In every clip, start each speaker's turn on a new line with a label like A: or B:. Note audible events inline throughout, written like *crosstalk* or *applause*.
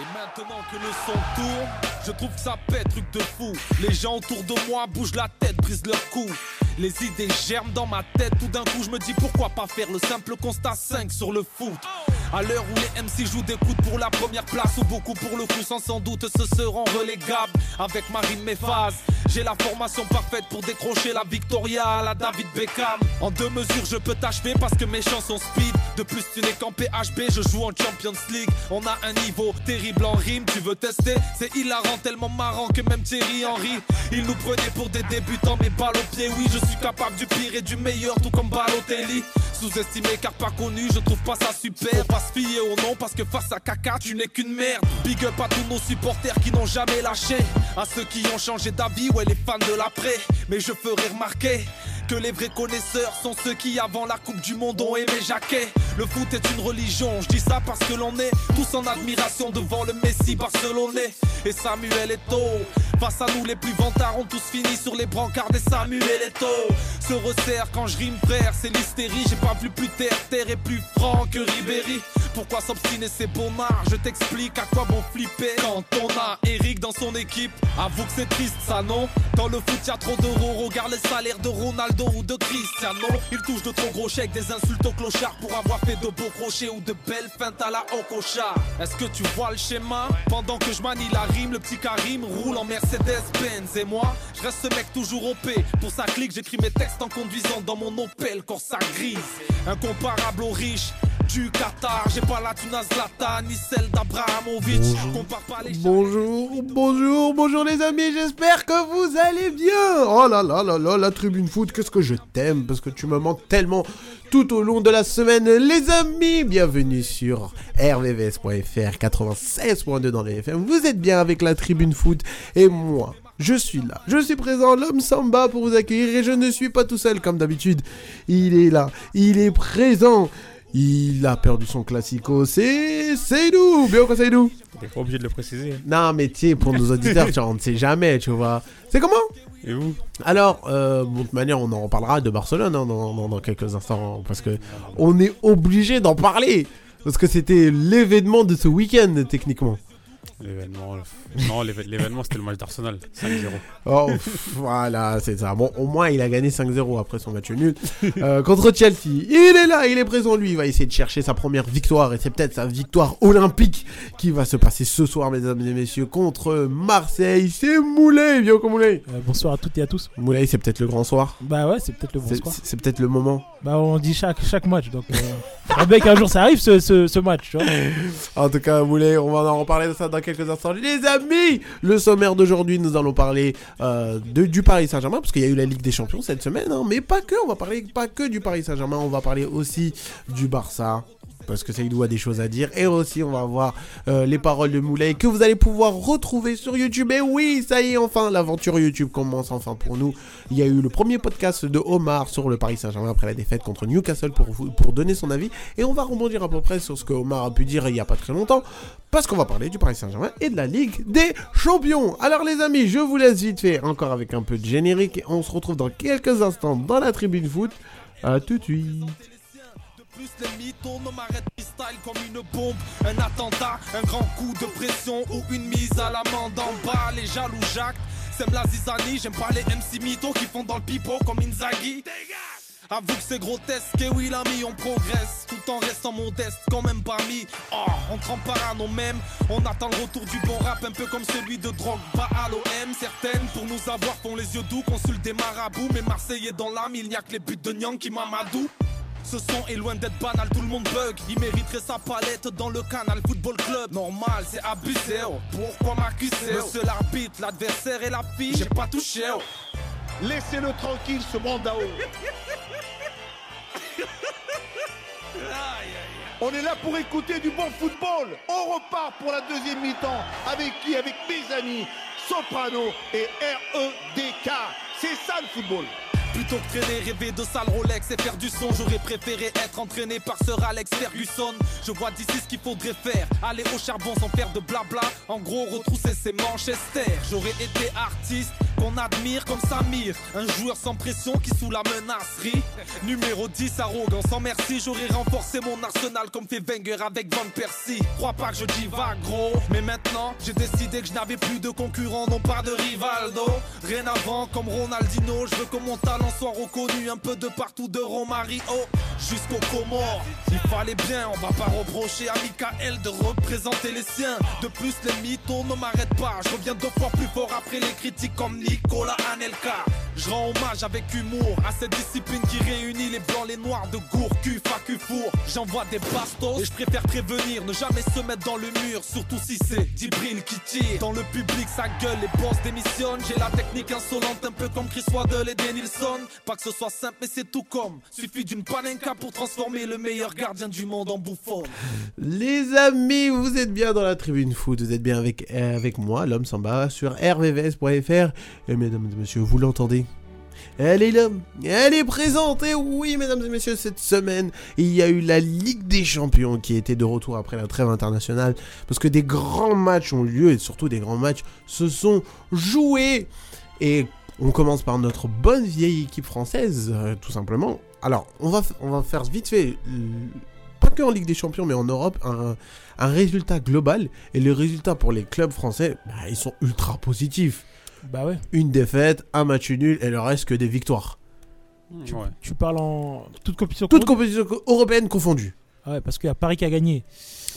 A: Et maintenant que le son tourne, je trouve que ça pète, truc de fou. Les gens autour de moi bougent la tête, brisent leur cou. Les idées germent dans ma tête, tout d'un coup je me dis pourquoi pas faire le simple constat 5 sur le foot. À l'heure où les MC jouent des coudes pour la première place ou beaucoup pour le coup sans sans doute se seront relégables avec Marine Méphase. J'ai la formation parfaite pour décrocher la Victoria à la David Beckham. En deux mesures je peux t'achever parce que mes chansons speed. De plus tu n'es qu'en PHB, je joue en Champions League. On a un niveau terrible en rime, tu veux tester C'est hilarant, tellement marrant que même Thierry Henry, il nous prenait pour des débutants mais balle au pied, oui je suis capable du pire et du meilleur tout comme Balotelli Sous-estimé car pas connu, je trouve pas ça super Faut pas se fier au nom parce que face à caca tu n'es qu'une merde Big up à tous nos supporters qui n'ont jamais lâché À ceux qui ont changé d'avis, ouais les fans de l'après Mais je ferai remarquer que les vrais connaisseurs sont ceux qui avant la Coupe du Monde ont aimé Jacquet Le foot est une religion, je dis ça parce que l'on est Tous en admiration devant le Messi barcelonais Et Samuel Eto'o Face à nous, les plus vantards ont tous fini sur les brancards des Samuel Eto. Se resserre quand je rime, frère, c'est l'hystérie. J'ai pas vu plus terre, terre est plus franc que Ribéry. Pourquoi s'obstiner, c'est bonnard Je t'explique à quoi bon flipper quand on a Eric dans son équipe. Avoue que c'est triste, ça non Dans le foot, y a trop d'euros. Regarde les salaires de Ronaldo ou de Cristiano. Ils touchent de trop gros chèques, des insultes aux clochards pour avoir fait de beaux crochets ou de belles feintes à la Okocha. Est-ce que tu vois le schéma Pendant que je manie la rime, le petit Karim roule en Mercedes-Benz et moi, je reste ce mec toujours OP. Pour sa clique, j'écris mes textes en conduisant dans mon Opel Corsa grise. Incomparable aux riches du Qatar, j'ai pas la thune à Zlatan ni celle d'Abrahamovic. Compare pas les
B: Bonjour, bonjour, bonjour les amis, j'espère que vous allez bien Oh là là là là, la tribune foot, qu'est-ce que je t'aime, parce que tu me manques tellement tout au long de la semaine. Les amis, bienvenue sur rvvs.fr 96.2 dans les FM, vous êtes bien avec la tribune foot, et moi, je suis là, je suis présent, l'homme samba pour vous accueillir, et je ne suis pas tout seul comme d'habitude. Il est là, il est présent il a perdu son classico, c'est Seydou Bien quoi Seydou
C: T'es pas obligé de le préciser. hein.
B: Non, mais tu sais, pour nos auditeurs, tu vois, on ne sait jamais, tu vois. C'est comment
C: Et vous
B: Alors, euh, bon, de toute manière, on en reparlera de Barcelone hein, dans, dans- dans quelques instants, hein, parce que on est obligé d'en parler. Parce que c'était l'événement de ce week-end, techniquement.
C: L'événement. le- Non, l'éve- l'événement, c'était le match d'Arsenal. 5-0.
B: Oh, pff, voilà, c'est ça. Bon, au moins, il a gagné 5-0 après son match nul euh, contre Chelsea. Il est là, il est présent, lui. Il va essayer de chercher sa première victoire. Et c'est peut-être sa victoire olympique qui va se passer ce soir, mesdames et messieurs, contre Marseille. C'est Moulay, bien qu'on Moulay.
D: Euh, bonsoir à toutes et à tous.
B: Moulay, c'est peut-être le grand soir.
D: Bah ouais, c'est peut-être le bon
B: C'est-
D: score.
B: C'est c'est peut-être le moment.
D: Bah on dit chaque, chaque match, donc... Euh, faudrait bien qu'un jour ça arrive ce, ce, ce match, tu vois.
B: En tout cas, vous voulez, on va en reparler de ça dans quelques instants. Les amis, le sommaire d'aujourd'hui, nous allons parler euh, de, du Paris Saint-Germain, parce qu'il y a eu la Ligue des Champions cette semaine, hein, mais pas que, on va parler pas que du Paris Saint-Germain, on va parler aussi du Barça. Parce que Saïdou a des choses à dire. Et aussi, on va voir euh, les paroles de Moulay que vous allez pouvoir retrouver sur YouTube. Et oui, ça y est, enfin, l'aventure YouTube commence enfin pour nous. Il y a eu le premier podcast de Omar sur le Paris Saint-Germain après la défaite contre Newcastle pour, vous- pour donner son avis. Et on va rebondir à peu près sur ce que Omar a pu dire il n'y a pas très longtemps. Parce qu'on va parler du Paris Saint-Germain et de la Ligue des Champions. Alors les amis, je vous laisse vite fait encore avec un peu de générique. Et on se retrouve dans quelques instants dans la tribune foot. A tout de suite.
A: De plus, les mythos ne m'arrêtent freestyle comme une bombe. Un attentat, un grand coup de pression ou une mise à l'amende en bas. Les jaloux Jacques, sème la zizanie. J'aime pas les MC mythos qui font dans le pipeau comme Inzaghi. Avoue que c'est grotesque, et oui l'ami on progresse Tout en restant modeste, quand même parmi Oh, on trempe parano même On attend le retour du bon rap, un peu comme celui de Drogba à l'OM Certaines, pour nous avoir, font les yeux doux Consultent des marabouts, mais Marseillais dans l'âme Il n'y a que les buts de Nyang qui m'amadou ce son est loin d'être banal, tout le monde bug. Il mériterait sa palette dans le canal Football Club. Normal, c'est abusé. oh. Pourquoi m'accuser oh Monsieur l'arbitre, l'adversaire et la fille, j'ai pas touché. oh.
E: Laissez-le tranquille, ce Mandao. On est là pour écouter du bon football. On repart pour la deuxième mi-temps. Avec qui Avec mes amis Soprano et REDK. C'est ça le football.
A: Plutôt que traîner, rêver de sale Rolex et faire du son, j'aurais préféré être entraîné par Sir Alex Ferguson. Je vois d'ici ce qu'il faudrait faire, aller au charbon sans faire de blabla. En gros, retrousser ses manches Esther. J'aurais été artiste, qu'on admire comme Samir. Un joueur sans pression qui sous la menacerie. Numéro 10, arrogant, sans merci. J'aurais renforcé mon arsenal comme fait Wenger avec Van Persie. Crois pas que je divague, gros. Mais maintenant, j'ai décidé que je n'avais plus de concurrent, non pas de Rivaldo. Rénavant, comme Ronaldinho, je veux que mon talent soit reconnu un peu de partout, de Romario jusqu'aux Comores. Il fallait bien, on va pas reprocher à Michael de représenter les siens. De plus, les mythos ne m'arrêtent pas. Je reviens deux fois plus fort après les critiques comme Nicolas Anelka. Je rends hommage avec humour à cette discipline qui réunit les blancs, les noirs de gour, cul, facu, four. J'envoie des bastos et je préfère prévenir, ne jamais se mettre dans le mur, surtout si c'est Dibril qui tire. Dans le public, sa gueule, les boss démissionnent. J'ai la technique insolente, un peu comme Chris Waddle et Denilson. Pas que ce soit simple, mais c'est tout comme. Suffit d'une panenka pour transformer le meilleur gardien du monde en bouffon.
B: Les amis, vous êtes bien dans la tribune foot, vous êtes bien avec, euh, avec moi, l'homme s'en bat, sur rvvs.fr. Et mesdames et messieurs, vous l'entendez elle est là, elle est présente, et oui, mesdames et messieurs, cette semaine, il y a eu la Ligue des Champions qui était de retour après la trêve internationale, parce que des grands matchs ont lieu, et surtout des grands matchs se sont joués. Et on commence par notre bonne vieille équipe française, euh, tout simplement. Alors, on va, f- on va faire vite fait euh, pas que en Ligue des Champions, mais en Europe, un, un résultat global. Et les résultats pour les clubs français, bah, ils sont ultra positifs.
D: Bah ouais.
B: Une défaite, un match nul, et le reste que des victoires.
D: Mmh,
C: Ouais.
D: Tu parles en toute compétition.
B: Toutes
D: confondue
B: compétitions co- européennes confondues.
D: Ah ouais, parce qu'il y a Paris qui a gagné.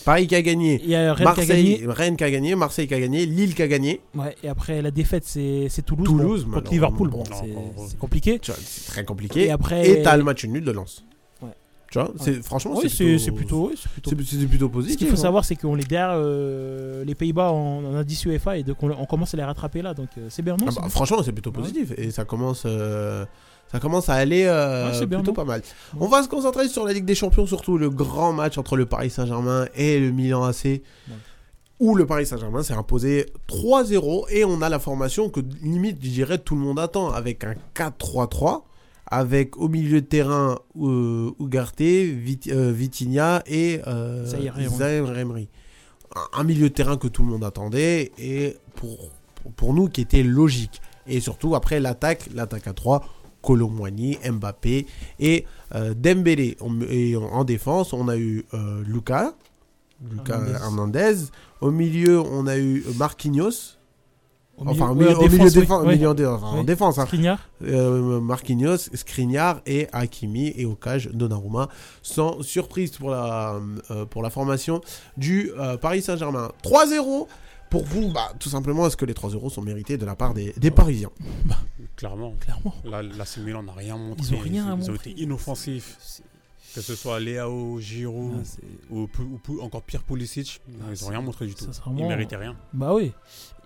B: Paris qui a gagné,
D: Il y a Rennes
B: Marseille,
D: qui a gagné.
B: Rennes qui a gagné, Marseille qui a gagné, Lille qui a gagné.
D: Ouais, et après la défaite, c'est c'est Toulouse.
B: Toulouse,
D: bon,
B: malheureusement.
D: contre Liverpool. Bon,
C: Non,
D: c'est-
C: encore heureux.
D: c'est compliqué.
B: Tu vois, C'est très compliqué.
D: Et
B: Et,
D: après.
B: t'as le match nul de Lens.
D: Ouais.
B: Tu vois, c'est- franchement,
D: Oui, c'est c'est plutôt. ouais, c'est plutôt-
B: c'est- c'est plutôt positif.
D: Ce qu'il faut
B: hein.
D: savoir, c'est qu'on est derrière euh, les Pays-Bas en, en indice UEFA et donc on, on commence à les rattraper là. Donc euh, c'est bien, non
B: Ah bah, franchement, c'est plutôt
D: Ouais.
B: positif et ça commence, euh, ça commence à aller euh,
D: Ouais, c'est bien,
B: plutôt
D: non
B: pas mal.
D: Ouais.
B: On va se concentrer sur la Ligue des Champions, surtout le grand match entre le Paris Saint-Germain et le Milan AC, où le Paris Saint-Germain s'est imposé 3-0 et on a la formation que limite, je dirais, tout le monde attend avec un 4-3-3. Avec au milieu de terrain euh, Ugarte, Vit- euh, Vitinha et euh,
D: Zahir Emery.
B: Zahir Emery. Un- Un milieu de terrain que tout le monde attendait et pour, pour nous qui était logique. Et surtout après l'attaque, l'attaque à 3, Colomboigny, Mbappé et euh, Dembélé. On- et en, en défense, on a eu euh, Lucas, Lucas
D: Hernandez.
B: Hernandez. Au milieu, on a eu Marquinhos.
D: Au
B: enfin, au
D: ouais,
B: milieu,
D: en
B: au milieu
D: défense, oui,
B: défense- au
D: ouais.
B: milieu en dé- enfin, en
D: Oui.
B: défense, hein.
D: Skriniar.
B: Euh, Marquinhos, Skriniar et Hakimi et au cage Donnarumma. Sans surprise pour la, euh, pour la formation du euh, Paris Saint-Germain. 3-0 pour vous, bah, tout simplement, est-ce que les 3-0 sont mérités de la part des, des Parisiens
C: Clairement.
D: Clairement.
C: Là, là c'est Milan, on n'a rien montré.
D: Ils ont rien à
C: ils ont
D: montrer.
C: été inoffensifs.
D: C'est-
C: Que ce soit Léao, Giroud
D: ah, c'est- Ah,
C: ou, pou- ou pou- encore pire Pulisic, non, ils
D: c'est-
C: n'ont rien montré du
D: ça
C: tout.
D: sera
C: Ils
D: vraiment-
C: méritaient rien.
D: Bah oui.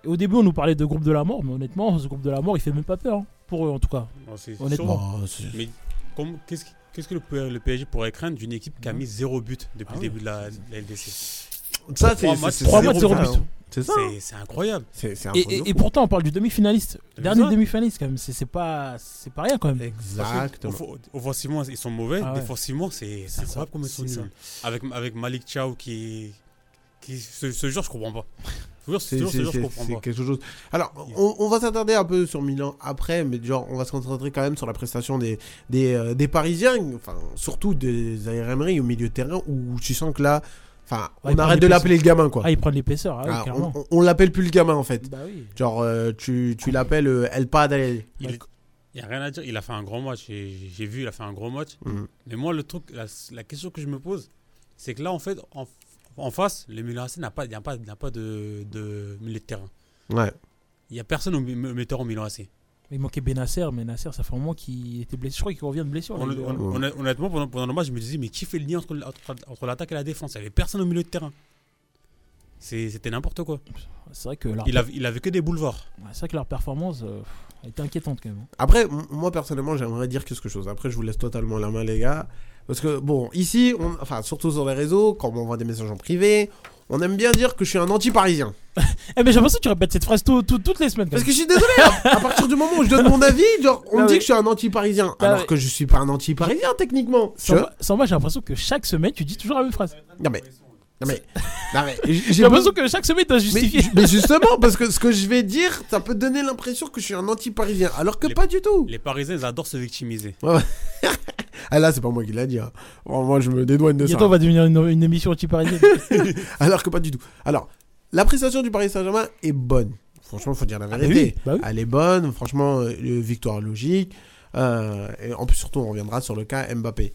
D: Au début, on nous parlait de groupe de la mort, mais honnêtement, ce groupe de la mort, il fait même pas peur. hein. Pour eux, en tout cas.
C: Non, c'est-
D: Honnêtement.
C: sûrement.
B: Bah, c'est-
C: Mais comme- qu'est-ce qui- qu'est-ce que le, P- le PSG pourrait craindre d'une équipe
D: Mmh.
C: qui a mis zéro but depuis
B: Ah
C: le début de la, de la LDC
B: Ça, c'est
C: Trois matchs,
B: c'est-
D: trois
B: c'est
D: matchs,
B: zéro
D: zéro
B: but.
D: but.
B: C'est ça. hein.
C: C'est- C'est incroyable.
B: C'est c'est un
D: Et,
B: truc Ah, de
D: et- et
B: fou.
D: pourtant, on parle du demi-finaliste.
C: C'est
D: Dernier
C: ça.
D: demi-finaliste, quand même. C'est c'est pas, c'est pas rien, quand même.
B: Exactement.
C: Offo- Offensivement, ils sont mauvais.
D: Ah ouais.
C: Défensivement, c'est c'est
D: C'est
C: incroyable
D: ça,
C: comme ils sont
D: c'est
C: nuls. Avec, avec Malik Chao qui. qui ce, ce joueur, je comprends pas. Ce joueur, ce
B: C'est
C: joueur, ce
B: c'est-
C: joueur, je
B: c'est-
C: comprends
B: c'est
C: pas.
B: quelque chose. Alors, on, on va s'attarder un peu sur Milan après, mais genre, on va se concentrer quand même sur la prestation des, des, euh, des Parisiens, enfin, surtout des ARMRI au milieu de terrain où tu sens que là, enfin,
D: Ouais,
B: on
D: il
B: arrête
D: prend
B: de
D: des
B: l'appeler le gamin, quoi.
D: Ah, ils prennent l'épaisseur, ah oui,
B: Ah,
D: clairement.
B: on on- on l'appelle plus le gamin, en fait.
D: Bah oui.
B: Genre, euh, tu, tu l'appelles euh, El Padre.
C: Il est- il y a rien à dire. Il a fait un grand match. J'ai j'ai vu, il a fait un gros match.
B: Mhm.
C: Mais moi, le truc, la, la question que je me pose, c'est que là, en fait, en, en face, le Milan AC n'a pas, il n'y a pas, il n'y a pas de, de milieu de terrain.
B: Ouais.
C: Il n'y a personne au mi- mi- milieu de terrain au Milan AC.
D: Il manquait Benasser, mais Nasser, ça fait un moment qu'il était blessé. Je crois qu'il revient de blessure. là,
C: Hon-
D: il-
C: hon- honn- Honnêtement, pendant, pendant le match, je me disais, mais qui fait le lien entre, l- entre- entre l'attaque et la défense Il n'y avait personne au milieu de terrain. C'est- C'était n'importe quoi.
D: C'est vrai que leur,
C: Il avait, il avait que des boulevards.
D: ouais, c'est vrai que leur performance euh, pff, elle était inquiétante quand même. hein.
B: Après, m- moi personnellement, j'aimerais dire quelque chose. Après, je vous laisse totalement la main, les gars. Parce que, bon, ici, on, enfin, surtout sur les réseaux, quand on voit des messages en privé, on aime bien dire que je suis un anti-parisien.
D: Eh mais j'ai l'impression que tu répètes cette phrase tout- tout- toutes les semaines. quand
B: Parce
D: même.
B: que je suis désolé, hein. à, à partir du moment où je donne mon avis, genre, on
D: Non,
B: me dit
D: mais-
B: que je suis un anti-parisien.
D: Non,
B: Alors
D: mais-
B: que je suis pas un anti-parisien, techniquement. Tu
D: Sans,
B: vois
D: moi- sans moi, j'ai l'impression que chaque semaine, tu dis toujours la même phrase.
B: Non, mais. Non
D: *laughs*
B: mais, non mais j-
D: J'ai
B: j'ai
D: l'impression que chaque semaine, t'as
B: mais,
D: justifié.
B: mais justement, parce que ce que je vais dire, ça peut donner l'impression que je suis un anti-parisien, alors que
C: Les-
B: pas du tout.
C: Les Parisiens, ils adorent se victimiser.
B: Ah là, c'est pas moi qui l'a dit. hein. Bon, moi, je me dédouane de ça.
D: Bientôt, on va devenir une, une
B: *laughs*
D: émission anti-parisienne.
B: Alors que pas du tout. Alors, la prestation du Paris Saint-Germain est bonne. Franchement, faut dire la
D: bah
B: vérité.
D: oui, bah oui.
B: Elle est bonne. Franchement, euh, victoire logique. Euh, et en plus, surtout, on reviendra sur le cas Mbappé.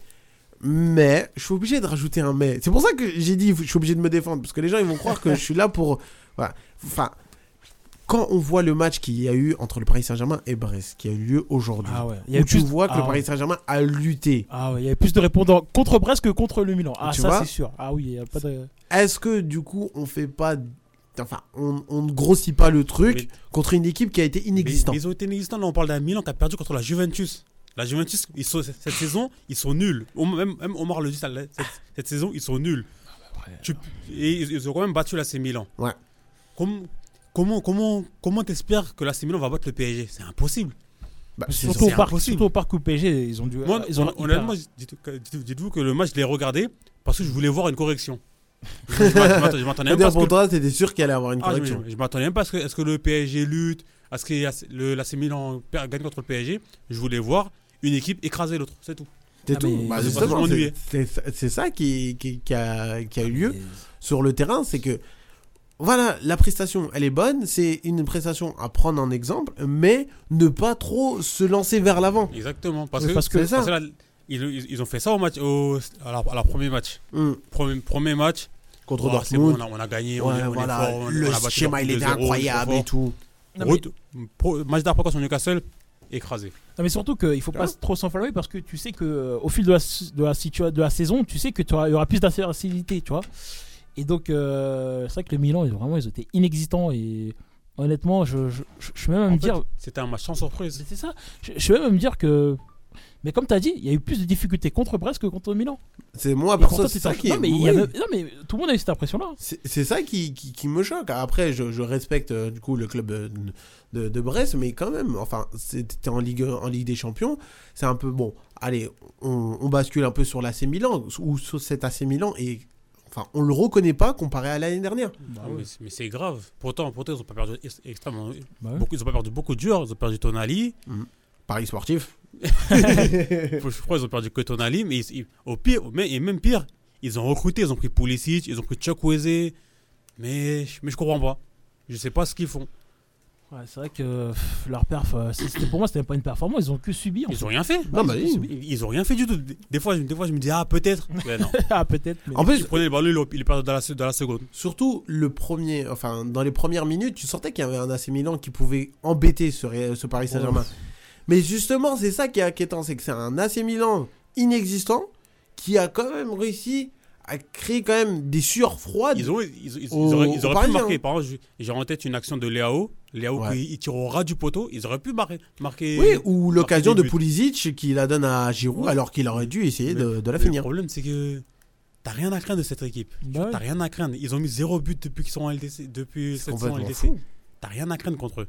B: Mais je suis obligé de rajouter un mais. C'est pour ça que j'ai dit, je suis obligé de me défendre parce que les gens ils vont croire que je suis là pour. *laughs* Voilà. Enfin, quand on voit le match qu'il y a eu entre le Paris Saint-Germain et Brest, qui a eu lieu aujourd'hui,
D: Ah ouais. Il y a
B: où
D: eu
B: tu
D: plus-
B: vois que
D: ah
B: le Paris
D: ouais.
B: Saint-Germain a lutté.
D: Ah ouais, il y avait plus de répondants contre Brest que contre le Milan. Ah,
B: Tu vois
D: ça, c'est sûr. Ah oui, il y a pas de.
B: Est-ce que du coup on fait pas enfin on, on ne grossit pas le truc
C: Mais-
B: contre une équipe qui a été inexistante
C: Mais ils ont été inexistants. Là, on parle d'un Milan qui a perdu contre la Juventus. La Juventus, ils sont- cette saison, ils sont nuls. Au- Même, même Omar le dit, ça l'a- cette, cette saison, ils sont nuls. Tu- et ils, ils ont quand même battu l'AC Milan.
B: Ouais.
C: Com- comment comment, comment t'espères que l'AC Milan va battre le PSG C'est impossible.
B: Bah, c'est
D: Surtout au,
B: sûr.
C: c'est
D: parc,
C: impossible.
D: surtout au parc où PSG, ils ont dû.
C: Moi,
D: Euh, ils ont
C: hon- honnêtement, dites- dites- dites-vous que le match, je l'ai regardé parce que je voulais voir une correction. Je m'attendais- je m'attendais même pas à
B: C'est-à-dire
C: ce que
B: pour toi t'étais sûr qu'il allait avoir une
C: Ah, je,
B: correction
C: je m'attendais même pas à ce que, à ce que le PSG lutte, à ce que l'AC- le- l'AC Milan per- gagne contre le PSG. Je voulais voir une équipe écraser l'autre, c'est tout.
B: c'est
D: Ah,
B: tout
D: mais-
B: Bah,
D: Ils ont
B: justement,
C: pas Ah, toujours
B: c'est-
C: ennuyé.
B: c'est c'est ça qui, qui, qui a, qui a eu lieu sur le terrain c'est que voilà la prestation elle est bonne c'est une prestation à prendre en exemple mais ne pas trop se lancer vers l'avant
C: Exactement. Parce
B: Mais
C: que,
B: parce que-
C: parce là, ils, ils- ils ont fait ça au match, au, à, leur, à leur premier match.
B: Hmm.
C: Premier, premier match.
B: contre
C: oh, c'est
B: Dortmund
C: bon, on, a, on a gagné, on, est-
B: Ouais,
C: on
B: voilà,
C: est fort, on-
B: le
C: on a battu
B: schéma il
C: Dortmund
B: était
C: 2-0,
B: incroyable
C: on
B: et
C: est fort.
B: tout
D: Non, mais-
C: Route- pro- match d'après contre Newcastle, écrasé.
D: Non mais surtout qu'il faut
C: Ah
D: pas trop s'enflammer parce que tu sais que euh, au fil de la, s- de la, situa- de la saison, tu sais que tu auras- il y aura plus d'inférabilité, tu vois. Et donc euh, c'est vrai que le Milan, ils, vraiment, ils étaient inexistants et honnêtement, je, je, je- je suis même à
C: En
D: me
C: fait,
D: dire,
C: C'était un match sans surprise.
D: c'est ça, je, je suis même à me dire que, mais comme tu as dit, il y a eu plus de difficultés contre Brest que contre Milan.
B: c'est moi
D: Et
B: perso
D: pourtant,
B: c'est
D: t'étais en-
B: Ah, ça qui est
D: non, mais il y
B: oui.
D: avait- non, mais tout le monde a eu cette impression-là.
B: C'est c'est ça qui, qui, qui me choque. Après, je, je respecte euh, du coup le club euh, de, de Brest, mais quand même, enfin, c'était en Ligue, en Ligue des Champions, c'est un peu bon. Allez, on, on bascule un peu sur l'AC Milan ou sur cet AC Milan et enfin, on le reconnaît pas comparé à l'année dernière.
C: Ah, mais c'est- Mais c'est grave. Pourtant, pourtant ils n'ont pas perdu ex- extrêmement.
D: Bah ouais.
C: beaucoup- ils ont pas perdu beaucoup de joueurs. Ils ont perdu Tonali.
B: Paris sportif.
C: Faut- je crois qu'ils ont perdu que Tonali, mais ils- ils- au pire, mais, et même pire, ils ont recruté, ils ont pris Pulisic, ils ont pris Chukwueze, mais, je- mais je comprends pas. Je sais pas ce qu'ils font.
D: Ouais, c'est vrai que pff, leur perf, euh, c'est- c'était- pour moi, c'était pas une performance, ils ont que subi. En
C: Ils
D: fait.
C: ont rien fait.
B: Non, bah oui.
C: Ils ils ont rien fait du tout. Des des fois, je, des fois, je me dis ah peut-être. Mais non.
D: ah peut-être. mais-
B: En
C: Ils
B: plus,
C: prenaient le ballon, ils le- ils le perdaient dans la, se- dans la seconde.
B: surtout le premier, enfin, dans les premières minutes, tu sentais qu'il y avait un AC Milan qui pouvait embêter ce, Ré- ce Paris Saint-Germain. Mais justement, c'est ça qui est inquiétant, c'est que c'est un AC Milan inexistant qui a quand même réussi à créer quand même des sueurs froides.
C: Ils, ont, ils, ils- ils
B: Ah, Au-
C: auraient,
B: au
C: ils auraient
B: Parisien.
C: pu marquer. Par exemple, j'ai- j'ai en tête une action de Léao. Léao,
B: Ouais.
C: qui il tire au ras du poteau. Ils auraient pu marquer. marquer
B: Oui, ou l'occasion de
C: marquer des buts.
B: Pulisic qui la donne à Giroud
C: Ouais.
B: alors qu'il aurait dû essayer de, de la
C: Mais Le
B: finir.
C: problème, c'est que t'as rien à craindre de cette équipe.
D: Bah
C: Tu vois,
D: ouais.
C: T'as rien à craindre. Ils ont mis zéro but depuis qu'ils sont en LDC. Depuis
B: C'est
C: cette saison en
B: complètement
C: LDC.
B: fou.
C: T'as rien à craindre contre eux.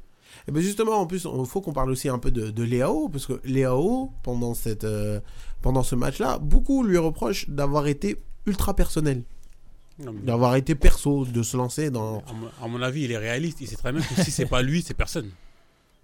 B: Et ben justement, en plus, il faut qu'on parle aussi un peu de, de Léao, parce que Léao, pendant, cette, euh, pendant ce match-là, beaucoup lui reprochent d'avoir été ultra personnel,
C: Non, mais
B: d'avoir été perso, de se lancer dans...
C: à, mon, à mon avis, il est réaliste. Il sait très bien que si c'est pas lui, c'est personne.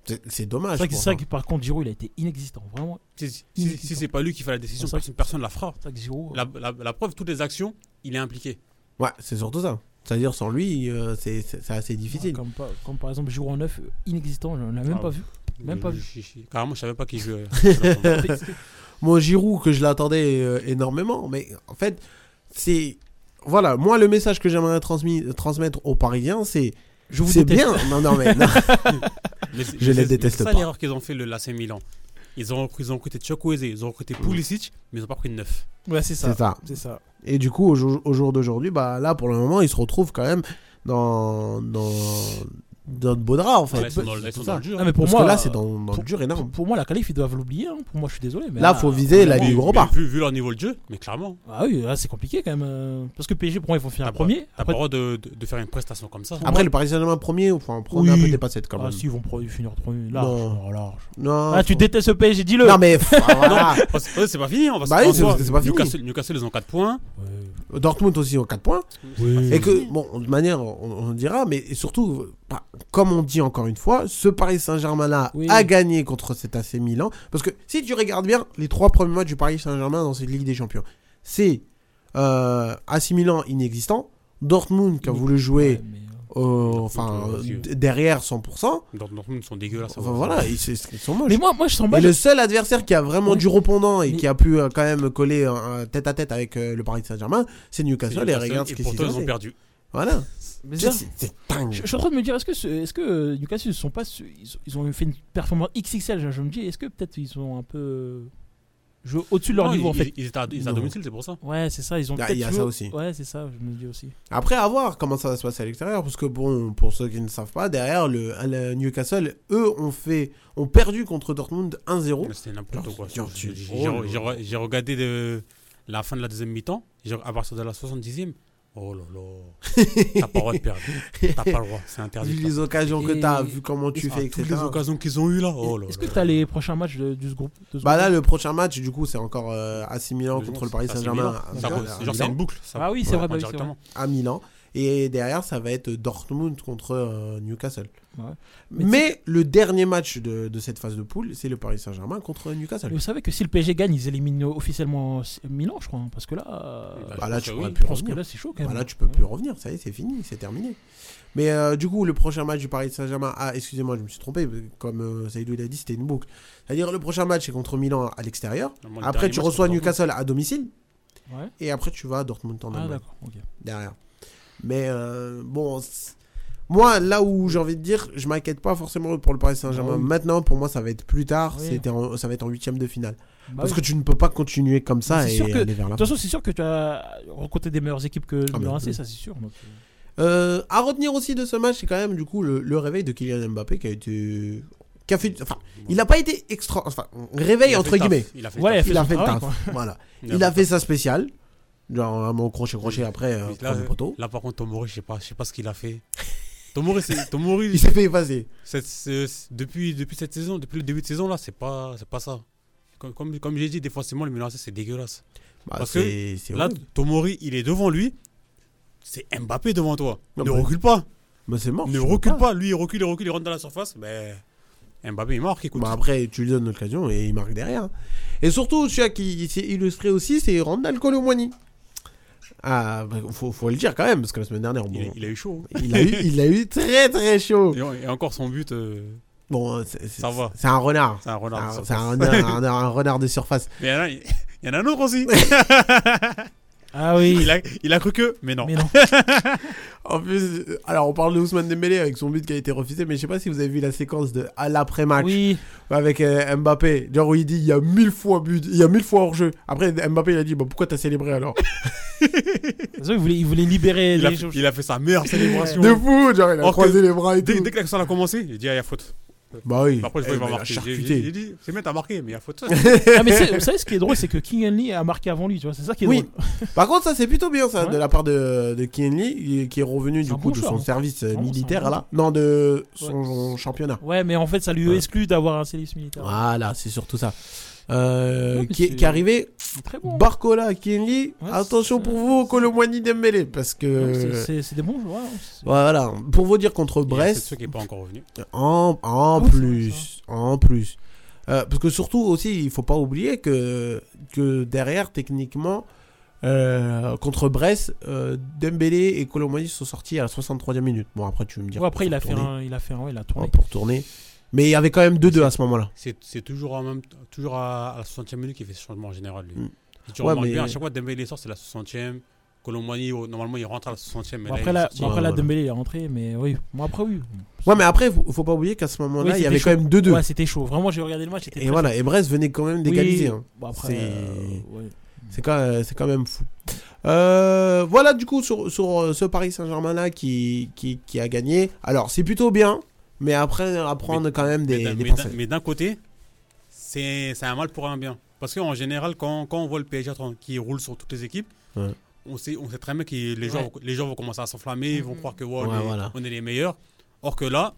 B: C'est- C'est dommage.
D: C'est vrai que
B: pour
D: c'est vrai
B: ça.
D: que par contre Giroud il a été inexistant vraiment.
C: Si, si- si- si c'est pas lui qui fait la décision,
D: C'est vrai.
C: personne, personne la fera.
D: C'est vrai que Giroud.
C: La, la- la preuve, toutes les actions, il est impliqué.
B: Ouais, c'est surtout ça. C'est-à-dire, sans lui, euh, c'est c'est- c'est assez difficile.
D: Comme, pas- comme par exemple Giroud en 9 inexistant, on l'a même
C: Ah.
D: pas vu. Même pas
C: Je-
D: vu.
C: je- je- Carrément, je savais
B: *laughs*
C: pas qui jouait.
B: Moi, Giroud, que je l'attendais euh, énormément, mais en fait, c'est. Voilà, moi, le message que j'aimerais transmis- transmettre aux Parisiens, c'est.
D: Je vous
B: C'est
D: déteste.
B: bien Non, non,
D: *laughs*
B: mais. non.
C: Mais c'est-
B: Je
C: mais
B: les
C: c'est-
B: déteste
C: C'est ça
B: pas.
C: l'erreur qu'ils ont fait le l'AC Milan. Ils ont, ils ont recruté Chukwueze, ils ont recruté Pulisic, mais ils ont pas pris de neuf.
D: Ouais, c'est
B: C'est ça.
D: C'est ça.
B: Et du coup, au jour, au jour d'aujourd'hui, bah là, pour le moment, ils se retrouvent quand même dans. dans. dans le beau drap, en fait.
C: Ouais, ils sont dans le ils
B: C'est
C: sont
B: tout
C: dans
B: ça.
C: le jeu. hein.
D: Non, mais pour
B: Parce
D: moi
B: que là, c'est dans, dans
D: pour-
B: le dur énorme.
D: pour- Pour moi la qualif ils doivent l'oublier. hein. Pour moi je suis désolé. Mais
B: Là, faut viser la
C: Mais-
B: ligue
C: mais
B: Europa.
C: Vu, vu leur niveau de jeu, mais clairement.
D: Ah oui, là, c'est compliqué quand même. euh, Parce que PSG pour moi ils vont finir
C: T'as pas-
D: premier.
C: T'as
D: Après-
C: pas le droit de, de- de faire une prestation comme ça.
B: Après, le Paris Saint-Germain premier, enfin, on prend un
D: Oui.
B: peu des passettes quand
D: Ah
B: même.
D: si ils vont pro- finir premier. Large.
B: Non.
D: oh, large.
B: Non.
D: Ah tu
B: faut-
D: détestes le PSG dis-le. *laughs*
B: Non, mais. pff, ah, voilà.
C: Parce que c'est pas fini, on va
B: Bah oui,
C: en
B: c'est-
C: soi,
B: c'est pas fini.
C: Newcastle, Newcastle, ils ont 4 points.
D: Ouais.
B: Dortmund aussi ont 4 points.
C: Oui.
B: Et que, bon, de manière, on, on dira, mais surtout, bah, comme on dit encore une fois, ce Paris Saint-Germain-là
D: Oui.
B: a gagné contre cet AC Milan. Parce que si tu regardes bien les trois premiers matchs du Paris Saint-Germain dans cette Ligue des Champions, c'est euh, AC Milan inexistant, Dortmund qui a voulu jouer
D: Ouais, mais, euh,
B: euh, enfin,
C: Dortmund,
B: euh, d- derrière 100%.
C: Dans- dans- Ils sont dégueulasses.
B: Enfin voilà, ils, c'est- ils sont moches.
D: Ah, mais moi, moi, je sens
B: Et
D: mal.
B: le seul adversaire qui a vraiment
D: Ouais.
B: du répondant et
D: Mais-
B: qui a pu euh, quand même coller un tête à tête avec euh, le Paris Saint-Germain, c'est Newcastle. Et regarde ce
C: Et
B: qui s'est
C: pourtant, ils ont
B: passé.
C: perdu.
B: Voilà.
D: Mais
B: C'est-
D: ça,
B: C'est c'est dingue.
D: Je, je suis en train de me dire, est-ce que, ce- est-ce que euh, Newcastle, ils, sont pas, su- ils, ont- ils ont fait une performance XXL Je je me dis, est-ce que peut-être ils ont un peu euh, joué au-dessus de leur
C: Non,
D: niveau
C: ils-
D: en fait
C: Ils ils étaient à ils étaient à
B: Non.
C: domicile, c'est pour ça.
D: Ouais, c'est ça, ils ont
B: Ah,
D: peut-être.
B: il y a
D: joué-
B: ça aussi.
D: Ouais, c'est ça, je me dis aussi.
B: Après, à voir comment ça va se passer à l'extérieur. Parce que, bon, pour ceux qui ne savent pas, derrière, le, le Newcastle, eux, ont, fait, ont perdu contre Dortmund 1-0.
C: Mais C'était
B: Oh.
C: n'importe
B: Genre,
C: quoi.
B: genre,
C: J'ai-
B: tu-
C: j'ai-
B: oh
C: j'ai-
B: là
C: j'ai- J'ai regardé de la fin de la deuxième mi-temps, j'ai- à partir de la 70e. Oh là là, t'as pas le droit de
B: *laughs*
C: perdre. T'as pas le droit, c'est
B: Vu
C: interdit. de
B: les occasions que
D: Et-
B: tu as, vu comment tu
C: perdre.
B: fais,
C: Ah,
B: etc.
C: toutes les occasions qu'ils ont eues là. Oh là
D: Est-ce que
C: là.
D: tu as les prochains matchs de, de ce groupe de ce
B: Bah là,
D: groupe
B: le prochain match, du coup, c'est encore euh, AC Milan contre le Paris
C: Ça, c'est
B: Saint-Germain
C: Milan.
B: à-
C: Ça,
B: à- à
C: c'est- Genre, c'est
B: Milan.
C: une boucle. ça.
D: Ah oui, c'est
C: Ouais,
D: vrai, bah
C: pas
D: oui, c'est
C: directement.
B: à Milan. Et derrière, ça va être Dortmund contre euh, Newcastle.
D: Ouais.
B: Mais,
D: Mais
B: le dernier match de, de cette phase de poule, c'est le Paris Saint-Germain contre Newcastle.
D: Mais vous savez que si le PSG gagne, ils éliminent officiellement Milan, je crois, hein, parce que là, euh,
C: Bah,
B: Bah là,
C: pense
B: tu
C: que
B: pourrais
C: oui.
B: plus
D: je pense que
B: revenir.
D: là, c'est chaud quand même.
B: Bah là, tu peux plus revenir. Ça y est, c'est fini, c'est terminé. Mais euh, du coup, le prochain match du Paris Saint-Germain. Ah, excusez-moi, je me suis trompé. Comme euh, Saïdou l'a dit, c'était une boucle. C'est-à-dire, le prochain match, c'est contre Milan à l'extérieur.
C: Normalement, le
B: Après,
C: dernier
B: tu
C: match,
B: reçois
C: c'est
B: Newcastle à domicile.
D: Ouais.
B: Et après, tu vas à Dortmund en
D: Ah,
B: Allemagne.
D: d'accord. ok.
B: derrière. Mais euh, bon, c- moi, là où j'ai envie de dire, je m'inquiète pas forcément pour le Paris Saint-Germain.
D: Ah oui.
B: Maintenant, pour moi, ça va être plus tard.
D: Oui.
B: C'était en- ça va être en huitième de finale.
D: Bah
B: Parce
D: oui.
B: que tu ne peux pas continuer comme ça
D: Mais c'est
B: et
D: sûr que-
B: aller vers la
D: De toute façon, c'est sûr que tu as rencontré des meilleures équipes que le
B: Ah, mais
D: Milan AC,
B: oui.
D: ça c'est sûr. donc, euh,
B: Euh, à retenir aussi de ce match, c'est quand même du coup le, le réveil de Kylian Mbappé qui a été, qui a fait, enfin, il n'a pas été extra, enfin, réveil
C: Il a fait
B: entre
C: le taf.
B: guillemets.
C: Il a fait le
D: Ouais,
C: taf.
B: Il a
D: son
B: fait le
D: travail,
B: taf. Voilà.
C: Il a
B: Il a
C: fait-
B: fait sa spéciale. Genre un mot crochet crochet après euh,
C: Mais
B: prendre le
C: là,
B: poteau.
C: Là, par contre, Tomori, je sais pas, je sais pas ce qu'il a fait. Tomori, c'est- Tomori,
B: Il s'est fait effacer.
C: Cette- ce- ce- depuis, depuis cette saison, depuis le début de saison, là, c'est pas, c'est pas ça. Comme, comme, comme j'ai dit, défensivement, le Milan, AC, c'est dégueulasse.
B: Bah,
C: Parce que
B: c'est c'est
C: Là,
B: horrible.
C: Tomori, il est devant lui. C'est Mbappé devant toi.
B: Non,
C: ne
B: mais-
C: recule pas.
B: Bah, c'est mort.
C: Ne
B: tu peux
C: recule pas. Lui, il recule, il recule, il rentre dans la surface. Mais Mbappé, il marque. Écoute.
B: Bah après, tu lui donnes l'occasion et il marque derrière. Et surtout, celui qui s'est illustré aussi, c'est Randall Colomwani. Ah, bah, faut, faut le dire quand même, parce que la semaine dernière,
C: il,
B: bon,
C: a- il a eu chaud. hein.
B: il, a eu, il a eu très très chaud.
C: Et, en- et encore son but, euh,
B: Bon, c'est- c'est
C: Ça va.
B: c'est un renard.
C: c'est un renard. de
B: Ah, C'est
C: surface.
B: un, renard- un, renard- un renard de surface.
C: Mais il y en a- il y en a un autre
B: *laughs*
C: aussi.
D: Ah oui,
C: il, a, il a cru que. Mais non.
D: mais non.
B: En plus, euh, alors on parle de Ousmane Dembélé avec son but qui a été refusé, mais je sais pas si vous avez vu la séquence de à l'après-match
D: Oui,
B: avec euh, Mbappé, genre où il dit il y a mille fois but, il y a mille fois hors jeu. Après Mbappé il a dit bah pourquoi t'as célébré
C: *laughs*
B: alors
D: c'est vrai, il voulait, il voulait libérer
C: Il a,
D: les
C: fait-
D: gens.
C: il a fait
B: *laughs*
C: sa meilleure célébration.
B: De fou, genre il a
C: Or que-
B: croisé les bras et
C: Dès,
B: tout.
C: dès que l'action a commencé, il dit ah, il y a faute.
B: Bah oui.
C: Après, je
B: Eh
C: vois, il va
B: ben, la
C: marquer. J'ai-
B: charcuterie.
C: J'ai j'ai dit, c'est bien, t'as marqué, mais il y
B: *laughs*
C: a faute.
D: Ah, mais c'est- vous savez ce qui est drôle, c'est que King Henley a marqué avant lui, tu vois, c'est ça qui est
B: Oui.
D: drôle.
B: Par contre, ça c'est plutôt bien ça
D: Ouais.
B: de la part de, de Kien Lee qui est revenu du
D: C'est un
B: coup
D: bon
B: de
D: choix,
B: son
D: hein.
B: service euh,
D: Vraiment, c'est un
B: militaire
D: bon
B: là. Non, de son championnat.
D: Ouais, mais en fait, ça lui
B: Ouais.
D: exclut d'avoir un service militaire.
B: Voilà, c'est surtout ça. Euh,
D: Non, mais
B: qui, est...
D: c'est-
B: qui est arrivé
D: Très bon.
B: Barcola, Kien Lee,
D: Ouais,
B: attention
D: c'est-
B: pour vous,
D: c'est-
B: Colomwani Dembélé parce
D: Non, c'est-
B: que
D: c'est- C'est des bons joueurs. hein, c'est-
B: voilà, pour vous dire contre
C: C'est
B: Brest,
C: ceux qui n'est pas encore revenu.
B: En, en
D: Oui, c'est vrai,
B: plus, en plus. Euh, parce que surtout aussi, il faut pas oublier que, que derrière, techniquement, euh, contre Brest, euh, Dembélé et Colomani sont sortis à la 63e minute. Bon, après, tu veux me dire.
D: Ouais, après, il
B: pour
D: a fait
B: tourner.
D: un, il a fait un, ouais, il a
B: Ouais,
D: tourné.
B: pour tourner. Mais il y avait quand même 2-2 à ce moment-là.
C: C'est c'est toujours, en même, toujours à, à la 60e minute qu'il fait ce changement en général. Lui.
B: Mm.
C: Et tu
B: Ouais,
C: remarques
B: mais-
C: bien, à chaque fois, Dembélé sort, c'est la 60e. Colomboigny, oh, normalement, il rentre à la 60e. Mais
D: Bon,
C: là,
D: après,
C: il est
D: là,
C: sorti.
D: bon, après, là,
B: Ouais,
D: Dembélé, il est rentré, mais oui. Bon, après, oui.
B: Ouais, mais après, faut, faut pas oublier qu'à ce
D: Oui,
B: moment-là, il y
D: c'était
B: avait
D: chaud.
B: quand même 2-2.
D: Ouais, c'était chaud. Vraiment, j'ai regardé le match. c'était
B: et
D: très
B: voilà, et Brest venait quand même
D: chaud.
B: d'égaliser.
D: Oui.
B: hein.
D: Bon, après,
B: C'est-
D: euh, ouais.
B: C'est quand, euh, c'est quand même fou. Euh, voilà du coup sur, sur euh, ce Paris Saint-Germain là qui, qui, qui a gagné. Alors c'est plutôt bien, mais après à prendre quand même
C: Mais
B: des,
C: d'un-
B: des
C: mais d'un-
B: pincettes.
C: Mais d'un côté, c'est c'est un mal pour un bien. Parce qu'en général, quand, quand on voit le PSG attends, qui roule sur toutes les équipes,
B: Ouais.
C: on, sait, on sait très bien que les, gens,
D: Ouais.
C: vont- les gens vont commencer à s'enflammer, ils vont croire que ouais, on,
B: Ouais,
C: est,
B: voilà.
C: on est les meilleurs. Or que là,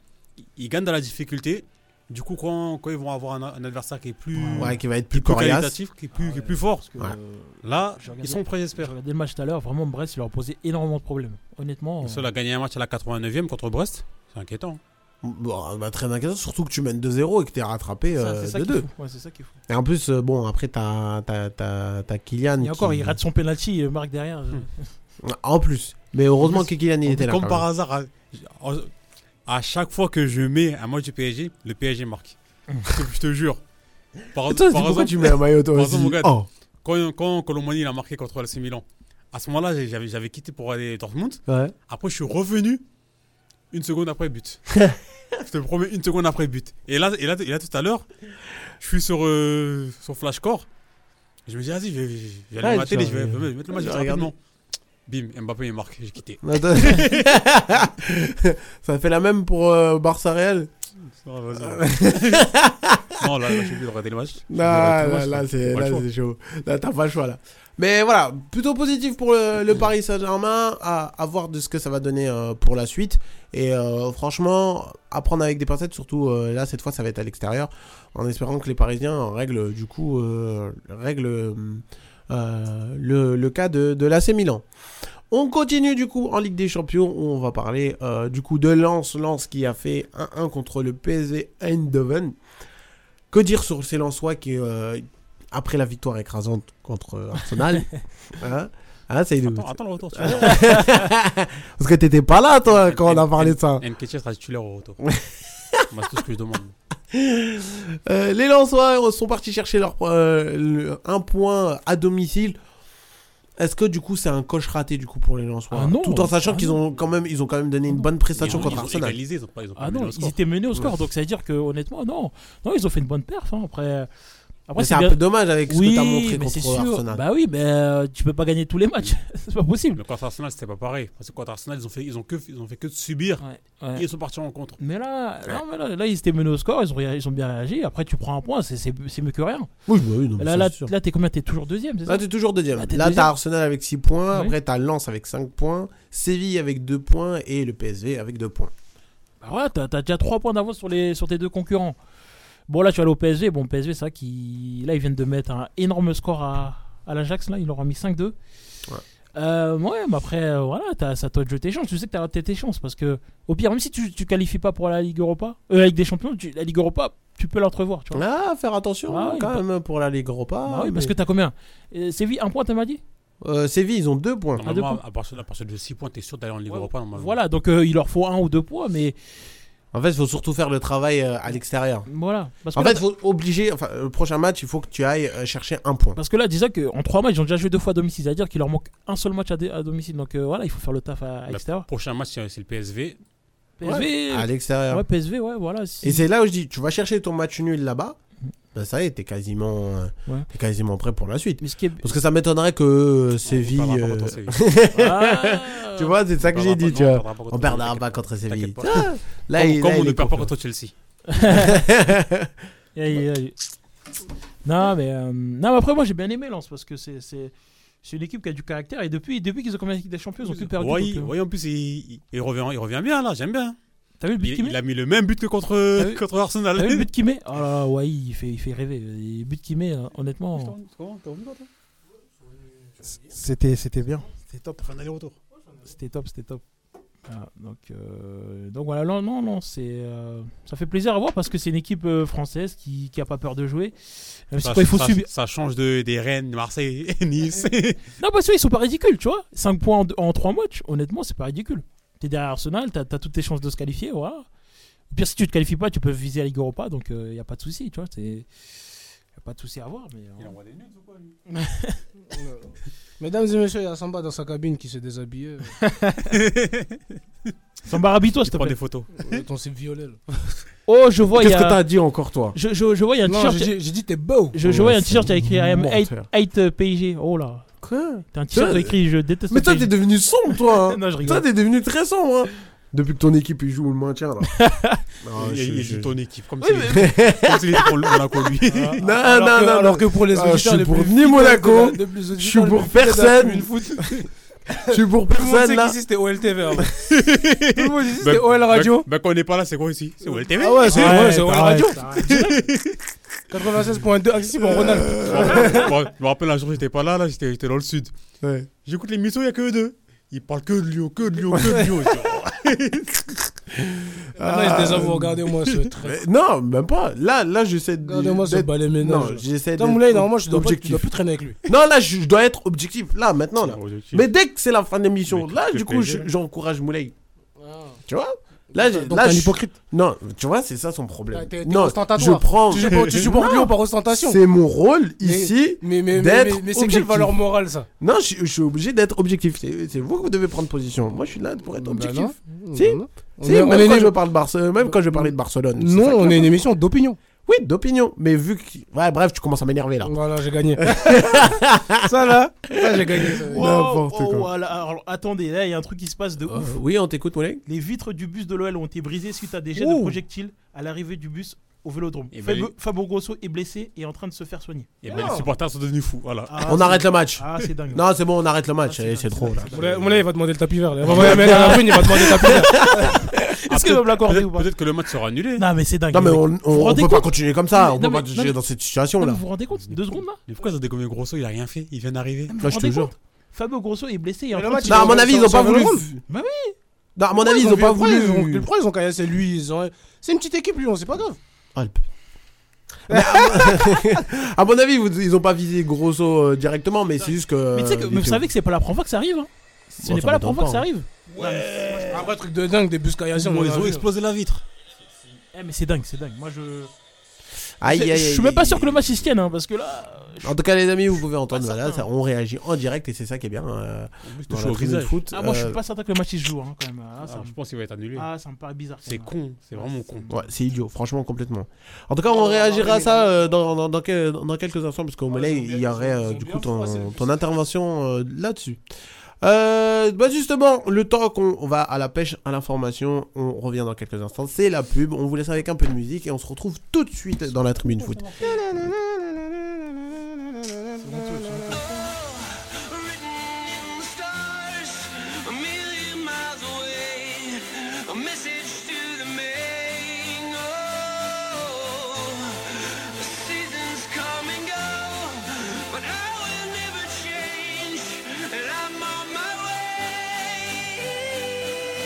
C: ils gagnent dans la difficulté. Du coup, quand, quand ils vont avoir un, un adversaire qui est plus,
B: Ouais, qui va être
C: qui
B: plus
C: est Mmh. plus
B: coriace.
C: qualitatif, qui est plus, qui est plus fort,
D: Parce que,
B: Ouais.
D: euh,
C: là,
D: J'ai regardé-
C: ils sont prêts,
D: j'ai
C: j'espère.
D: regardé le match tout à l'heure, vraiment Brest, il leur posait énormément de problèmes. Honnêtement, euh,
C: Seul a gagné un match à la 89e contre Brest. C'est inquiétant.
B: Bon, bah, très inquiétant, surtout que tu mènes 2-0 et que t'es rattrapé
D: ça,
B: euh,
D: c'est ça
B: de
D: qui est
B: 2.
D: fou. Ouais, c'est ça qui est fou.
B: Et en plus, euh, bon, après, t'as, t'as, t'as, t'as Kylian.
D: Et encore,
B: qui- Ah,
D: il rate son penalty et marque derrière. euh,
B: En plus. Mais heureusement
C: En
B: que Kylian, il
C: En
B: était
C: plus,
B: là.
C: Comme
B: quand
C: par
B: même.
C: hasard, à, à chaque fois que je mets un match du PSG, le
B: *laughs*
C: PSG marque. je, te, je te jure. Par,
B: Et toi, c'est
C: par
B: pourquoi
C: exemple,
B: tu mets un maillot toi
C: par
B: aussi
C: exemple, regarde.
B: Oh.
C: quand, quand Colomani il a marqué contre l'AC Milan, à ce moment-là, j'ai- j'avais j'avais quitté pour aller à Dortmund.
B: Ouais.
C: Après, je suis revenu une seconde
B: *laughs*
C: après but. je te promets, une seconde après but. Et là, et là, et là tout à l'heure, je suis sur, euh, sur Flashcore. Je me dis, vas-y, je vais, je vais aller
B: Ouais,
C: à ma
B: tu
C: télé,
B: vas-
C: je vais, je vais mettre le match
B: tu vas
C: rapidement. Bim, Mbappé il marque, j'ai quitté.
B: Attends. *laughs* ça fait la même pour euh, Barça Real.
C: Non, Ah, vas-y. *laughs* non, là, là, j'ai plus de regarder le match. J'ai
B: Non,
C: raté
B: Euh.
C: le
B: Bah, là,
C: match,
B: là,
C: faut-
B: c'est
C: faut pas
B: là,
C: le choix.
B: c'est chaud. Là, t'as pas le choix, là. Mais voilà, plutôt positif pour le, le Paris Saint-Germain, à, à voir de ce que ça va donner euh, pour la suite. Et euh, franchement, à prendre avec des pincettes, surtout euh, là, cette fois, ça va être à l'extérieur, en espérant que les Parisiens règlent, du coup, euh, règlent euh, euh, le, le cas de, de l'AC Milan. On continue du coup en Ligue des Champions où on va parler euh, du coup de Lens, Lens qui a fait 1-1 contre le PSV Eindhoven. Que dire sur ces Lensois qui, euh, après la victoire écrasante contre euh, Arsenal. hein Hein, ça y est.
C: Attends, attends le retour. tu vois.
B: *laughs* Parce que t'étais pas là,
C: *laughs*
B: toi, quand on a parlé de ça.
C: Nketiah sera titulaire au retour. Moi, c'est tout ce que je demande.
B: *laughs* Euh, les Lensois sont partis chercher leur, euh, le- un point à domicile. Est-ce que du coup c'est un coche raté du coup pour les Lensois
D: Ah non,
B: Tout en sachant
D: ah
B: qu'ils ont quand même ils ont quand même donné une bonne prestation
C: Ils ont-
B: contre
C: ils ont
B: Arsenal.
C: égalisé, ils ont pas, ils ont pas
D: Ah
C: mis
D: non,
C: le
D: ils
C: score.
D: étaient menés au score, donc ça veut dire que honnêtement, non, non, ils ont fait une bonne perf. hein. Après,
B: Mais
D: après
B: c'est un
D: bien-
B: peu dommage avec ce
D: oui,
B: que t'as montré
D: mais c'est
B: contre
D: sûr.
B: Arsenal.
D: Bah oui, mais euh, tu peux pas gagner tous les matchs, *laughs* c'est pas possible.
C: Mais contre Arsenal, c'était pas pareil. Parce que contre Arsenal, ils ont fait, ils ont que, ils ont fait que de subir.
D: Ouais, ouais.
C: Et ils sont partis en contre.
D: Mais là, non, mais là, là, ils étaient menés au score, ils ont, réa- ils ont bien réagi. Après, tu prends un point, c'est- c'est c'est mieux que rien.
B: Oui, bah oui, non, mais
D: Là,
B: ça,
D: là,
B: c'est sûr. Bah,
D: là, t'es combien T'es toujours deuxième, c'est ça
B: Là, t'es toujours deuxième.
D: Là, t'es
B: Là,
D: deuxième.
B: t'as Arsenal avec 6 points,
D: Oui.
B: après t'as Lens avec 5 points, Séville avec 2 points et le PSV avec 2 points.
D: Bah ouais, t'as t'as déjà 3 points d'avance sur, les- sur tes deux concurrents. Bon, là, tu vas aller au PSG. Bon, PSG, ça qui. Là, ils viennent de mettre un énorme score à, à l'Ajax. Là, ils leur ont mis 5-2.
B: Ouais.
D: Euh, ouais, mais après, euh, voilà, t'as- ça toi de jouer tes chances. Tu sais que t'as raté tes chances parce que, au pire, même si tu, tu qualifies pas pour la Ligue Europa, euh, la Ligue des Champions, tu- la Ligue Europa, tu peux l'entrevoir, tu vois.
B: Ah, faire attention
D: Ah oui,
B: quand
D: bah-
B: même pour la Ligue Europa.
D: Bah oui, parce que
B: mais-
D: t'as combien Euh, Séville, un point, t'as m'a dit
B: Euh, Séville, ils ont 2 points.
D: Ah, deux
C: Normalement,
D: points.
C: à partir, à partir de 6 points, t'es sûr d'aller en Ligue
D: Ouais,
C: Europa normalement.
D: Voilà, donc euh, il leur faut un ou deux points, mais
B: En fait, il faut surtout faire le travail euh, à l'extérieur.
D: voilà. Parce que
B: En
D: là,
B: fait, faut obliger. Enfin, le prochain match, il faut que tu ailles euh, chercher un point.
D: Parce que là, déjà qu'en 3 matchs, ils ont déjà joué deux fois à domicile. C'est-à-dire qu'il leur manque un seul match à, dé- à domicile. Donc euh, voilà, il faut faire le taf à, à
C: Bah,
D: l'extérieur.
C: Prochain match, c'est c'est le PSV.
D: PSV.
B: À
D: Ouais,
B: l'extérieur.
D: PSV, ouais, voilà. si-
B: Et c'est là où je dis, tu vas chercher ton match nul là-bas.
C: Mm.
B: Bah ça y est, t'es quasiment, euh,
D: Ouais.
B: t'es quasiment prêt pour la suite.
D: Mais ce qui est.
B: Parce que ça m'étonnerait que euh, Séville.
C: On perdra pas
B: euh,
C: contre Séville.
B: *laughs*
D: Ah
B: Tu vois, c'est ça que
C: On
B: j'ai
C: perdra
B: dit,
C: pas-
B: tu
C: non,
B: vois.
C: perdra pas
B: On
C: contre
B: perdra
C: Séville,
B: pas contre Séville.
C: t'inquiète pas.
B: Ah, Là,
C: Comme-
B: il-
C: Comme
B: là,
C: on
B: il
C: ne
B: est
C: perd pas
B: confiant.
C: contre Chelsea.
D: Aïe, aïe, aïe. Non, mais, euh, non, mais après, moi, j'ai bien aimé Lens parce que c'est. c'est... c'est une équipe qui a du caractère et depuis, depuis qu'ils ont commencé l'équipe des champions, ils ont plus perdu.
C: Oui,
D: donc, euh,
C: oui, en plus, il, il- il revient, il revient bien là, j'aime bien.
D: T'as vu le but
C: Il,
D: qu'il met Ah
C: il a mis le même but que
D: T'as
C: contre,
D: vu-
C: contre
D: T'as vu le
C: Arsenal. *laughs*
D: but qu'il met Oh là là, ouais, il fait, il fait rêver. Le but qu'il met, euh, honnêtement.
F: C'était, c'était bien.
C: C'est top, t'as fait un aller-retour.
D: C'était top, c'était top. Voilà, donc, euh, donc voilà, non, non, non, c'est, euh, ça fait plaisir à voir parce que c'est une équipe euh, française qui qui a pas peur de jouer. Même si
C: Ça,
D: quoi, il faut Ah
C: ça-
D: subir.
C: ça change de, des Rennes, Marseille, Nice.
D: Non, parce qu'ils sont pas ridicules, tu vois. 5 points en, deux- en 3 matchs, honnêtement, c'est pas ridicule. T'es derrière Arsenal, t'as as toutes tes chances de se qualifier, voilà. Au pire, si tu te qualifies pas, tu peux viser la Ligue Europa, donc il n'y a pas de souci, tu vois. c'est- Y a pas de souci à voir, mais. euh,
F: Mesdames et messieurs, il y a Samba dans sa cabine qui s'est
B: *laughs*
F: déshabillé.
D: Samba, rhabille-toi,
C: Il
D: s'il te
C: prend
D: plaît.
C: des photos.
F: Euh, Ton s'est violé. là.
D: Oh, je vois, il y
B: Qu'est-ce que
D: a.
B: t'as dit encore, toi
D: Je, je, je vois, il y a un
F: Non, j'ai
D: t-shirt.
F: dit- j'ai dit t'es beau.
D: Je, je vois, il y a un
B: Ouais,
D: t-shirt
B: c'est
D: qui a écrit I am
B: menteur.
D: 8, 8 PIG. Oh là.
B: Quoi
D: T'as un t-shirt
B: Toi,
D: écrit je déteste
B: Mais
D: le
B: toi,
D: PSG.
B: t'es devenu sombre,
C: *laughs*
B: toi. hein.
D: Non, je
B: Toi,
D: rigole.
B: t'es devenu très sombre. hein. Depuis que ton équipe il joue le maintien,
C: *laughs*
B: là. Non,
C: Il
B: je-
C: il- il
B: Ah, je-
C: dit ton équipe, comme
D: *laughs*
C: si comme s'il était pour le- Monaco, lui.
D: Ah.
C: Ben,
B: Non,
F: Alors
B: non,
F: que-
B: non, non.
F: Alors que pour les
B: Ah,
F: auditeurs,
B: je suis
F: les
B: pour
F: plus
B: ni
F: fidèles
B: Monaco,
F: de la- les plus
B: Je suis
F: auditeurs, les
B: pour
F: plus fidèles de la
B: personne.
F: tribune foot,
B: Je suis pour
F: Tout le monde
B: personne
F: sait
B: là.
F: qu'ici c'était OLTV. avant. Tout le monde ici c'était OL Radio.
C: Ben, quand on n'est pas là, c'est quoi ici C'est OL TV
B: Ah ouais, c'est
D: Ouais,
B: ouais,
F: c'est
B: c'est-
F: OL
D: pareil,
F: Radio.
D: pareil.
B: ah,
F: 96.2 accessible en
D: Euh,
F: Rhône-Alpes.
C: Bon, Je me rappelle un jour, j'étais pas là, là j'étais j'étais dans le sud.
B: ouais.
C: J'écoute l'émission, il n'y a que eux deux. Ils parlent que de Lyon, que de Lyon, que de Lyon.
F: Là,
B: Ah.
F: je désavoue, regardez-moi ce
B: *laughs*
F: truc.
B: Mais Non, même pas. Là, là j'essaie de.
F: Regardez-moi ce
B: d'être-
F: balai
B: Non,
F: ménage.
B: j'essaie
F: Dans
B: d'être
F: Moulay, normalement, je dois, pas, tu
B: objectif.
F: dois plus traîner avec lui.
B: Non, là, je je dois être objectif. Là, maintenant, là. Mais dès que c'est la fin de l'émission,
C: Mais
B: là,
C: que
B: du coup,
C: plaisir.
B: je- j'encourage Moulay. Tu vois Là, j'ai-
F: Ah. Donc,
B: là,
F: t'es un
B: je-
F: hypocrite.
B: Non, tu vois, c'est ça son problème.
F: T'es- t'es
B: Non, je
F: ostentatoire.
B: prends.
F: Tu supportes, tu supportes
B: Non,
F: Lyon par ostentation.
B: C'est mon rôle
F: Mais-
B: ici.
F: Mais, mais, mais,
B: d'être
F: mais, mais c'est quelle
B: objectif.
F: valeur morale ça
B: Non, je, je suis obligé d'être objectif. C'est c'est vous que vous devez prendre position. Moi, je suis là pour
F: Bah
B: être objectif. Si.
F: Si.
B: Si,
F: on,
B: même,
F: est
B: quand
F: né-
B: je parle de Barce- euh, même quand je parlais de Barcelone. c'est
F: Non, on est
B: ça qui
F: une
B: importe.
F: émission d'opinion.
B: Oui, d'opinion. Mais vu que. Ouais, bref, tu commences à m'énerver là.
F: Voilà, j'ai
B: *laughs*
F: gagné. ça là, ça j'ai gagné. ça.
D: Wow,
B: N'importe
D: oh,
B: quoi.
D: voilà. Alors, attendez, là, il y a un truc qui se passe de ouf.
B: oui, on t'écoute, Moulay.
D: Les vitres du bus de l'OL ont été brisées suite à des jets de
B: Ouh.
D: projectiles à l'arrivée du bus au vélodrome.
C: Et
D: Fab-
C: ben,
D: Fabio Grosso est blessé et est en train de se faire soigner.
C: Et ben, les supporters sont devenus fous. Voilà.
D: Ah,
B: on
D: c'est-
B: arrête le match.
D: Ah, c'est dingue.
B: Non, c'est bon, on arrête le match.
D: Ah,
B: Eh, c'est
D: dingue,
B: trop là.
D: dingue.
F: Moulay, Moulay, il va demander le tapis
B: *laughs*
F: vert. là. Il va envoyer Amel à la brune, il va demander le tapis vert.
D: Est-ce qu'il va me l'accorder ou
C: Peut-être
D: pas
C: peut-être que le match sera annulé.
D: Non, mais c'est dingue.
B: Non, mais on, on-
D: Vous vous
B: on
D: rendez
B: peut pas
D: compte
B: continuer comme ça.
D: Mais-
B: on
D: non,
B: peut pas
D: mais-
B: continuer
D: non,
B: dans cette situation
D: Non, mais
B: là.
D: Vous vous rendez compte Deux secondes là
C: Mais pourquoi ils ont dégommé Grosso Il a rien fait. Il vient d'arriver.
D: Non, mais vous
B: Là, je
D: vous
B: te
D: rendez
B: jure.
D: compte Fabio Grosso est blessé et est en
F: Mais le
D: train de
F: match,
D: se
B: Non, à mon avis, ils ont
F: Sur-
B: pas
F: sur le
B: voulu.
F: rôle.
D: Bah
B: Non, à mon avis, ils ont pas
F: Pourquoi ils ont-
B: voulu.
F: Pourquoi ils ont caillassé lui ils ont- C'est une petite équipe, Lyon, c'est pas grave.
B: Alpes. Mais à mon- *laughs* à mon avis, vous- ils ont pas visé Grosso euh, directement, mais c'est juste que.
D: Mais tu sais que
B: euh,
D: mais vous savez que c'est pas la première fois que ça arrive. hein. Ce
B: Bon,
D: n'est
B: ça
D: pas la
B: m'étonne
D: première fois que
B: pas, hein.
D: ça arrive.
F: Après, truc de dingue, des bus caillassés.
C: Bon, ils ont explosé la vitre.
D: Eh, mais c'est dingue, c'est dingue. Moi je.
B: Aïe, aïe,
D: Je
B: aïe,
D: suis même pas
B: aïe.
D: sûr que le Ah, match il se tienne hein, parce que là. je-
B: En tout cas, les amis, vous pouvez entendre,
D: Pas
B: voilà,
D: certain.
B: ça- on réagit en direct et c'est ça qui est bien. euh,
C: En plus,
B: dans
C: touché
B: la
C: au
B: tribune de
C: visage.
B: foot.
D: Ah, moi je
B: euh,
D: suis pas certain que le match il se joue hein, quand même. Ah, ça
C: Ah,
D: me-
C: Je pense qu'il va être annulé.
D: Ah, ça me paraît bizarre. quand
C: C'est
D: même.
C: con. C'est vraiment con.
B: Ouais, c'est idiot, franchement, complètement. En tout cas, on réagira à ça euh, dans, dans, dans que- dans quelques instants, parce qu'au Malais, il y aurait euh, du coup ton, ton intervention euh, là-dessus. Euh, bah justement, le temps qu'on on va à la pêche à l'information, on revient dans quelques instants. C'est la pub, on vous laisse avec un peu de musique et on se retrouve tout de suite dans la tribune foot.
G: A million miles away, a message to the main. Oh, the seasons come and go, but I will never change, and I'm on my way.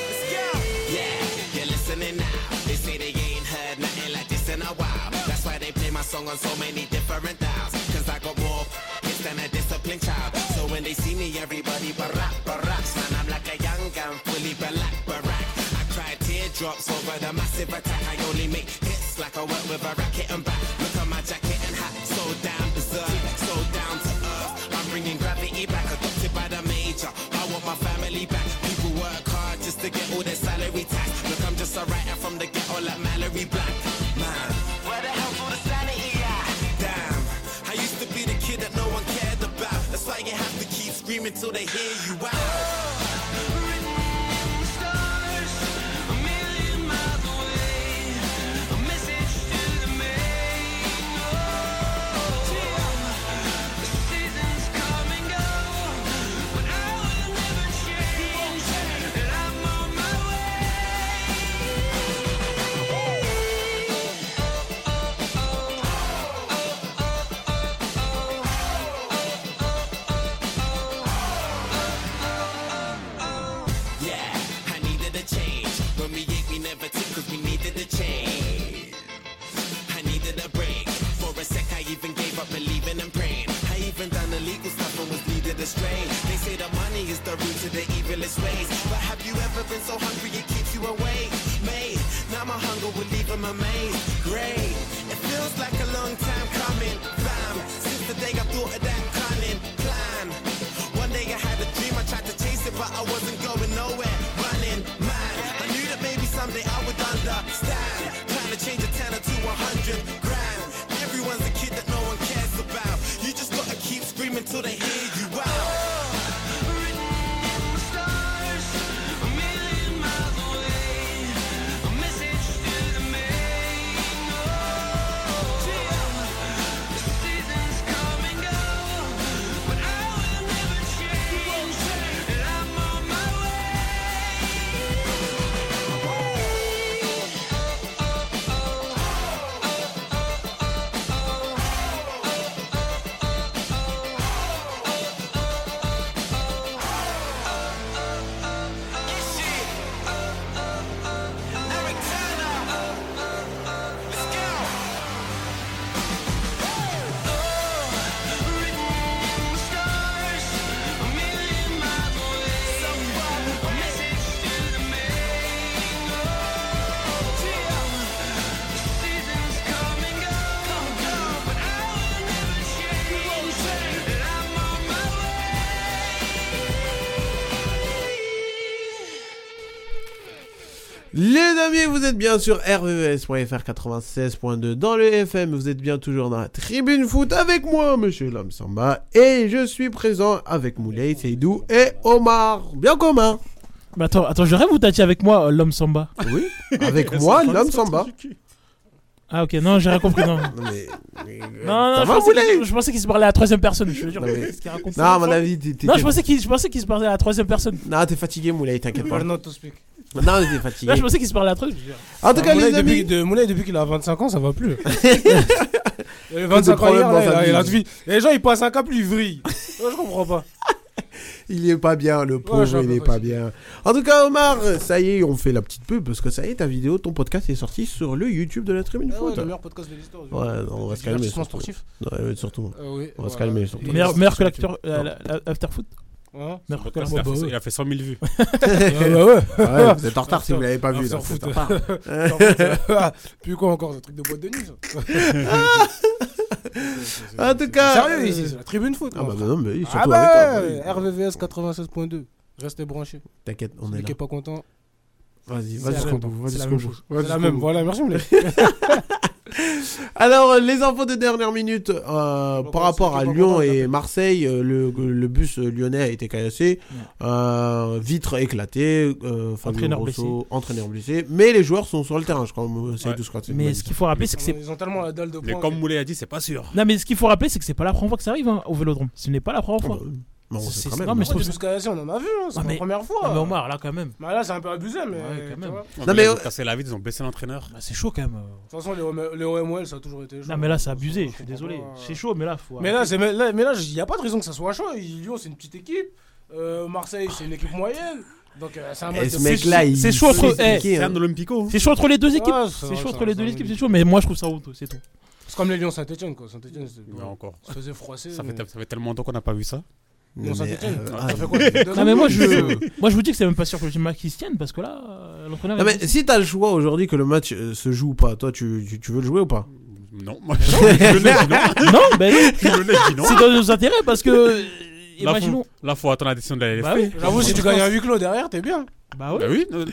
G: Let's go.
H: Yeah, you're listening now. They say they ain't heard nothing like this in a while. That's why they play my song on so many different dials. Cause I got more hits than a disciplined child. So when they see me, everybody barack, baracks. Man, I'm like a young gun, fully black, barack. I cry teardrops over the massive attack. I only make hits like I work with a racket and back. Look at my jacket and hat, so down berserk, so down to earth. I'm bringing gravity back, adopted by the major. I want my family back. People work hard just to get all their salary tax. Look, I'm just a writer from the ghetto like Mallory Black. Man, where the hell for the sanity at? Damn, I used to be the kid that no one cared about. That's why you have to keep screaming till they hear you out. Yeah, I needed a change. When we ate, we never took 'cause we needed a change. I needed a break. For a sec, I even gave up believing and praying. I even done illegal stuff and was needed astray. They say the money is the root to the evilest ways. But have you ever been so hungry it keeps you awake? Mate, now my hunger will leave them amazed. Great, it feels like a long time coming. Fam, since the day I thought of that cunning plan. One day I had a dream, I tried to chase it, but I wasn't going nowhere. Running, man, I knew that maybe someday I would understand. Trying to change a tenner to a hundred grand. Everyone's a kid that no one cares about. You just gotta keep screaming till they hear you out.
G: I
B: Les amis, vous êtes bien sur E rvvs.fr 96.2 dans le FM. Vous êtes bien toujours dans la tribune foot avec moi, monsieur Lamsamba. Et je suis présent avec Moulay, Seydou et Omar. Bien commun.
D: Mais attends, attends, je rêve ou t'as dit avec moi euh, l'homme samba
B: Oui.
D: *laughs*
B: Avec moi, l'homme Samba.
D: Ah ok, non, j'ai rien compris.
B: *laughs*
D: Non, non,
B: Non, mais- euh,
D: non,
B: Ça
D: je,
B: va,
D: pensais
B: Moulay
D: qu'il- je pensais qu'il se parlait à la troisième personne. Je veux dire,
B: Non, mais-
D: qu'est-ce qu'il raconte,
B: Non,
D: ça,
B: à mon
D: l'enfant
B: avis, t'es- t'es-
D: Non, je pensais qu'il je pensais qu'il se parlait à la troisième personne.
B: Non, t'es fatigué, Moulay, t'inquiète pas.
F: Or not to speak.
B: Non, t'es
D: Là,
B: fatigué.
D: je pensais qu'il se parlait à la troisième. je veux dire.
B: En tout cas,
F: Moulay,
B: les
F: depuis,
B: amis.
F: de, Moulay, depuis qu'il a 25 ans, ça va
B: *laughs*
F: plus. Il a
B: Que des
F: 25 ans
B: problèmes
F: hier,
B: dans
F: là, il
B: sa
F: a- il a
B: vie.
F: de vie. Les gens, ils passent un cap, lui, ils
B: *laughs*
F: vrillent. Moi, je comprends pas.
B: Il est pas bien, le pauvre,
F: j'ai un
B: il
F: peu
B: est pas
F: fatigué.
B: bien. En tout cas, Omar, ça y est, on fait la petite pub parce que ça y est, ta vidéo, ton podcast est sorti sur le YouTube de la tribune
F: Ah ouais,
B: foot.
F: le meilleur podcast de l'histoire.
B: Ouais, Ah, on va se calmer.
F: Divertissement
B: surtout.
F: sportif.
B: Ouais, ouais, surtout.
F: Euh, oui, Hein
B: On va se calmer, surtout.
F: Et-
D: Meilleur, meilleur que l'acteur euh, la- la- Afterfoot.
F: Hein
D: Meilleur que
C: Il a
D: l'acteur.
C: fait- il a fait 100 000 vues.
F: Ah bah *laughs* ouais. Ah,
B: Ouais, Ah, vous êtes en retard si vous
F: After-
B: l'avez pas vu.
F: After
B: donc c'est
F: foot. *laughs*
B: en retard.
F: En fait, euh, Puis quoi encore, ce truc de boîte de nuit ça.
B: En tout cas,
F: Sérieux,
B: euh,
F: ici, c'est la tribune foot.
B: Ah
F: mon
B: bah,
F: frère.
B: non, mais surtout
F: Ah bah,
B: avec
F: ouais,
B: toi.
F: RVVS 96.2. Restez branchés.
B: T'inquiète, on est
F: Celui qui
B: là.
F: est pas content.
B: Vas-y,
F: C'est
B: vas
F: la
B: jusqu'au
F: même
B: bout. vas
F: chose. C'est la
B: jusqu'au
F: même
B: bout.
F: chose.
B: Vas
F: C'est la
B: jusqu'au
F: même.
B: bout.
F: Voilà, merci
B: *laughs*
F: Moulay.
B: Alors, euh, les infos de dernière minute euh, par rapport à
F: c'est pas
B: Lyon
F: content, on
B: et Marseille, euh, le, le bus euh, lyonnais a été caillassé, euh, vitre éclatée, euh, Fabio
D: Entraîneur
B: Grosso, entraîneur blessé, mais les joueurs sont sur le terrain, je crois. euh, C'est
C: Ouais.
B: tout ce qu'on sait.
D: Mais ce qu'il faut rappeler, c'est que c'est
F: Ils ont tellement la dalle de
C: Mais
F: points.
C: comme Moulay a dit, c'est pas sûr.
D: non mais ce qu'il faut rappeler, c'est que c'est pas la première fois que ça arrive hein, au Vélodrome. Ce n'est pas la première
B: Ah
D: fois.
B: bah, mais on
D: C'est-
B: sait
D: c'est-
B: quand même.
D: non, mais je
F: Moi,
D: trouve
F: des buscadations, on en a vu, hein,
D: Ah,
F: c'est
D: mais-
F: la première
D: Ah,
F: fois.
D: mais Omar, là quand même.
F: Bah là, c'est un peu abusé, mais.
D: Ouais, quand
F: tu
D: même.
F: vois.
C: Non,
B: Non,
C: mais
B: mais-
C: ils
D: euh,
C: ont cassé la vie, ils ont blessé l'entraîneur.
D: Bah, c'est chaud quand même.
F: De toute façon, les OM les OML, ça a toujours été chaud.
D: Non mais là c'est
F: Ça,
D: abusé, je suis
F: comprends
D: désolé.
F: pas.
D: C'est chaud hein. mais là faut.
F: Mais
D: arrêter.
F: là, c'est- mais là, mais là, il n'y a pas de raison que ça soit chaud. Il- Lyon, c'est une petite équipe. Euh, Marseille, c'est une équipe moyenne. Donc, euh, c'est un match
B: Et
F: de
B: Eh, ce mec-là, il
D: c'est chaud
B: s'est
D: entre- eh,
B: expliqué,
C: C'est
B: hein.
C: un Olympico. hein.
D: c'est chaud entre les deux
F: Ouais,
D: équipes.
F: c'est
D: c'est
F: vrai,
D: chaud
F: c'est
D: entre les
F: vrai,
D: deux
F: c'est
D: équipes,
F: vrai.
D: c'est chaud. Mais moi je trouve ça honteux, c'est tout.
F: C'est comme les Lyon-Saint-Etienne, quoi. Saint-Etienne, c'était.
C: Mais encore.
F: On se faisait froisser.
C: Ça
F: mais-
D: Euh.
C: fait, ça fait tellement longtemps qu'on n'a pas vu ça.
B: Mais,
F: Lyon Saint-Etienne.
B: euh,
F: Ça
B: ah,
F: fait quoi ça fait deux
D: Non
F: ans
D: mais moi je, *laughs* moi je vous dis que c'est même pas sûr que le match qui se tienne parce que là euh, l'entraîneur.
B: Non,
D: il-
B: mais si t'as le choix aujourd'hui que le match euh, se joue ou pas, toi tu, tu, tu veux le jouer ou pas
D: *laughs*
C: Non, *laughs* moi je je l'ai dit non.
D: Non, ben non.
C: Je l'ai dit non.
D: c'est dans nos intérêts parce que euh,
C: Là, faut-
D: imaginons.
C: Là, faut attendre la décision de la LFP.
D: Bah oui.
F: J'avoue, si tu gagnes un huis clos derrière, t'es bien.
D: Bah
C: Bah
D: ouais.
C: oui, euh,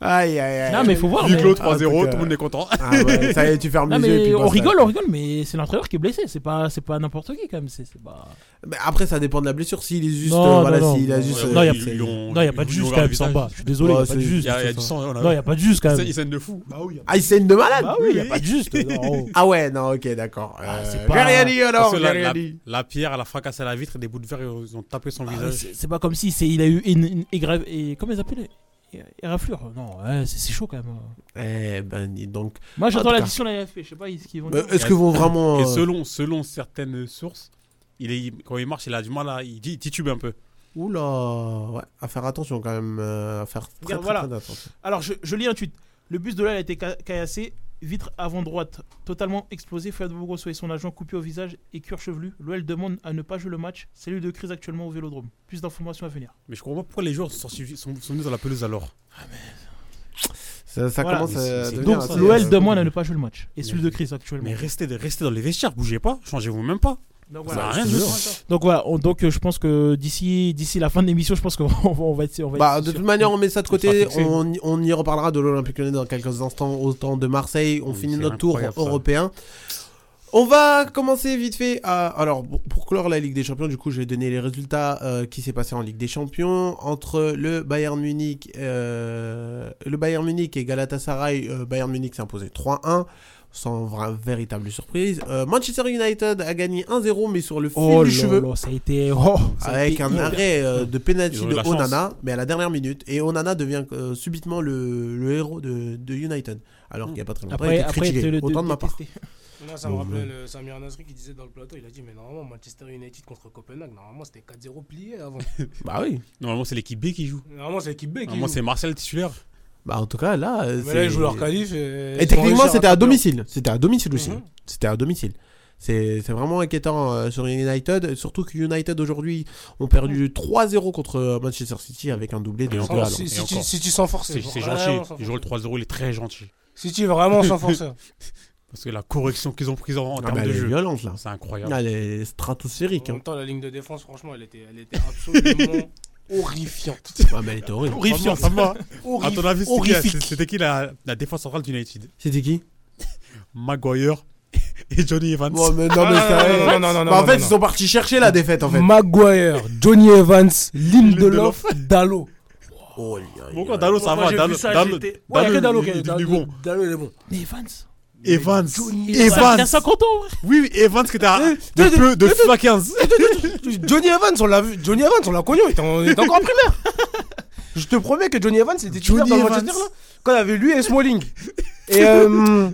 B: Aïe aïe
D: Non mais faut voir.
C: huis
D: mais-
C: clos
B: Ah, en
C: 3-0,
B: tout
C: tout le monde
B: cas.
C: est content.
B: Ah ouais, ça y est, tu *laughs* fermes
D: Non
B: les yeux et
D: mais
B: puis
D: on
B: basta.
D: rigole, on rigole, mais c'est l'entraîneur qui est blessé, c'est pas, c'est pas n'importe qui quand même, c'est c'est pas.
B: Mais après, ça dépend de la blessure. S'il est juste.
D: Non,
B: euh,
D: non,
B: voilà,
D: non.
B: s'il a
D: Ouais,
B: juste.
D: ouais, non, y a-
B: c'est-
D: Non, y a pas de juste quand même, sympa. Je suis désolé,
B: Ouais,
D: y a pas de
B: c'est-
C: Il
D: juste.
C: y a il y a du
D: sur ça.
C: sang.
D: Non, y a pas de juste quand
C: Ah Il
D: même.
C: scène de fou.
B: Ah, il saigne de malade
D: Bah oui, y a pas de juste. non.
B: Ah ouais, non, ok, d'accord.
D: Ah,
B: Euh,
D: c'est
B: J'ai
D: pas-
B: rien dit alors,
C: Parce que
B: j'ai
C: la,
B: rien
C: la-
B: dit.
C: la pierre, elle a fracassé la vitre et des bouts de verre ils ont tapé son
D: Ah,
C: visage.
D: C'est c'est pas comme si c'est- il a eu une, une, une grave- et comment ils appellent Et- Éraflure. Non, ouais, c'est c'est chaud quand même.
B: Eh ben, dis donc.
D: Moi
B: En
D: j'attends
B: tout
D: la
B: cas. Bah,
D: décision de la LFP, je sais pas ce qu'ils vont
B: Mais
D: dire.
B: Est-ce que vont vraiment.
C: Et
B: euh,
C: selon, selon certaines sources, il est, quand il marche, il a du mal à. Il, dit- il titube un peu.
B: Oula, ouais, à faire attention quand même. euh, à faire très,
D: Regarde,
B: très,
D: voilà.
B: très attention.
D: Alors je, je lis un tweet. Le bus de là a été ca- caillassé, vitre avant droite totalement explosée, Fabio Grosso et son agent coupés au visage et cuir chevelu. L'OL demande à ne pas jouer le match. Cellule de crise actuellement au Vélodrome. Plus d'informations à venir.
C: Mais je comprends pas pourquoi les joueurs sont, suivis- sont, sont venus dans la pelouse alors.
B: Ça, ça
D: Voilà.
B: commence
C: Mais
B: à
C: c'est-
B: devenir.
D: Donc
B: assez,
D: l'OL
B: euh,
D: demande à ne pas jouer le match et
C: Mais-
D: cellule de crise actuellement.
C: Mais restez, de- restez dans les vestiaires, bougez pas, changez-vous même pas.
D: Donc
C: Ça
D: voilà.
C: a rien
B: je
C: de
B: te
C: ça.
D: Donc voilà, on- donc euh, je pense que d'ici d'ici la fin de l'émission, je pense qu'on *laughs* va- on va être on va être
B: Bah, de
D: sûr.
B: toute manière, on met ça de
D: On sera
B: côté.
D: fixé.
B: On, y- on y reparlera de l'Olympique lyonnais dans quelques instants. Autant de Marseille. On
C: Oui,
B: finit
C: c'est
B: notre tour
C: incroyable, ça.
B: européen. On va commencer vite fait à. Alors, pour- pour clore la Ligue des Champions, du coup, je vais donner les résultats euh, qui s'est passé en Ligue des Champions. Entre le Bayern Munich, euh, le Bayern Munich et Galatasaray, euh, Bayern Munich s'est imposé 3-1. Sans vra- véritable surprise. Euh, Manchester United a gagné 1-0, mais sur le fil
D: Oh
B: du
D: là
B: cheveu.
D: là, ça a été oh, ça a
B: Avec
D: été
B: un
D: hyper-
B: Ah arrêt euh, de
C: Ils
B: penalty
C: ont eu
B: de
C: la chance.
B: Onana, mais à la dernière minute. Et Onana devient euh, subitement le, le héros de, de United. Alors qu'il n'y a pas très longtemps, il
D: Hmm. Après,
B: était
D: après
B: critiqué.
D: te le-
B: Autant
D: te-
B: de ma part.
D: détester.
F: Là, ça me
B: Bon,
F: rappelait le Samir Nasri qui disait dans le plateau il a dit, mais normalement, Manchester United contre Copenhague, normalement, c'était 4-0 plié avant.
B: Bah oui.
C: Normalement, c'est l'équipe B qui joue.
F: Normalement, c'est l'équipe B qui.
C: Normalement,
F: joue.
C: c'est Marcel titulaire.
B: Bah en tout cas, là. euh,
F: Mais
B: c'est-
F: là, ils jouent leur qualif. Et,
B: Et
F: ils
B: techniquement,
F: vont réussir
B: c'était
F: taper
B: à
F: en-
B: domicile. C'était à domicile aussi.
F: Mhm.
B: C'était à domicile. C'est c'est vraiment inquiétant euh, sur United. Surtout que United aujourd'hui ont
D: Mhm.
B: perdu 3-0 contre euh, Manchester City avec un doublé de
C: Et
F: Sans-
C: encore,
B: Haaland.
F: si,
C: alors.
F: si
C: Et
F: tu-
C: encore.
F: si tu s'en forces,
C: C'est c'est gentil. Il joue le 3-0, il est très gentil.
F: Si tu vraiment
B: *laughs*
F: s'en forces.
C: Parce que la correction qu'ils ont prise en, en
B: Ah,
C: termes
B: mais
C: de
B: elle est
C: jeu,
B: violente là.
C: c'est incroyable.
B: Elle est
F: En
B: stratosphérique.
F: *laughs*
B: hein.
C: *laughs*
F: même temps, la ligne de défense, franchement, elle était, elle était absolument horrifiante.
B: Ah, mais elle était horrible.
C: Horrifiant,
B: Vraiment,
C: c'est moi. À ton avis, c'était qui la-
F: horrifique.
C: c'était qui la, la défense centrale d'United
B: C'était qui
C: Maguire *laughs* et Johnny Evans.
B: Bon, mais non, mais
F: Ah, non,
B: ça-
F: non, non, non,
B: Bah,
F: non,
B: En fait,
F: non,
B: ils sont partis chercher la défaite, en fait.
F: Maguire, Johnny Evans, Lindelof, Dalo.
B: Oh, aïe, aïe,
C: Bon,
B: aïe.
C: quand Dalo, ça
F: Moi,
C: va.
F: j'ai
C: Dalo,
F: vu ça,
C: Dalo,
F: j'étais- Ouais,
C: Dalo,
F: que Dalo,
C: il-
F: ok,
C: il- il est
F: Dalo,
C: bon.
F: Dalo, il est bon.
D: Mais Evans.
C: Evans.
D: Il a
C: Evans.
D: 50 ans, ouais.
C: Oui, oui, Evans qui était
F: Euh,
C: à de peu de feu à 15.
F: Johnny Evans, on l'a vu. Johnny Evans, on l'a connu. Il était, en- il était encore en primaire. Je te promets que Johnny Evans était titulaire
C: Johnny
F: dans
C: Evans.
F: Manchester là. Quand il y avait lui et Smalling. Et euh,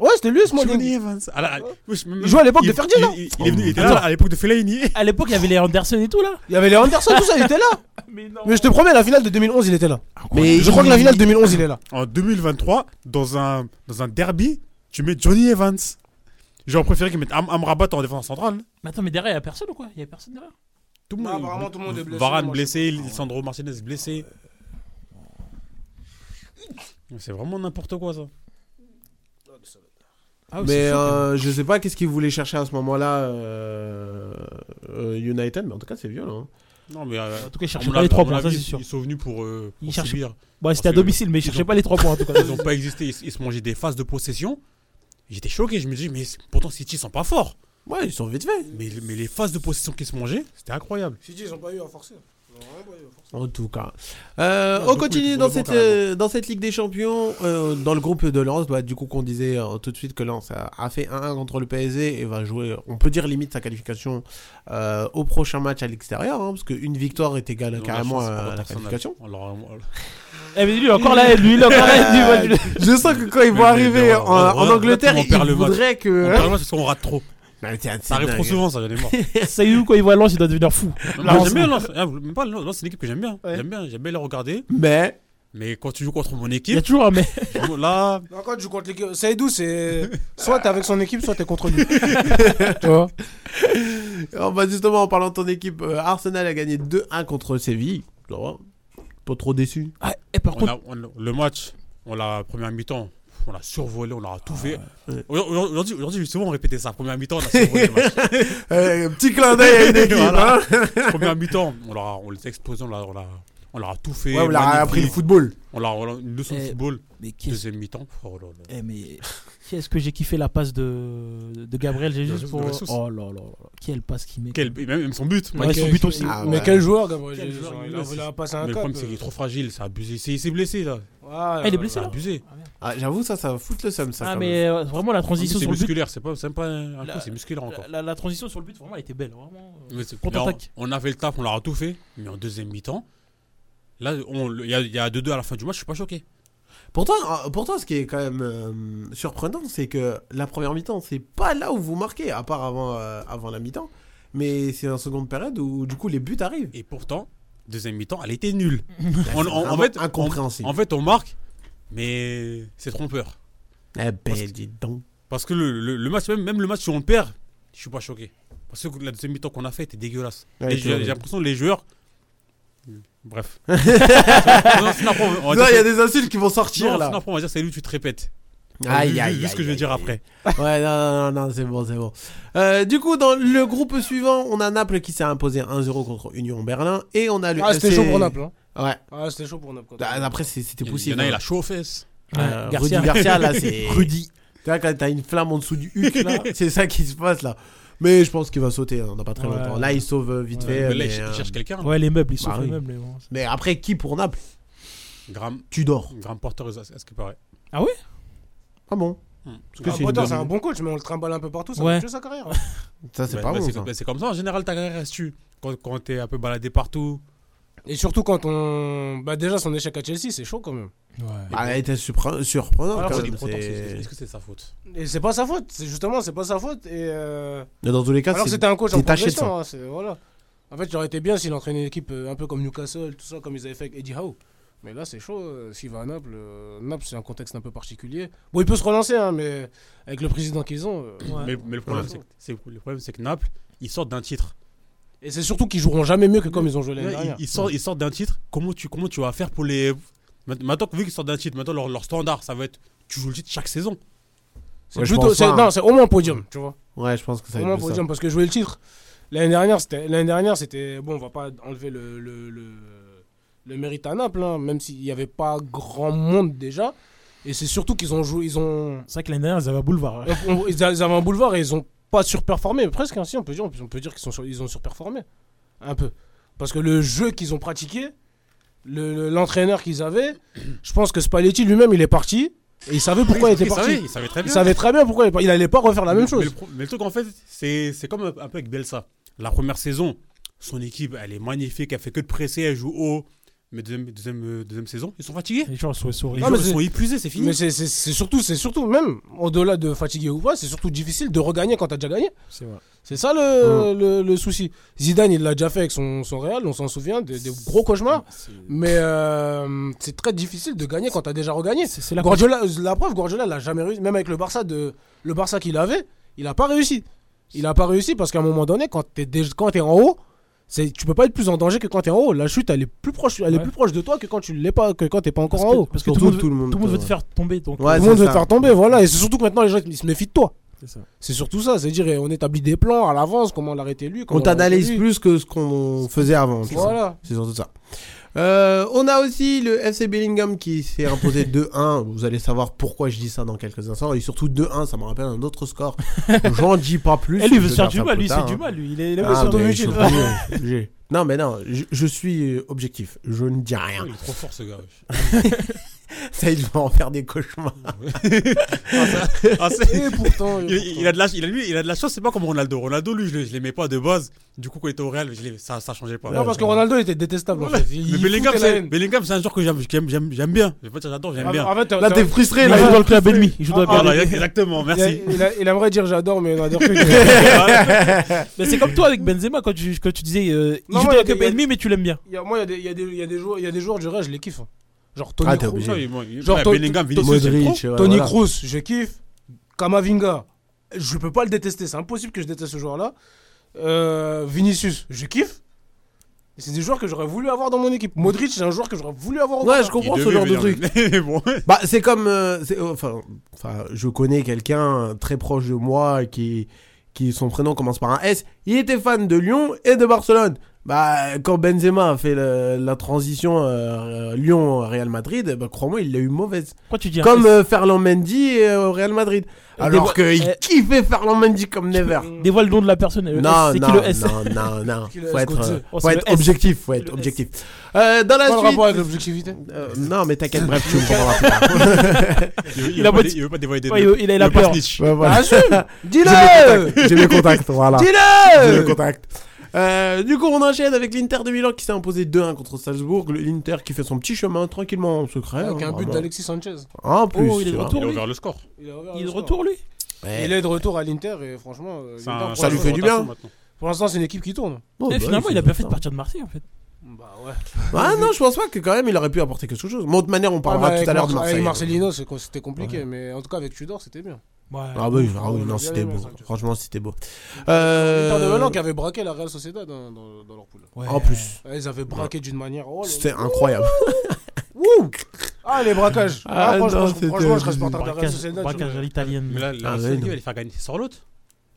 F: ouais, c'était lui et
C: Johnny
F: Smalling.
C: Evans. Ah là, oui, je-
F: Il jouait à l'époque de Fergie,
C: il-
F: non
C: il, il est venu, il était là à l'époque de Fellaini.
D: À l'époque, il y avait les Anderson et tout, là.
F: Il y avait les Anderson, tout ça, il était là.
D: Mais non.
F: *laughs* Mais je te promets, la finale de 2011, il était là.
B: Mais
F: Je crois que la finale de 2011, il est là.
C: En 2023, dans un, dans un derby, tu mets Johnny Evans. J'aurais préféré qu'ils mettent Am Amrabat en défense centrale.
D: Mais attends, mais derrière, il y a personne ou quoi Il y a personne derrière
C: Tout le
F: Bah,
C: monde.
F: apparemment, tout le monde est blessé,
C: Varane
F: moi, je
C: blessé, Lisandro Martinez blessé. C'est vraiment n'importe quoi ça.
D: Ah,
B: Mais euh, je sais pas qu'est-ce qu'ils voulaient chercher à ce moment-là, euh, euh, United, mais en tout cas, c'est violent. hein.
C: Non mais euh,
D: En tout cas, ils
C: à
D: cherchaient
C: mon
D: pas les
C: avis-
D: 3
C: à mon
D: points, ça
C: avis,
D: c'est sûr.
C: Ils sont venus pour, euh,
D: Ils
C: pour
D: cherchaient-
C: subir.
D: Bon, c'était à
C: parce que-
D: domicile, mais ils cherchaient pas les 3 points en tout cas.
C: *laughs* Ils n'ont pas existé, ils, ils se mangeaient des phases de possession. J'étais choqué, je me dis mais c'est- pourtant City sont pas forts.
B: Ouais, ils sont vite fait.
C: Mais, mais les phases de possession qu'ils se mangeaient, c'était incroyable.
F: Si, ils ont pas eu à forcer.
B: En tout cas. Euh,
C: Ouais,
B: on
C: beaucoup, ils
B: continue
C: font
B: dans
C: le bon
B: cette,
C: carrément.
B: euh, dans cette Ligue des Champions, euh, dans le groupe de Lens. Bah, du coup, qu'on disait euh, tout de suite que Lens a, a fait 1-1 contre le PSG et va jouer, on peut dire limite sa qualification euh, au prochain match à l'extérieur, hein, parce qu'une victoire est égale
C: Ils ont
B: Euh, carrément
C: la
B: à
C: chance, c'est pas
B: la
C: Arsenal.
B: qualification.
C: Alors, euh,
D: Eh, mais lui, encore la haine, lui, il a encore
C: *laughs*
D: la haine. lui, voilà, lui.
B: Je sens que quand ils vont
C: Mais- mais
B: arriver
C: on-
B: en,
C: on-
B: en
C: on-
B: Angleterre,
C: on
B: ils
C: perd le match.
B: voudraient
C: on
B: que.
C: parle parce qu'on rate trop.
B: Non, mais c'est- c'est
C: Ça arrive trop
B: dingue.
C: souvent, ça j'en ai marre.
D: *laughs* Ça y est, où, quand il voit Lens, il doit devenir fou.
C: Moi, J'aime bien Lens. Ah, vous- même pas Lens, Lens, c'est une équipe que j'aime bien.
F: Ouais.
C: J'aime bien, j'aime bien les regarder.
B: Mais.
C: Mais quand tu joues contre mon
D: Il y a
C: équipe,
D: toujours un mais.
C: tu- là,
F: Quand tu contre l'équipe, Saïdou, *laughs* c'est soit t'es avec son équipe, soit t'es contre lui. tu vois
B: Oh, bah, justement, en parlant de ton équipe, euh, Arsenal a gagné 2-1 contre Séville. Ça va Pas trop déçu.
D: *laughs* Ah, et par
C: on
D: contre,
C: a- on- le match, on l'a première mi-temps, on l'a survolé, on l'a tout fait.
B: ouais.
C: Aujourd'hui, aujourd'hui- aujourd'hui, souvent on répétait ça. Première mi-temps, on a survolé le match.
B: Euh, petit clin d'œil à une *laughs* équipe.
C: Voilà.
B: hein.
C: première mi-temps, on l'a, on les a explosés, on l'a, on l'a- on leur a tout fait.
B: Ouais, on a appris le
C: magnifique.
B: football.
C: On l'a, on l'a- une leçon de
D: Eh,
C: football.
D: mais qui est-ce
C: Deuxième mi-temps, oh là là.
D: eh, mais... qui est-ce que j'ai kiffé la passe de, de Gabriel
C: Bien
D: Jesus
C: sûr,
D: pour.
C: de Jesus.
D: Oh là là là. là. Quelle passe qu'il met.
C: Quel- même, même son but.
D: Ouais, son but aussi.
B: Ah,
F: Mais
B: ouais.
F: quel joueur, Gabriel
C: Quel
F: Jesus, hein,
C: joueur,
F: Il
C: il
F: a
C: est-
F: voulu passer
C: Mais
F: un
C: le
F: cap.
C: problème, c'est qu'il
B: euh,
C: est trop fragile, c'est abusé. C'est, c'est blessé là.
F: Ah,
D: Ah, il est
F: là,
D: blessé,
C: C'est
F: là.
D: là
C: abusé.
B: Ah, J'avoue, ça, ça fout le seum. Ça,
D: Ah,
B: quand
D: mais euh, vraiment, la transition
C: C'est
D: sur le but.
C: musculaire, c'est pas, c'est même pas un
D: La-
C: coup, c'est musculaire encore.
D: La, la- la transition sur le but, vraiment, elle était belle. Vraiment. euh.
C: Mais c'est-
D: Contre-attaque.
C: mais On, on a fait le taf, on l'a tout fait, mais en deuxième mi-temps, là, on- le- il y a- il y a 2-2 à la fin du match, je suis pas choqué.
B: Pourtant, euh, pourtant, ce qui est quand même euh, surprenant, c'est que la première mi-temps, c'est pas là où vous marquez, à part avant, euh, avant la mi-temps. Mais c'est en seconde période où, du coup, les buts arrivent.
C: Et pourtant, deuxième mi-temps, elle était nulle.
B: Là,
D: Mmh.
C: *laughs* On-
B: c'est
C: on- en,
B: vraiment
C: fait, on-
B: incompréhensible.
C: en fait, on marque, mais c'est trompeur.
B: Eh
C: parce que-
B: ben, dis donc.
C: Parce que le, le- le match, même, même le match, si on le perd, je suis pas choqué. Parce que la deuxième mi-temps qu'on a fait Ah, était dégueulasse.
B: Ouais,
C: Et
B: c'est
C: j'ai j'ai
B: horrible.
C: l'impression que les joueurs. *laughs* Bref. Non, sinon après, on
B: Non,
C: va dire
B: Il y a
C: que-
B: des insultes qui vont sortir
C: non,
B: là.
C: sinon après, on va dire c'est lui, tu te répètes.
B: Aïe,
C: Vu- vu-
B: aïe,
C: vu ce que
B: aïe,
C: je vais dire
B: aïe,
C: après.
B: Ouais, non, non, non, non, c'est bon, c'est bon. Euh, du coup, dans le groupe suivant, on a Naples qui s'est imposé 1-0 contre Union Berlin. Et on a le.
F: Ah, c'était
B: FC
F: chaud pour Naples. hein.
B: Ouais.
F: Ah, c'était chaud pour Naples. quand
B: Ah,
F: même.
B: Après, c'est- c'était
C: Il y Bah, en a,
B: possible.
C: il
B: hein.
C: a chaud aux fesses.
B: Euh,
D: Ouais,
B: Rudy
D: Garcia.
B: Garcia, là, c'est.
D: *laughs* Rudy.
B: Tu vois, quand t'as une flamme en dessous du huc, là, c'est ça qui se passe, là. Mais je pense qu'il va sauter, hein, dans pas très
D: Ouais.
B: longtemps. Là, il sauve euh, vite
D: Ouais.
B: fait.
C: Eh, Mais
B: Mais,
C: là, il ch-
B: euh,
C: il cherche quelqu'un.
D: Ouais, les meubles, ils
B: Bah
D: sont les
B: oui.
D: meubles. les gens.
B: mais après, qui pour Naples
C: Graham,
B: Tu dors.
C: Graham Porter, à ce à ce qui paraît.
B: Ah bon Parce que
F: Ah,
B: c'est
F: Potter,
B: une
F: c'est un
B: bonne-
F: bon coach, mais on le trimballe un peu partout, ça
D: Ouais.
F: va tuer sa carrière. hein.
B: Ça, c'est
C: Bah,
B: pas hein.
C: bah,
B: bon,
C: c'est-
B: ça.
C: bah, c'est comme ça, en général, ta carrière reste-tu. Quand, quand t'es un peu baladé partout.
F: Et surtout quand on. Bah, déjà, son échec à Chelsea, c'est chaud quand même.
B: Ah, elle était surpre- surprenante,
F: Alors,
B: quand
C: Pourtant,
B: même.
C: pourtant, c'est-
B: c'est-
C: Est-ce que c'est sa faute
F: Et c'est pas sa faute, c'est justement, c'est pas sa faute. Et euh,
B: Mais dans tous les cas,
F: Alors que
B: c'est.
F: c'était un coach en
B: détaché de
F: progression, hein, c'est- voilà. En fait, j'aurais été bien s'il entraînait une équipe euh, un peu comme Newcastle, tout ça, comme ils avaient fait avec Eddie Howe. Mais là, c'est chaud. euh, S'il va à Naples, euh, Naples, c'est un contexte un peu particulier. Bon, il peut se relancer, hein, mais avec le président qu'ils ont. euh,
C: mais, mais le problème,
F: Ouais.
C: c'est que- c'est le problème, c'est que Naples, ils sortent d'un titre.
F: Et c'est surtout qu'ils joueront jamais mieux que comme ils ont joué l'année
C: Ouais, ils,
F: dernière.
C: ils sortent, ils sortent d'un titre. Comment tu, comment tu vas faire pour les. Maintenant, vu qu'ils sortent d'un titre, maintenant, leur, leur standard, ça va être. Tu joues le titre chaque saison.
F: C'est
B: Ouais, je
F: plutôt-
B: pense
F: c'est-
B: pas, hein.
F: non, c'est au moins un podium, tu vois.
B: Ouais, je pense que ça
F: Au
B: va
F: moins un
B: être ça.
F: podium, parce que jouer le titre. L'année dernière, c'était. L'année dernière, c'était. Bon, on va pas enlever le, le, le, le mérite à Naples, hein, même s'il n'y avait pas grand monde déjà. Et c'est surtout qu'ils ont joué. Ils ont.
D: C'est vrai que l'année dernière, ils avaient un boulevard. hein. ouais.
F: on- on- ils a- ils avaient un boulevard et ils ont pas surperformé. Presque ainsi, on peut dire, on peut dire qu'ils sont sur- ils ont surperformé. Un peu. Parce que le jeu qu'ils ont pratiqué, le- le- l'entraîneur qu'ils
C: *coughs*
F: avaient, je pense que Spalletti lui-même, il est parti. Et il savait pourquoi il était
C: Il
F: parti.
C: savait, il savait très
F: Il
C: bien.
F: savait très bien pourquoi il est pas- il allait pas refaire la même
C: Mais-
F: chose.
C: Mais le, pro- mais le truc, en fait, c'est c'est comme un, un peu avec Belsa. La première saison, son équipe, elle est magnifique, elle fait que de presser, elle joue haut. Mais deuxième, deuxième, euh, deuxième saison, ils sont fatigués.
D: Les gens sont
C: Les
D: sourires.
F: Ah,
C: joueurs,
F: mais
C: ils
F: c'est-
C: sont épuisés, c'est
F: Mais
C: fini.
F: c'est- c'est c'est surtout, c'est surtout, même au-delà de fatigué ou pas, c'est surtout difficile de regagner quand t'as déjà gagné.
D: C'est vrai.
F: C'est ça le,
D: Mm.
F: le, le souci. Zidane, il l'a déjà fait avec son, son Real, on s'en souvient, des, des gros cauchemars.
D: Ah,
F: Mais euh, c'est très difficile de gagner quand t'as déjà regagné.
D: C'est c'est la
F: Guardiola, la preuve, Guardiola l'a jamais réussi. Même avec le Barça de le Barça qu'il avait, il a pas réussi. Il a pas réussi parce qu'à un moment donné, quand t'es déjà- quand t'es en haut, c'est tu peux pas être plus en danger que quand t'es en haut. La chute, elle est plus proche, elle est
D: Ouais.
F: plus proche de toi que quand tu l'es pas, que quand t'es pas encore
D: Parce
F: en haut.
D: que, parce que tout,
B: Surtout
D: le monde,
B: tout le monde,
D: tout le monde veut
B: ouais.
D: te faire tomber. Donc,
B: Ouais,
F: Tout
B: c'est
F: le monde veut
B: ça.
F: te faire tomber, voilà. Et c'est surtout que maintenant, les gens ils se méfient de toi.
D: c'est ça.
F: C'est surtout ça. C'est dire, eh, on établit des plans à l'avance, comment l'arrêter lui. comment
B: On t'analyse
F: l'arrêter lui.
B: plus que ce qu'on faisait avant. tu vois.
F: Voilà.
B: C'est surtout ça. Euh, on a aussi le FC Bellingham qui s'est
D: *laughs*
B: imposé 2-1. Vous allez savoir pourquoi je dis ça dans quelques instants. Et surtout 2-1, ça me rappelle un autre
D: *laughs*
B: score. J'en dis pas plus.
D: Et Eh, lui, il veut
B: Je
D: se faire
B: garde
D: du
B: ça
D: mal.
B: plus
D: Lui, c'est
B: tard,
D: du
B: hein.
D: mal. Lui, il est il est
B: Ah,
D: sur ton
B: mais ils
D: utile.
B: sont obligés, obligés. Non, mais non, je, je suis euh, objectif. Je ne dis rien.
C: Il est trop fort, ce gars.
F: *laughs*
C: wesh.
B: *laughs* Ça, il va en faire des cauchemars.
C: Ah, c'est-
F: Et pourtant, et
C: il, il a de la, il, a, lui, il a de la chance, c'est pas comme Ronaldo. Ronaldo, lui, je ne l'aimais pas de base. Du coup, quand il était au Real, je l'aimais- ça ne changeait pas.
F: pourtant. Non, parce que Ronaldo il était détestable. En fait. Il
C: Mais Bellingham,
F: foutait la
C: c'est-
F: haine.
C: Bellingham, c'est un joueur que j'aime- j'aime j'aime- j'aime bien. Je vais pas dire j'adore, j'aime
F: En-
C: bien.
F: En fait, t'as-
B: Là,
F: t'as-
B: t'es frustré.
D: Il
B: Là,
D: joue dans le club ennemi. Il joue dans le club
C: Voilà,
D: ennemi.
C: exactement,
F: il a-
C: merci.
F: il a- Il aimerait dire j'adore, mais il adore que.
D: Mais c'est comme toi avec Benzema quand tu, quand tu disais euh, il
F: Non,
D: joue
F: moi, il
D: dans
F: y
D: le
F: a
D: club
F: des-
D: ennemi, mais tu l'aimes bien.
F: Il y a- Moi, il y a des- il y a des- il y a des joueurs- il y a des joueurs du Real, je les kiffe. hein. Genre Tony
B: Ah, t'es
F: Kroos.
B: obligé.
C: Ça, il- moi, il-
F: Genre,
C: ouais,
F: Ton-
C: Bellingham,
F: Ton-
C: Vinicius, c'est trop.
B: Modric, ouais,
F: Tony
B: voilà.
F: Kroos, je kiffe. Kamavinga, je peux pas le détester, c'est impossible que je déteste ce joueur-là. Euh, Vinicius, je kiffe. C'est des joueurs que j'aurais voulu avoir dans mon équipe. Modric, c'est un joueur que j'aurais voulu avoir. au
B: Ouais,
F: Barça.
B: je
C: Il
B: comprends ce
C: devait
B: genre de
C: venir,
B: truc.
C: *laughs* Mais bon.
B: Bah, c'est comme. euh, c'est- enfin, enfin, je connais quelqu'un euh, très proche de moi qui, qui. Son prénom commence par un S. Il était fan de Lyon et de Barcelone. Bah, quand Benzema a fait le- la transition euh, Lyon-Real Madrid, bah, crois-moi, il l'a eu mauvaise.
D: Pourquoi tu dis un
B: Comme
D: S
B: euh, Ferland Mendy euh, au Real Madrid. Alors
D: Dévo-
B: qu'il
D: euh,
B: kiffait Ferland Mendy comme never.
D: Dévoile le nom de la personne. euh,
B: Non,
D: S, c'est
B: non,
D: qui le S
B: non, non,
D: *laughs*
B: non,
F: qui le
B: Faut
F: S,
B: être,
F: Gauthier
B: euh,
D: Oh,
B: faut
D: c'est le
B: être
D: S.
B: objectif, faut être
D: le S.
B: objectif. Euh, dans la
F: Pas le
B: suite.
F: rapport avec l'objectivité.
B: Euh, non, mais t'inquiète, bref,
D: *laughs*
B: tu me comprendras plus tard.
C: Il veut-
D: Il
C: il
D: a
C: veut pas
D: pas
C: dé-
D: dit-
C: il veut pas dévoiler des
D: Ouais, il- il a- il a
C: veut pas
D: peur.
C: snitch.
B: Ouais, Ben, voilà.
F: Dis-le
B: *laughs* J'ai mes *laughs* contacts, voilà. J'ai mes
F: Dis-le
B: contacts. Euh, du coup, on enchaîne avec l'Inter de Milan qui s'est imposé 2-1 contre Salzbourg. L'Inter qui fait son petit chemin tranquillement en secret.
F: Avec
B: hein,
F: un but
B: vraiment.
F: d'Alexis Sanchez.
B: En plus.
D: Oh, il est
B: tu
D: de
B: vois.
D: retour.
C: Il a
D: lui.
C: ouvert le score.
F: Il est
D: Il est de retour, lui
B: Ouais.
F: Il est de retour à l'Inter et franchement, euh,
C: C'est
F: l'Inter,
C: un-
F: pour
B: ça lui
F: l'instant-
B: fait du bien.
D: Ah,
C: maintenant.
F: Pour l'instant, c'est une équipe qui tourne.
B: Bon,
D: Eh,
B: bah,
D: Finalement,
B: il
D: il a bien fait
B: ça.
D: de partir de Marseille en fait.
F: Bah ouais.
B: Ah non, je pense pas que quand même il aurait pu apporter quelque chose. Bon, de manière,
F: Ah
B: on
F: Ouais, mais
B: parlera
F: avec
B: tout à l'heure de
F: Mar-
B: Marseille.
F: Avec Marcelino, c'est- c'était compliqué, mais en tout cas avec Tudor, c'était bien.
D: Ouais.
B: Ah oui, ah
F: Ouais,
B: oui, non,
F: bien
B: c'était
F: aimé,
B: beau.
F: ça, tu vois.
B: Franchement, c'était beau.
F: L'Inter de
B: Euh...
F: Milan qui avait braqué la Real Sociedad dans, dans- dans leur poule.
D: Ouais.
B: En plus,
F: Ah, Ils avaient braqué d'une manière. Oh, là
B: c'était
F: là.
B: incroyable.
F: Wouh Ah, les braquages ah,
B: Ah, non,
F: franchement, je-
B: c'était-
F: franchement, je reste porteur de la Real
D: Braquage,
F: Sociedad.
D: braquage à
C: Mais
D: l'italienne.
C: là, la
B: Ah,
C: Real
B: ouais,
C: qui
B: non.
C: va les faire gagner sans l'autre.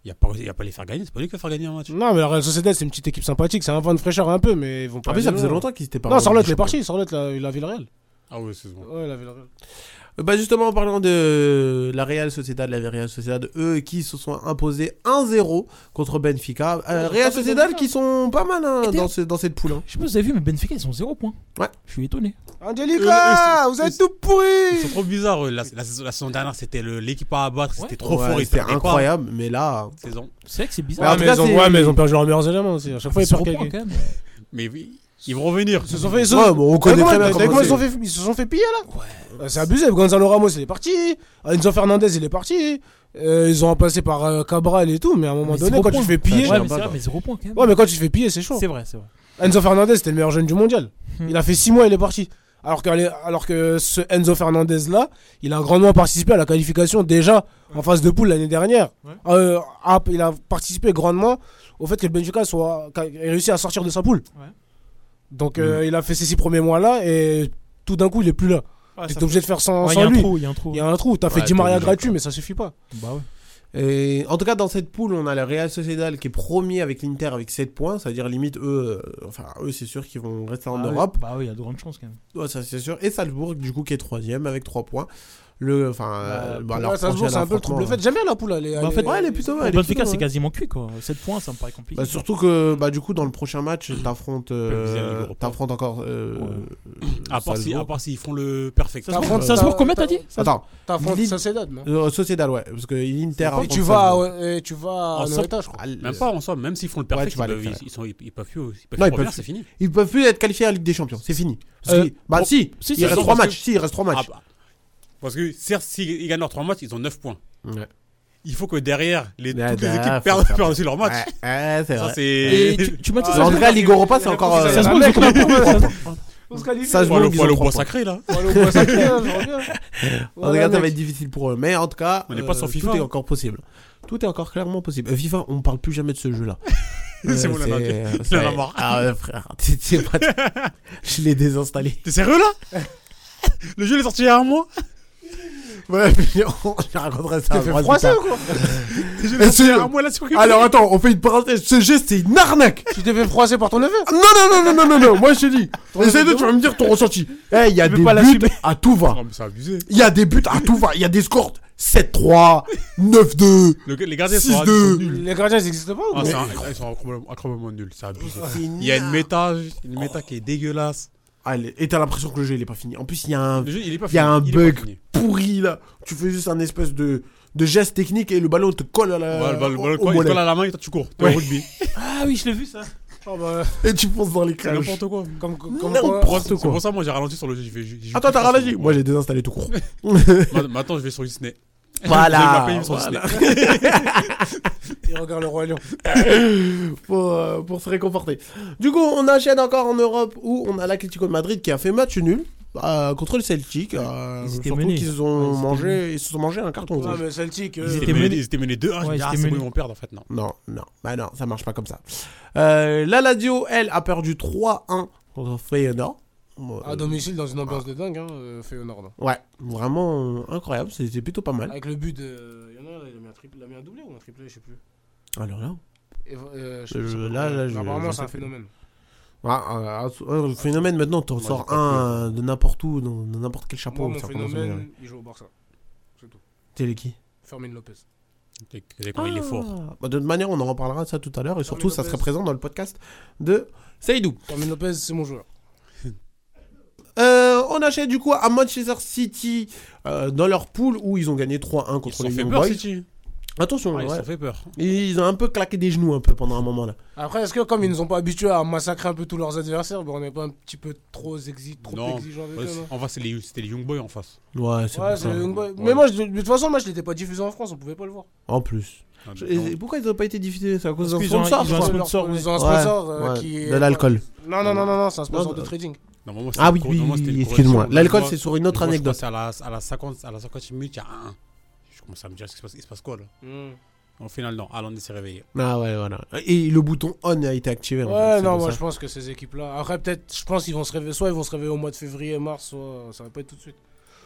C: Il n'y a, pas- il a pas les faire gagner, c'est pas lui qui va faire gagner un match.
F: Non, mais la Real Sociedad, c'est une petite équipe sympathique, c'est un vent de fraîcheur un peu, mais ils vont pas.
B: En plus,
F: aller
B: Ah, ça faisait
F: loin.
B: longtemps qu'ils s'étaient pas.
F: Ah, Non, Sorlotte, il est
B: parti
F: parti. Sorlotte, là, il avait le Real.
C: Ah ouais, c'est bon.
F: Ouais, il avait le Real.
B: Bah justement en parlant de la Real Sociedad, la Real Sociedad, eux qui se sont imposés 1-0 contre Benfica. Euh,
F: Ouais,
B: Real
F: pas fait
B: Sociedad
F: Benfica.
B: qui sont pas mal hein,
D: Et
B: dans, ce- dans cette poule. hein.
D: Je sais pas si vous avez vu, mais Benfica, ils ont 0 points.
B: Ouais.
D: Je suis étonné.
F: Angelica,
C: Euh,
F: vous êtes tout pourris
C: C'est trop bizarre. euh, La, la saison, la saison dernière, c'était le- l'équipe à abattre.
D: Ouais.
C: C'était trop
B: Ouais,
C: fort. ils
B: c'était
C: perdaient pas.
B: incroyable, mais là...
C: Saison.
D: C'est vrai que c'est
B: Mais en
D: bizarre.
B: tout cas, c'est-
F: ont perdu leurs meilleurs éléments aussi. À chaque
D: Ils
F: perdent
D: reprennent,
F: quelqu'un.
D: quand même.
C: Mais oui, ils vont revenir.
F: Ils se sont fait. ils se-
B: Ouais, bon, on
F: T'as vu
B: connaît
F: comment-
B: très bien
F: t'as vu
B: comment
F: comment ils se sont
B: c'est.
F: fait- ils se sont fait piller là Euh, C'est abusé. Gonzalo Ramos il est parti. Enzo Fernandez il est parti. Euh, ils ont remplacé par euh, Cabral et tout. Mais à un moment
D: Mais
F: donné,
D: zéro
F: quand tu
D: point.
F: te fais piller.
D: Ouais,
B: J'aime
D: mais
B: pas,
D: c'est vrai,
B: quoi.
D: mais 0 points quand même.
F: Ouais, mais quand tu te fais piller, c'est chaud.
D: C'est vrai, c'est vrai.
F: Enzo Fernandez c'était le meilleur jeune du mondial.
D: Hmm.
F: Il a fait 6 mois, il est parti. Alors que, alors que ce Enzo Fernandez là, il a grandement participé à la qualification déjà en phase de poule l'année dernière. Euh, a- il a participé grandement au fait que le Benfica soit qu'a- ait réussi à sortir de sa poule.
D: Ouais.
F: Donc
B: Hmm.
F: euh, il a fait ses 6 premiers mois là et tout d'un coup il est plus là.
D: Ouais,
F: T'es
D: Ah, ça
F: obligé de faire sans,
D: Ouais, Il y
F: sans
D: a un
F: lui.
D: trou, il y a un trou.
F: Il y a un trou, t'as fait
B: Ouais,
F: 10 marias
B: t'es obligé,
F: gratuits mais ça suffit pas.
D: Bah ouais.
B: Et en tout cas, dans cette poule, on a la Real Sociedad qui est premier avec l'Inter avec 7 points. C'est-à-dire, limite, eux, euh, enfin, eux, c'est sûr qu'ils vont rester en
D: Ah oui,
B: Europe.
D: Bah oui, il y a de grandes chances quand même.
B: Ouais, ça, c'est sûr. Et Salzbourg, du coup, qui est troisième avec 3 points. Le, enfin, euh, bah, leur
F: Ouais, Salzbourg,
B: prochain
F: c'est un peu le trouble. En
B: affrontement,
F: fait, j'aime bien la poule. Elle est,
D: Bah, en fait,
B: ouais, elle est plutôt- ouais, elle est
D: Benfica,
B: plutôt,
D: c'est
B: ouais.
D: quasiment cuit quoi. 7 points, ça me paraît compliqué.
B: Bah, surtout que bah, du coup dans le prochain match t'affrontes
C: Peut-être viser la Ligue
B: euh,
C: Europa.
B: t'affrontes encore euh,
C: À part si- à
B: Salzbourg.
C: part s'ils font le perfect. Ah,
D: Ça se
F: T'affrontes-
D: voit- ça se voit combien t'as dit
F: t'as-
B: attends
F: T'affrontes
B: Lille-
F: Sociedad, non
B: euh, Sociedad ouais parce que l'Inter
F: Et
B: affronte
F: tu vas, à-
B: Salzbourg.
F: ouais, et tu vas à
C: En
F: Noël, je crois.
B: Ah, le-
C: Même pas en soi, même s'ils font le perfect,
B: tu vas
C: ils,
B: aller
C: peuvent,
B: faire.
C: ils, ils sont, ils, ils peuvent plus, ils peuvent
B: Non, ils
C: plus
B: peuvent-
C: revenir, c'est fini.
B: ils peuvent plus être qualifiés à la Ligue des Champions c'est fini Parce
D: Euh,
B: qu'ils- bah
D: bon,
B: si,
D: si, si,
B: il reste
D: si,
B: trois
D: parce
B: matchs si il reste trois matchs
C: Ah bah. Parce que certes, s'ils gagnent leurs 3 matchs, ils ont 9 points.
B: Ouais.
C: Il faut que derrière, les,
B: Ouais,
C: toutes les
B: derrière, faut
C: équipes perdent,
B: faire-
C: *laughs* perdent aussi leurs matchs.
B: ouais, ouais, c'est
C: Ça,
B: vrai
D: Et
C: c'est. *laughs*
D: tu, tu m'as dit
F: Ah,
B: en tout
D: ça
B: cas Ligue Europa c'est encore euh,
D: se voit, ils ont combien de points
B: Ça se
C: Faut
B: voit, euh,
C: aller au-
B: ils
C: faut
B: ont
C: aller au bois
B: trois points.
C: sacré là.
F: Faut aller au bois sacré, hein, je reviens.
B: En tout
F: Voilà,
B: cas, ça va
F: mec.
B: être difficile pour eux. Mais en tout cas, euh,
C: On n'est pas sur FIFA,
B: tout est
C: hein.
B: encore possible. Tout est encore clairement possible. Euh, FIFA, on ne parle plus jamais de ce jeu-là. Euh,
C: *laughs* C'est bon, on en a marre.
B: c'est-
C: On en a marre.
B: Ah, ouais, frère, *laughs* t'es- t'es pas- je l'ai désinstallé.
C: T'es sérieux là *laughs* Le jeu il est sorti il y a un mois
B: Ouais, puis on- *laughs* je raconterai ça.
F: T'es
B: un
F: fait
B: grand
F: froisser
B: débat.
F: ou quoi
C: Le jeu il est sorti il y a
B: sûr.
C: un mois là sur
B: Alors attends, on fait une parenthèse. Ce geste, c'est une arnaque.
F: Tu t'es fait froisser par ton neveu
B: Non, non, non, non, non, non, non. Moi, je te dis. Essaye de, tu vas me dire ton
C: *laughs*
B: ressenti. Eh, il y a
C: Je veux
B: des
C: pas l'assumer.
B: buts à tout va.
C: Non, mais c'est abusé.
B: Il y a des buts à tout va. Il y a des scores 7-3, 9-2.
C: Le- les gardiens sont,
B: 6-2.
C: ils sont nuls.
F: Les gardiens, ils existent pas ou
C: Ah,
F: quoi
C: c'est un- ils sont incroyablement, incroyablement nuls, c'est abusé. Il y a une méta, une méta qui est dégueulasse.
B: Allez, et t'as l'impression que le jeu, il est pas fini. En plus, il y a un
C: Le jeu, il est pas
B: Il y a
C: fini,
B: un
C: il est
B: bug
C: pas fini.
B: pourri là. Tu fais juste un espèce de, de geste technique et le ballon te colle à la.
C: Ouais,
B: au-
C: le ballon- le ballon,
B: Euh, au
C: quand il
B: mollet.
C: colle à la main, toi, tu cours. T'es
B: Ouais.
C: au rugby.
D: Ah oui, je l'ai vu ça.
F: Oh, bah,
B: Et tu fonces dans les
C: C'est
B: crèches.
C: n'importe quoi.
F: Comme, comme
B: N'importe
F: quoi,
C: Moi,
B: N'importe
C: C'est c'est
B: quoi.
C: pour ça, moi j'ai ralenti sur le jeu. Je vais, je- je-
B: Attends, t'as rallongé Moi j'ai désinstallé
C: *laughs*
B: tout court.
C: Ma- Maintenant, je vais sur Disney.
B: Voilà,
C: Je vais me rappeler, je vais sur
B: Ah voilà.
C: Disney.
F: ils regardent le roi lion.
B: pour, euh, pour se réconforter. Du coup, on enchaîne encore en Europe où on a l'Atlético de Madrid qui a fait match nul euh, contre le Celtic. euh,
D: Ils étaient
B: surtout
D: menés.
B: qu'ils se sont
D: Ouais, ils étaient
B: mangé, ils se sont mangé un carton
F: Ah,
B: rouge.
F: mais Celtic,
D: Ils
F: euh,
D: étaient
C: Ils étaient menés-
D: menés.
C: Ils étaient menés 2-1.
D: Ouais,
C: je dis,
D: ils
C: ah,
D: étaient
C: c'est bon,
D: menés.
C: ils vont perdre en fait. Non.
B: Non, non, bah non, ça marche pas comme ça. Euh, la Lazio, elle, a perdu 3-1 contre Feyenoord. Bon,
F: à domicile dans une ambiance de dingue, hein, euh, Feyenoord. là.
B: Ah. Ouais, vraiment euh, incroyable, c'était plutôt pas mal.
F: Avec le but de. Il y en a un, il a mis un triplé- il a mis un doublé ou un triplé, je sais plus.
B: Alors Ah, là,
F: Et, euh, je sais
B: Euh,
F: plus
B: là,
F: comment-
B: là, je-
F: Apparemment,
B: je
F: c'est un
B: sais plus.
F: phénomène.
B: ah, ah, ah, ouais, le phénomène maintenant, t'en
C: Moi, j'ai
B: sors
C: pas
B: un euh, de n'importe où, dans dans n'importe quel chapeau.
F: Moi, mon
B: ça commence à m'énerver.
F: phénomène, il joue au Barça.
B: T'es les qui
F: Fermin Lopez.
C: C'est- c'est quand Oh, il est fort.
B: Bah, De toute manière, on en reparlera de ça tout à l'heure et surtout, ça
F: Lopez.
B: serait présent dans le podcast de Seydou.
F: Fermin Lopez, c'est mon joueur.
B: Euh, on achète du coup à Manchester City euh, dans leur poule où ils ont gagné 3-1
C: Ils
B: contre
C: se sont
B: les
C: fait
B: Young
C: peur,
B: Boys.
C: City.
B: Attention,
C: Ah, Ils
B: ouais.
C: se sont fait peur.
B: ils ont un peu claqué des genoux un peu pendant un moment là.
F: Après, est-ce que comme ils nous ont pas habitués à massacrer un peu tous leurs adversaires, bah, on n'est pas un petit peu trop, exi trop
C: Non.
F: exigeant avec
C: Ouais,
F: eux
C: c'est-
F: non
C: En face, c'est les- c'était les Young Boys en face.
B: Ouais, c'est
F: Ouais,
B: pour
F: c'est
B: ça.
F: le Young Boy.
B: Ouais.
F: Mais moi, je- mais de toute façon, le match n'était pas diffusé en France, on pouvait pas le voir.
B: En plus.
C: Ah,
B: Je-
C: non.
B: et pourquoi ils n'ont pas été diffusés C'est à cause d'un
D: Parce qu'ils ont-
B: sponsor,
D: ils
B: je
D: ont
B: crois.
D: un sponsor,
F: Ils ont un
B: Ouais,
F: sponsor euh,
B: ouais,
F: qui est.
B: de l'alcool.
F: Non, non, non, non, non c'est un sponsor
B: Non,
F: de
B: non.
F: trading.
C: Normalement, c'était
B: Ah
C: une
B: oui,
C: cour-
B: oui,
C: normalement,
B: oui,
C: c'était une
B: excuse-moi.
C: correction.
B: L'alcool,
C: Moi,
B: c'est sur une autre
C: moi, je
B: anecdote.
C: crois que C'est à la, à la 50, à la 50 minute, il y a un. Je commence à me dire qu'il se passe, il se passe quoi là Au final, non, Allende s'est réveillé.
B: Ah ouais, voilà. Et le bouton on a été activé. en fait,
F: Ouais,
B: c'est
F: non,
B: pour
F: moi
B: ça.
F: je pense que ces équipes-là. Après, peut-être, je pense qu'ils vont se réveiller. Soit ils vont se réveiller au mois de février, mars, soit euh, ça va pas être tout de suite.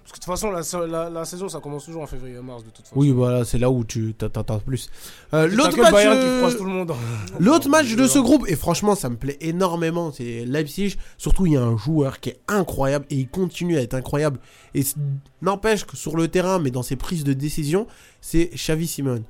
F: Parce que de toute façon, la, sa- la, la saison ça commence toujours en février, mars, de toute façon.
B: Oui, voilà, c'est là où tu t'att- t'attends plus. Euh,
F: C'est
B: L'autre
F: que le
B: match,
F: Bayern
B: euh,
F: qui froisse tout le monde.
B: l'autre match de ce groupe, et franchement, ça me plaît énormément, c'est Leipzig. Surtout, il y a un joueur qui est incroyable et il continue à être incroyable. Et c- n'empêche que sur le terrain, mais dans ses prises de décision, c'est Xavi Simon.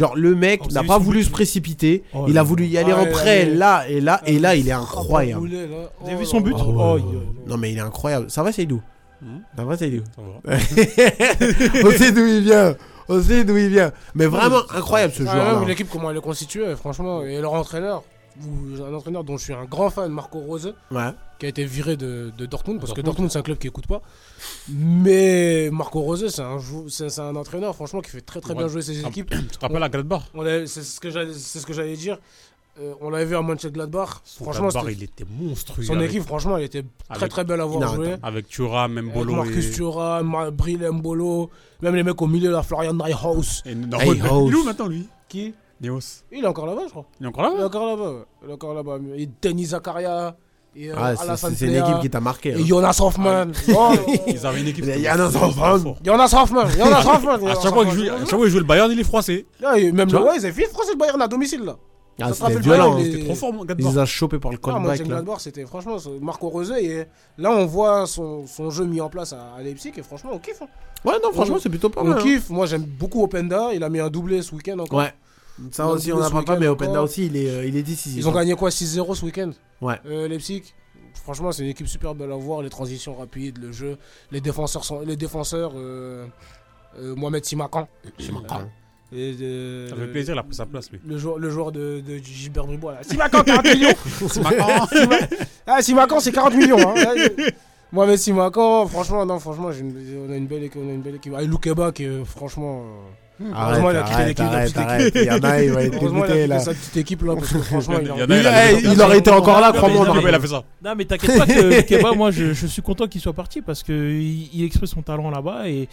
B: Genre, le mec
D: Oh, vous
B: n'a
D: avez
B: pas
D: vu son
B: voulu
D: but
B: se précipiter,
D: Oh
B: il
D: là
B: a
D: là.
B: voulu y aller
F: Ah,
B: en
F: il a
B: prêt,
F: mis-
B: là et là, et là, il est
F: Ah,
B: incroyable.
F: boulet, là.
D: Vous avez
F: Oh
D: vu
F: là
D: son
F: là.
D: but
B: Ah ouais.
D: Oh, il-
B: Non, mais il est incroyable. Ça va, Seydou
C: Hmm
B: Ça va, Seydou
C: Ça va.
B: on sait d'où il vient. On sait d'où il vient. Mais vraiment incroyable ce
F: Ah, ouais,
B: joueur.
F: mais L'équipe, comment elle est constituée, franchement. Et leur entraîneur, ou- un entraîneur dont je suis un grand fan, Marco Rose,
B: Ouais.
F: qui a été viré de, de Dortmund, parce que
C: Dortmund.
F: Dortmund, c'est un club qui écoute pas. Mais Marco Rose, c'est un, jou- c'est c'est un entraîneur, franchement, qui fait très très
C: Ouais.
F: bien jouer ses
C: Ah,
F: équipes.
C: Tu te rappelles à Gladbach
F: On l'a- C'est ce que j'allais c'est ce que j'allais dire. Euh, on l'avait vu à Mönchengladbach.
C: Son
F: Franchement,
C: Gladbach, hein.
F: c'était-
C: il était monstrueux.
F: son
C: avec-
F: équipe, franchement, elle était très
C: avec-
F: très belle à voir
B: Non,
F: jouer.
C: Avec Thuram,
F: Avec
C: Mbolo.
F: Marcus
C: et...
F: Thuram, Ma- Bril Mbolo, même les mecs au milieu, là, Florian Neuhaus.
C: et non,
B: Hey,
C: il est
B: House.
C: où maintenant lui
F: Qui
C: Neos.
F: Il est encore là-bas, je crois.
C: Il est encore là
F: Il est
C: Ah ouais
F: encore là-bas. ouais. Il est encore là-bas. Et Denis Zakaria. et, euh,
B: Ah, c'est-
F: Alassane
B: c'est c'est une
F: Plea,
B: équipe qui t'a marqué. hein.
C: hein.
F: Et Jonas Hoffman.
C: Ah,
F: Oh,
C: *laughs* Ils avaient une équipe.
B: Il y a un enfant.
F: Jonas Hoffman.
B: *laughs*
F: Jonas Hoffman.
C: À chaque fois qu'ils jouent- à chaque fois qu'ils jouent le Bayern, il est froissé.
F: Là, et même
B: Tu
F: le
B: vois
F: ouais, ils avaient fait français le Bayern à domicile là.
B: Ah,
F: Ça
B: c'était
F: te
B: violent.
F: rappelle
B: hein.
F: pas,
C: C'était trop fort, mon gars de
B: Il
C: bord.
B: les a chopés par le
F: Ah, moi,
B: comeback. là.
F: Mönchengladbach, c'était franchement c'est Marco Rose et là on voit son, son jeu mis en place à, à Leipzig et franchement on kiffe. hein.
B: Ouais, non, franchement, c'est plutôt pas
F: On
B: mal. hein.
F: kiffe. Moi j'aime beaucoup Openda, il a mis un doublé ce week-end encore.
B: Ouais. Ça
F: Donc,
B: aussi, on
F: ce
B: n'apprend pas,
F: week-end
B: mais Openda
F: encore.
B: aussi, il est, euh, il est décisif.
F: Ils ont gagné quoi 6-0 ce week-end
B: Ouais.
F: Euh, Leipzig. Franchement, c'est une équipe super belle à voir. Les transitions rapides, le jeu, les défenseurs, sont, les défenseurs euh, euh, Mohamed Simakan. Simakan. Et, euh,
C: Ça fait
F: le-
C: plaisir, il a pris sa place, lui.
F: Le joueur, le joueur de, de Gilbert Bribois. là. Simakan, 40
D: *laughs*
F: millions Sima- Ah, Simakan, c'est 40 millions hein. Là, je- Mohamed Simakan, franchement, non, franchement, j'ai une- on a une belle équipe. On a une belle équipe. Ah, et Loukeba, qui est franchement. euh,
B: Arrête,
F: heureusement, il a quitté
B: arrête,
F: l'équipe de la
B: arrête,
F: petite équipe.
B: arrête. Il y en a, il va être
F: Heureusement, il a
B: dégoûté,
F: quitté
B: là.
F: sa petite équipe, là,
D: *laughs*
F: parce que franchement, il
C: Il
F: a-
C: y en a,
B: Il,
C: il a
B: eh, il aurait été encore là,
D: Non,
B: crois-moi. Marc.
D: mais-
C: Ah, mais il a fait ça.
D: Non, mais t'inquiète pas *laughs* que Keba, moi je, je suis content qu'il soit parti parce qu'il il exprime son talent là-bas et.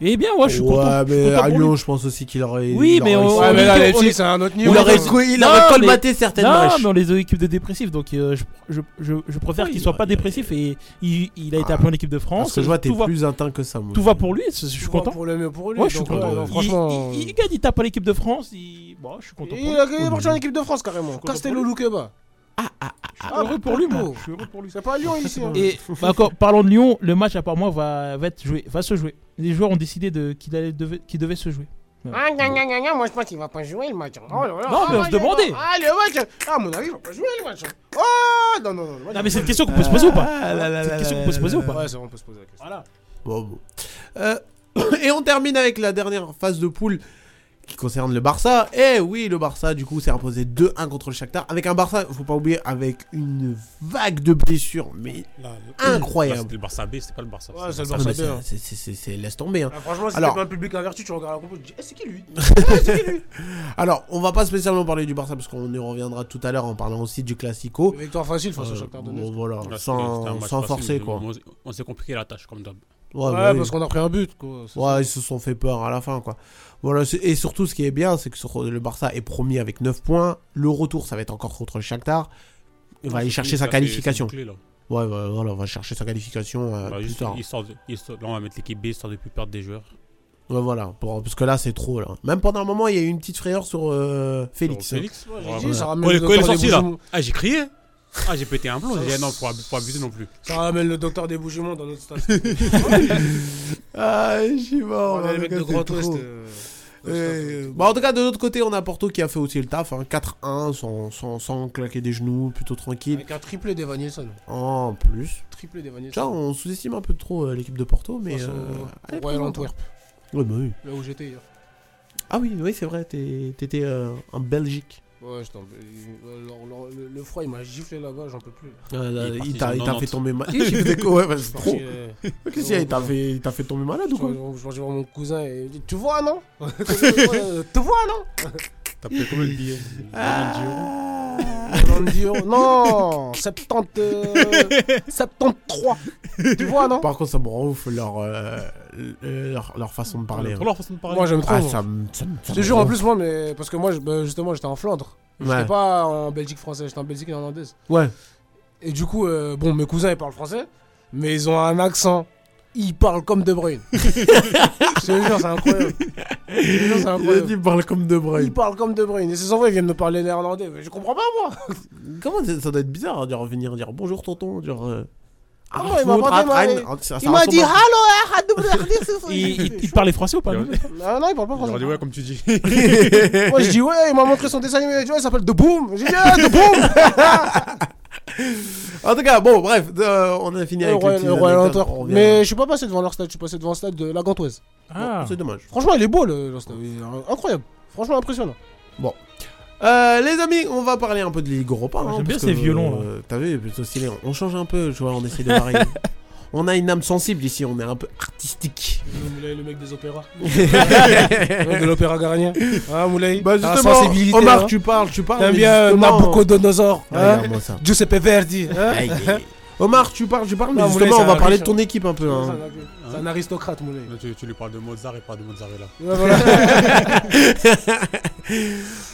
D: Et bien, ouais, je suis content.
B: Ouais,
D: je suis
B: mais
D: content
B: à
D: pour lui.
B: Lyon, je pense aussi qu'il aurait.
D: Oui,
B: il
D: mais
B: aurait-
D: on-
F: Ouais, mais là,
D: on-
F: Leipzig, c'est un autre
B: Il
F: niveau. hein.
B: aurait,
F: là.
B: cou- il
D: Non,
B: aurait
D: mais-
B: colmaté certaines
D: Non,
B: brèches.
D: mais on les a équipes de dépressifs, donc euh, je, je, je, je préfère qu'il soit pas dépressif et il, il a été
B: Ah.
D: appelé en équipe de
B: Parce
D: France.
B: que je vois, t'es
D: tout, va,
B: plus atteint que ça. moi.
D: tout va pour euh, lui, je suis
F: Tout va
D: content.
F: Pour le mieux pour lui.
D: Ouais, je suis
F: donc,
D: content.
F: non,
D: Il-
F: franchement. euh,
D: il, il, gagne, il tape à l'équipe de France. Il... Bon, je suis content.
F: Il,
D: Pour lui.
F: a gagné parti en équipe de France carrément.
D: content
F: Castello
D: pour lui. Ah,
F: Loukeba.
D: Je suis heureux pour lui, moi.
F: Oh.
D: Je suis heureux pour lui.
F: C'est pas à Lyon ici. hein.
D: Et *laughs* bah, encore, parlons de Lyon, le match, à part moi, va, va, être joué, va se jouer. Les joueurs ont décidé de, qu'il, allait, devait, qu'il devait se jouer.
F: Ah, gna, gna, gna, gna, moi je pense qu'il va pas jouer le match. hein. Oh là là.
D: Non,
F: Ah,
D: mais on se
F: il-
D: demandait.
F: Ah, le match. Ah, à mon avis, il va pas jouer le match. hein. Oh, non, non, non. le match-
D: Non, mais c'est une question qu'on peut se poser ou pas
B: Ah, là, là,
D: C'est une
B: là,
D: question
B: là,
D: qu'on peut se
B: là,
D: poser
B: là,
D: ou pas
F: Ouais, c'est vrai, on peut se poser la question. Voilà.
B: Bon, bon. Euh, *coughs* et on termine avec la dernière phase de poule qui concerne le Barça. Et oui, le Barça, du coup, s'est imposé 2-1 contre le Shakhtar. Avec un Barça, faut pas oublier, avec une vague de blessures, mais
C: Là,
B: incroyable.
C: C'était le Barça B, c'était pas le Barça.
F: Ouais, c'est le
B: Ah, mais
F: Barça hein.
B: c'est-
F: bien.
B: c'est- c'est- c'est- c'est- Laisse tomber. hein.
F: Ah, Franchement, si t'es
B: Alors-
F: pas un public averti, tu regardes la compo, tu te dis, eh, c'est qui lui
B: Alors, on va pas spécialement parler du Barça parce qu'on y reviendra tout à l'heure en parlant aussi du Classico.
F: *laughs* Victoire facile face
B: Euh,
F: au Shakhtar
B: bon,
F: Donetsk.
B: voilà,
C: Là, c'était- c'était un
B: sans,
C: match
B: sans
C: facile,
B: forcer
C: mais
B: quoi.
C: bon, on- On s'est compliqué la tâche, comme d'hab.
B: Ouais, bah
F: Ouais,
B: oui.
F: parce qu'on a pris un but quoi. C'est
B: Ouais, ils se sont fait peur à la fin, quoi. Voilà, c'est- et surtout, ce qui est bien, c'est que sur- le Barça est premier avec 9 points. Le retour, ça va être encore contre le Shakhtar. Il va aller chercher sa qualification. Ouais, voilà, voilà, on va chercher sa qualification
C: Bah,
B: euh, plus tard.
C: Là, on va mettre l'équipe B histoire de plus perdre des joueurs.
B: Ouais, voilà, pour- parce que là, c'est trop, là. Même pendant un moment, il y a eu une petite frayeur sur euh, Félix.
C: Sur Félix
F: ça, j'ai
C: Ouais,
F: dit,
C: ouais.
F: ça ramène
C: Quand
F: le
C: il quand il est
F: docteur
C: sorti là,
F: Desbouchemont.
C: ah j'ai crié, ah j'ai pété un plomb, j'ai dit non, faut ab- faut abuser non plus.
F: Ça ramène le docteur des Bougemons dans notre stade.
B: Ah, je suis mort.
F: On a les mecs de Grand Ouest. hein,
B: Euh, bah, en tout cas, de l'autre côté, on a Porto qui a fait aussi le taf. Hein, 4-1, sans, sans, sans claquer des genoux, plutôt tranquille.
F: Avec un triplé d'Evan Nielsen.
B: En plus.
F: Triplé d'Evan
B: Tu vois,
F: Nielsen.
B: on sous-estime un peu trop euh, l'équipe de Porto, mais.
F: Face au-
B: euh, elle est
F: au Royal
B: présente,
F: Antwerp,
B: hein. Ouais, bah oui.
F: là où j'étais hier.
B: Ah oui, oui c'est vrai, t'es- t'étais euh, en Belgique.
F: Ouais, je t'en- euh, le- le- le- Le froid, il m'a giflé là-bas, j'en peux plus.
B: Ah, là,
C: Il est
B: il
C: parti
B: t'a
C: sur
B: il t'a
C: 90.
B: fait tomber *laughs* malade. ouais, bah, c'est trop.
C: *laughs*
F: Parti, euh,
B: Qu'est-ce qu'il y a Il t'a fait, il t'a fait tomber malade
F: Je
B: ou quoi
F: vais voir mon cousin et il dit Tu vois, non *laughs* Tu vois,
B: *laughs*
F: non
C: T'as pris combien de billets
B: Ah.
F: Ronaldo, Non 70, euh, 73. Tu vois, non
B: Par contre, ça me rend ouf leur, euh, euh, leur, leur façon de parler. hein.
C: Pour leur façon de parler.
F: Moi, j'aime trop.
B: Ah,
F: moi.
B: ça me. ça me-
F: Je
B: ça me
F: te jure, en
B: rend
F: plus, moi, mais parce que moi, je- bah, justement, j'étais en Flandre.
B: ouf.
F: J'étais
B: Ouais.
F: pas en Belgique française, j'étais en Belgique néerlandaise.
B: Ouais.
F: Et du coup, euh, bon, mes cousins, ils parlent français, mais ils ont un accent. Ils parlent comme De Bruyne. *laughs* je te jure, c'est incroyable. Je te jure, c'est
B: Il a
F: incroyable.
B: dit, parle comme De Bruyne.
F: Ils parlent comme De Bruyne. Et ses enfants, ils viennent me parler néerlandais. Mais je comprends pas, moi.
B: Comment ça, ça doit être bizarre hein, de revenir dire bonjour tonton, dire. euh,
F: Ah non, il m'a
B: Arnaud,
F: pas
B: Atrain,
F: démarré.
B: hein, ça- ça
F: Il m'a dit
B: ressemble à-
F: Hallo, Herr Double
D: Il, il, il parlait français ou pas non
F: Non, non, il parle pas
C: J'aurais
F: français.
C: dit ouais, comme
B: *laughs*
C: tu dis.
F: Moi, je dis ouais, il m'a montré son dessin animé. Il a dit, ouais, il s'appelle The Boom. J'ai dit, ah,
B: *laughs*
F: The Boom
B: En tout cas, bon, bref, euh, on a fini
F: Le
B: avec les
F: Royal,
B: petites
F: le Royal
B: anecdotes,
F: Antwerp.
B: on revient-
F: Mais je suis pas passé devant leur stade, je suis passé devant le stade de la Gantoise.
B: Bon,
D: Ah,
B: C'est dommage.
F: Franchement, il est beau, le, leur stade. Il est Incroyable. Franchement, impressionnant.
B: Euh, les amis, on va parler un peu de Ligue Europa.
D: Ouais,
B: hein,
D: j'aime bien
B: parce
D: ces
B: que,
D: violons,
B: euh, T'as vu, plutôt stylé. On change un peu, tu vois, on essaie de *laughs* varier. on a une âme sensible ici, on est un peu artistique.
F: Le, mec des opéras.
B: *laughs*
F: de l'opéra Garagna. Ah, Moulay.
B: bah
F: t'as la
B: justement,
F: sensibilité,
B: Omar,
F: hein.
B: tu parles, tu parles.
F: T'aimes
B: mais
F: bien
B: justement, euh, *laughs*
F: Nabucodonosor. hein
B: Regarde-moi ça.
F: Giuseppe Verdi. hein
B: Aïe, aïe, aïe. Omar, tu parles, tu parles, mais
F: Non, Moulay,
B: justement,
F: c'est
B: on va
F: un
B: parler
F: riche,
B: de ton
F: hein.
B: équipe un peu. hein.
F: C'est un aristocrate, Moulay.
C: Là, tu, tu lui parles de Mozart et pas de Mozzarella.
F: Ouais, voilà.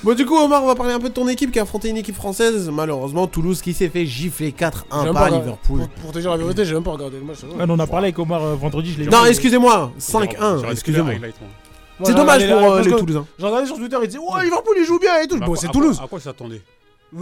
B: Bon, du coup, Omar, on va parler un peu de ton équipe qui a affronté une équipe française. Malheureusement, Toulouse qui s'est fait gifler 4-1
F: J'aime
B: par
F: pas,
B: Liverpool.
F: Pour, pour te dire la vérité, j'ai même pas regardé le match. c'est vrai.
D: Ouais, non, on a parlé avec Omar euh, vendredi, je l'ai
B: Non,
D: vu.
B: excusez-moi,
C: J'aurais-
B: 5-1,
C: j'aurais
B: excusez-moi.
C: dit que les highlights, moi.
F: Moi,
B: C'est
F: j'ai
B: dommage
F: regardé
B: pour
F: la-
B: euh,
F: parce
B: les
F: que
B: Toulousains.
F: J'ai regardé sur Twitter, ils disaient Ouais, Liverpool, il joue bien et tout.
C: Bah,
F: Bon,
C: à
F: c'est
C: quoi-
F: Toulouse.
C: À quoi s'attendait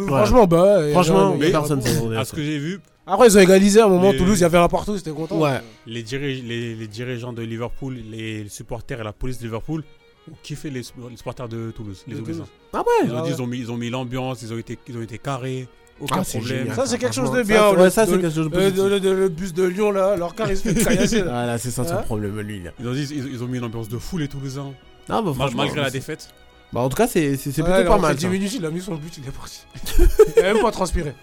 F: Franchement, bah. ouais,
B: Franchement,
F: ouais,
B: personne Ah
F: ouais.
B: s'est demandé.
C: À ce que j'ai vu,
F: Après, ils ont égalisé à un moment.
C: Mais-
F: Toulouse, il y avait un partout, c'était content.
B: Ouais.
C: les, dirige- les, les dirigeants de Liverpool, les supporters et la police de Liverpool ont kiffé les, les supporters de Toulouse, les
F: De
C: Toulousains.
B: Ah ouais
C: Ils ont,
F: Ah
C: dit,
F: ouais.
C: ils, ont mis, ils ont mis l'ambiance, ils ont été, ils ont été carrés, aucun
B: Ah, c'est
C: problème.
B: génial.
F: Ça, c'est quelque chose de
B: Ça,
F: bien.
B: c'est-
F: le-
B: ouais, ça, c'est
F: le-
B: quelque chose de
F: euh,
B: positif.
F: le- le- Le bus de Lyon, là, leur car, il se fait caillasser. là.
B: Ah là, c'est ça son
F: Hein
B: problème, lui. Là.
C: Ils ont, dit, ils, ils ont mis une ambiance de fou, les Toulousains,
B: Ah, bah,
C: mal-
B: franchement,
C: malgré la
B: c'est-
C: défaite.
B: Bah, en tout cas, c'est c'est- c'est
F: Ouais,
B: plutôt
F: il a
B: pas
F: fait
B: mal.
F: 10
B: ça.
F: minutes, il a mis son but, il est parti. *laughs* Il a même pas transpiré.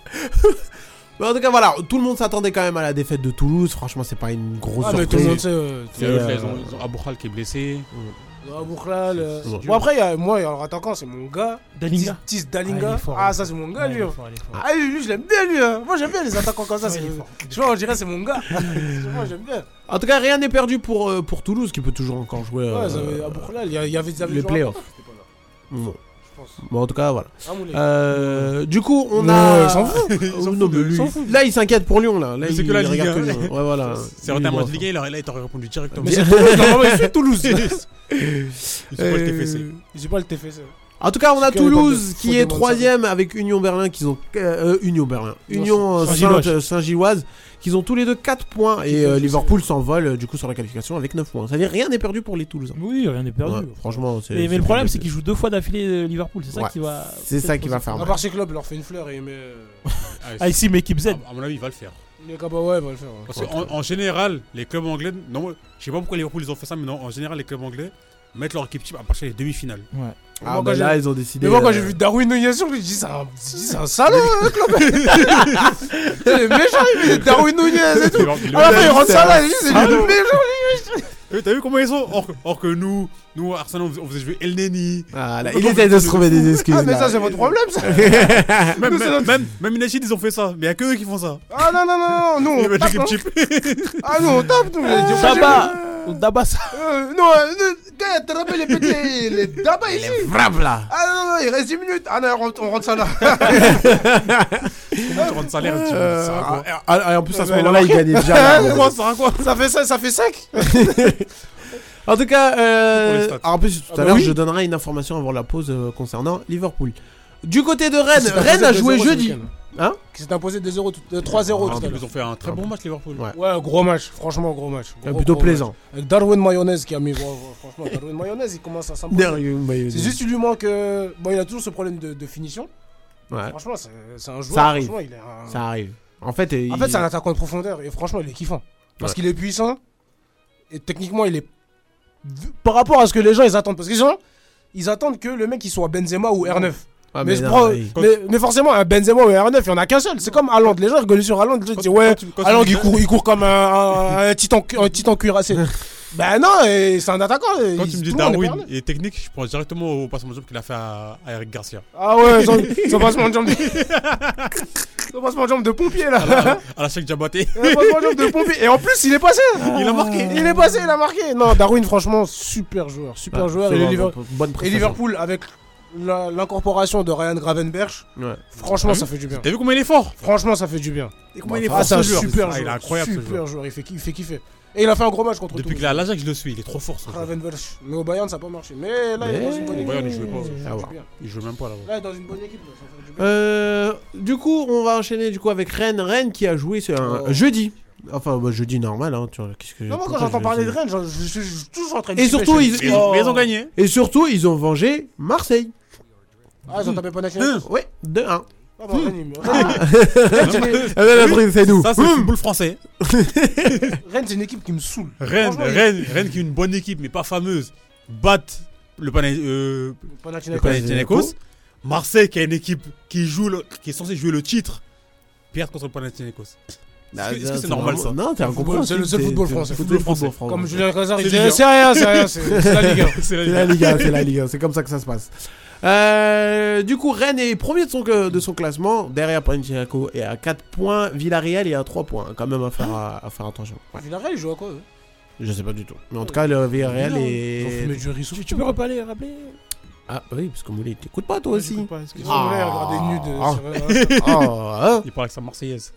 B: Mais en tout cas, voilà, tout le monde s'attendait quand même à la défaite de Toulouse. Franchement, c'est pas une grosse
F: Ah, mais tout le monde
B: surprise.
F: sait. euh,
C: Et
B: euh,
C: eux, là, Ils ont, ils ont Abou Khal qui est blessé.
F: Ah, Bourklal, euh,
B: c'est
F: Bon, après, il y a- moi, il y a leur attaquant, c'est mon gars.
D: Dalinga.
F: Tis
D: Ah, il
F: Dalinga.
D: est fort,
F: Ah,
D: hein.
F: ça, c'est mon
D: Ouais,
F: gars,
D: il
F: lui.
D: est
F: hein.
D: fort, il est fort.
F: Ah, lui, lui, je l'aime bien, lui. hein. Moi, j'aime bien les attaquants comme ça.
D: Ouais,
F: c'est-
D: il est fort.
F: Tu vois, on dirait, c'est mon *laughs* gars. Tu vois, j'aime bien.
B: En tout cas, rien n'est perdu pour, euh, pour Toulouse qui peut toujours encore jouer euh,
F: Ouais, ils avaient- à Bourklal, il y a- il y avait des
B: les playoffs. Bon.
F: pense.
B: Bon, en tout cas, voilà.
F: Ah, Moulay.
B: Euh, du coup, on
F: Ouais,
B: a.
F: ils s'en
C: *laughs*
F: foutent.
B: Euh, non, mais lui- Là, il s'inquiète pour Lyon. Là, là
C: Mais c'est
B: il
C: que la Ligue
B: regarde
C: un.
B: que Lyon. Ouais, voilà.
C: C'est
B: Lui,
C: un match
B: bon,
C: de Ligue 1, il aurait- là, il t'aurait répondu directement.
B: Mais c'est *laughs*
C: Toulouse Ils sont pas le TFC.
B: euh,
F: J'ai pas le TFC.
B: En tout cas, on a
F: Parce qu'il y a
B: Toulouse
F: pas de-
B: qui
F: faut
B: est
F: demander ça.
B: troisième avec Union Berlin qui ont euh, euh, Union Berlin,
F: Non,
B: Union euh, Sainte-
D: c'est- Saint-Gilloise.
B: Saint-Gilloise qui ont tous les deux 4 points et euh,
F: peuvent-
B: Liverpool s'envole euh, du coup sur la qualification avec 9 points. Ça veut dire rien n'est perdu pour les Toulousains.
D: Oui, rien n'est perdu. hein.
B: Ouais, franchement, c'est
D: Mais, mais
B: c'est
D: le problème,
B: bien
D: c'est
B: fait.
D: qu'ils jouent deux fois d'affilée euh, Liverpool. C'est ça
B: Ouais.
D: qui va.
B: C'est ça qui va faire
F: À
B: mal.
F: part chez Club, il leur fait une fleur et il met. euh,
D: Ah, ici, mais équipe Z.
C: À à mon avis, il va le faire.
F: Il est capable, ouais, il va le faire. ouais.
C: Parce qu'en en général, les clubs anglais, non, je sais pas pourquoi Liverpool ils ont fait ça, mais non, en général, les clubs anglais mettent leur équipe type à partir des demi-finales.
D: Ouais.
B: *laughs* Ah,
F: Moi,
B: bah
F: quand
B: là,
F: j'ai-
B: ils ont décidé.
F: Mais moi,
B: euh,
F: quand j'ai vu Darwin Nunez sur lui, je dis, c'est un, je dis, c'est un salaud, hein, *laughs* Klopp. Il est méchant, il met Darwin Nunez et tout.
C: Liverpool-
F: À la fin, il rentre ça là, il dit, c'est lui le méchant.
C: Euh, T'as vu comment ils sont Or, or que nous, nous, Arsenal, on faisait- on faisait jouer El Neni.
B: Ah, là, il essaie de se trouver des excuses.
F: Ah, mais
B: là.
F: ça, c'est votre problème, ça.
C: *laughs* Même,
B: *laughs*
F: Nous, c'est
C: même,
F: notre-
C: même, même United, ils ont fait ça. Mais y'a que eux qui font ça.
F: Ah, non, non, non, non,
B: Oh,
F: nous,
C: Ils
F: on
C: mettent
F: tape.
C: l'équipe
F: hein.
C: type. *laughs*
F: Ah, nous, on tape, nous. Il dit, moi, j'ai-
D: Daba Daba, ça.
F: Euh, Non, euh, le- gars, t'as rappelé les petits, les dabas ici.
B: Frappe là.
F: Ah, non, non, il reste 10 minutes. Ah, non, on rentre- on rentre ça là.
C: Comment tu rends salaire tu-
B: Euh,
C: ça va quoi
B: ah, ah, en plus, à
F: Euh,
B: ce
F: bah, il a
B: moment-là, il gagnait
E: Ah,
B: déjà. là.
F: ça, quoi Hein Ça fait ça, ça fait 5
B: En tout cas, euh,
C: Pour les stats.
B: en plus, tout
F: Ah
B: à
F: bah
B: l'heure,
F: oui.
B: je donnerai une information avant la pause euh, concernant Liverpool. Du côté de Rennes,
F: C'est un
B: Rennes a
F: 2-0
B: joué
F: ce
B: jeudi.
F: week-end.
B: Hein Ah,
F: Qui s'est imposé 2-0, tout- euh, 3-0 tout à l'heure.
C: Ils ont fait un très bon match, Liverpool.
B: Ouais.
F: Ouais, gros match, franchement, gros match.
B: Euh,
F: Gros,
B: plutôt
F: gros
B: plaisant.
F: match. Avec Darwin Mayonnaise qui a mis. gros, gros, franchement, Darwin Mayonnaise, il commence à s'imposer.
B: Derrière, mais-
F: C'est juste, il lui manque. euh, Bon, il a toujours ce problème de, de finition.
B: Ouais,
F: Franchement, c'est c'est un joueur.
B: Ça arrive.
F: franchement, il est un-
B: ça arrive. En fait, euh,
F: En
B: il-
F: fait, c'est un attaquant de profondeur et franchement, il est kiffant. Parce
B: Ouais.
F: qu'il est puissant et techniquement, il est. Par rapport à ce que les gens ils attendent. Parce que les gens, ils attendent que le mec il soit Benzema ou R9.
B: Ah,
F: mais,
B: mais non,
F: bro,
B: il-
F: mais- mais forcément, un Benzema ou un R9, il n'y en a qu'un seul. C'est comme Haaland. Les gens rigolent sur Haaland. Ils disent, ouais,
C: quand tu- quand
B: ah,
C: tu
F: Haaland,
C: dis
F: Ah il
C: ça-
F: court, il court comme un, un- un titan, cu- un titan
C: *laughs*
F: cuirassé. ben non, et c'est un attaquant. et
C: Quand
F: il-
C: tu me dis
F: tout le monde est
C: Darwin
F: perdu.
C: et technique, je pense directement au passement de jump qu'il a fait à, à
B: *laughs*
C: Eric Garcia.
F: Ah ouais, son, son passement de
C: *laughs*
F: jambe. son passement de jambe de pompier, là.
C: À la,
F: *laughs*
C: à la
B: *laughs*
C: Cheikh Diabaté.
F: Son passement de jambe de pompier. Et en plus, il est passé.
C: Il a marqué.
F: Il est passé, il a marqué. Non, Darwin, franchement, super joueur. Super
B: Ouais,
F: joueur.
B: c'est
F: Et, le
B: bon,
F: Liver-
B: bon, bonne
F: et
B: prestation.
F: Liverpool, avec la- l'incorporation de Ryan Gravenberch,
B: Ouais.
F: franchement,
C: Ah oui.
F: ça fait du bien.
C: T'as vu comment il est fort
F: Franchement, ça fait du bien.
C: Et comment
B: Bah,
C: il est
B: ça
C: fort
F: Ah, c'est
C: ce
F: un
C: joueur.
F: super
C: Ah,
F: joueur.
C: il est incroyable ce
F: super
C: joueur.
F: joueur. Il fait, ki- il fait kiffer. Et il a fait un gros match contre
C: Depuis
F: Toulouse.
C: qu'il est à l'Ajax, je le suis. Il est trop fort
B: Ah,
C: ce joueur.
F: Gravenberch. Mais au Bayern, ça n'a pas marché. Mais là, il est
B: Mais-
F: dans une bonne
C: Au
F: équipe.
C: Bayern, il jouait
F: Ça
C: pas.
F: fait
B: Ah,
F: du
B: ouais.
F: bien.
C: Il joue même pas là-bas.
F: Là, il est dans une bonne équipe. là, Ça fait du bien.
B: Euh, du coup, on va enchaîner du coup avec Rennes. Rennes qui a joué sur un
F: Oh.
B: jeudi. Enfin, bah, jeudi normal. Hein. Tu vois, qu'est-ce que
F: Non, moi,
B: pourquoi
F: quand j'entends
B: je-
F: parler de Rennes, genre, je je- je suis toujours en train de
B: Et
F: kiffer,
B: surtout,
F: je-
B: ils,
C: Mais
B: ils-
C: mais ils ont gagné.
B: et surtout, ils ont vengé Marseille.
F: Ah, ils ont tapé Panathinaikos.
B: Ouais, 2-1.
F: Ah, bah, Rennes, ils-
B: Ah, là, le truc, c'est nous.
C: Ça, c'est le football français.
F: Rennes, c'est une équipe qui me saoule.
C: Rennes,
F: Franchement, ils-
C: Rennes, Rennes qui est une bonne équipe, mais pas fameuse, battent le Pana- euh, le
F: Panathinaikos.
C: Panathinaikos. Marseille, qui a une équipe qui, joue le- qui est censée jouer le titre, perd contre le Panathinaikos. Est-ce que- est-ce que
B: Bah,
C: c'est normal Bah, ça
B: Non, t'es incompréhensible.
F: c'est le seul
B: t'es-
F: football
B: t'es-
F: français.
B: t'es-
C: Football
B: t'es- t'es-
C: français.
F: Comme Julien Cazard, il
C: C'est
F: dit
C: Ligue un.
B: *laughs*
F: C'est rien, c'est rien, c'est c'est la Ligue 1.
C: C'est la
B: C'est
C: Ligue
B: la Ligue 1, c'est la Ligue 1, c'est comme ça que ça se passe. Euh, du coup, Rennes est premier de son, euh, de son classement, derrière Panathinaikos et à 4 points. Villarreal est à 3 points, hein, quand même à faire, à, à faire attention. Ouais,
F: Villarreal, il joue à quoi eux
B: je sais pas du tout. Mais en tout cas, le Villarreal
F: Villarreal, Ils ont
B: est.
F: fumé du riz sous-
D: Tu, tu peux reparler, rappeler
B: Ah oui, parce que Moulay, t'écoutes pas toi *laughs* aussi
F: Ils ont l'air à regarder nu de.
B: Ah.
F: sur-
B: Oh, hein
C: Il parle avec sa Marseillaise.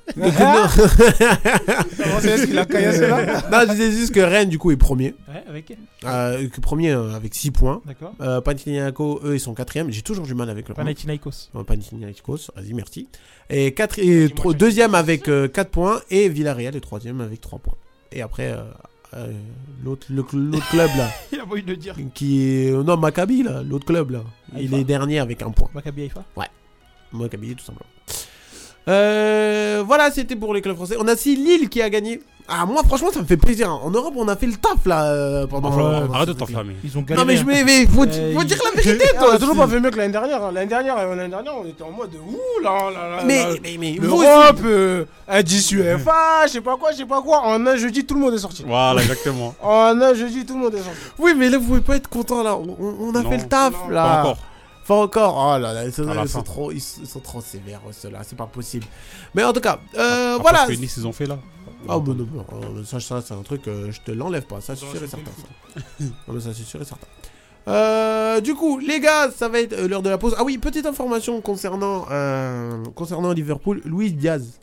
F: Ah, c'est ce qu'il a caillassé
B: *laughs*
F: là
B: Non, je disais juste que Rennes, du coup, est premier.
D: Ah. Ouais, avec.
B: Euh, que premier euh, avec 6 points.
D: D'accord.
B: Euh, Panathinaikos, eux, ils sont quatrième. J'ai toujours du mal avec le
D: Panathinaikos.
B: Euh, Panathinaikos, vas-y, merci. Et, quatre, et tro- deuxième avec 4 points et Villarreal est troisième avec 3 points. Et après, euh, euh, l'autre le cl- l'autre club là,
D: *laughs*
B: *laughs*
D: Il a envie de le dire.
B: qui est. euh, Non, Maccabi là, l'autre club là. Il
D: Haïfa.
B: est dernier avec un point.
D: Maccabi Haïfa.
B: Maccabi, tout simplement. Euh, voilà, c'était pour les clubs français. On a aussi Lille qui a gagné. Ah, moi, franchement, ça me fait plaisir. hein. En Europe, on a fait le taf là euh, pendant. pendant
C: Arrête de
B: ce truc-là.
C: t'enflammer.
D: Ils ont hein.
B: Non,
D: gagné.
B: mais je mets, mais faut,
D: Euh,
B: faut
D: il-
B: dire la vérité,
F: Ah, On
B: toi.
F: a toujours pas
B: aussi.
F: fait mieux que l'année dernière. hein. L'année dernière, euh, l'année dernière, on était en mode ouh là là là.
B: Mais,
F: là.
B: mais, mais, vous aussi.
F: L'Europe, euh, indice UEFA, je sais pas quoi, je sais pas quoi. En un jeudi, tout le monde est sorti.
C: Voilà,
B: *laughs*
C: exactement.
F: En un jeudi, tout le monde est sorti.
B: Oui, mais là, vous pouvez pas être content, là. On, on- on a
C: Non.
B: fait le taf,
F: Non,
B: là. euh,
C: Pas encore.
B: Pas encore. Oh là là, ils sont,
C: À la
B: ils sont
C: fin.
B: trop, ils sont ils sont trop sévères, ceux-là. C'est pas possible. Mais en tout cas, euh,
C: Après
B: voilà.
C: ce Ah, que Nice, ils ont fait là.
B: Ah, bon, non, bon, euh, ça, ça, c'est un truc, euh, je te l'enlève pas. Ça, c'est sûr et certain. ça. non, mais ça, c'est sûr et certain. Euh, du coup, les gars, ça va être euh, l'heure de la pause. Ah oui, petite information concernant, euh, concernant Liverpool. Luis Diaz,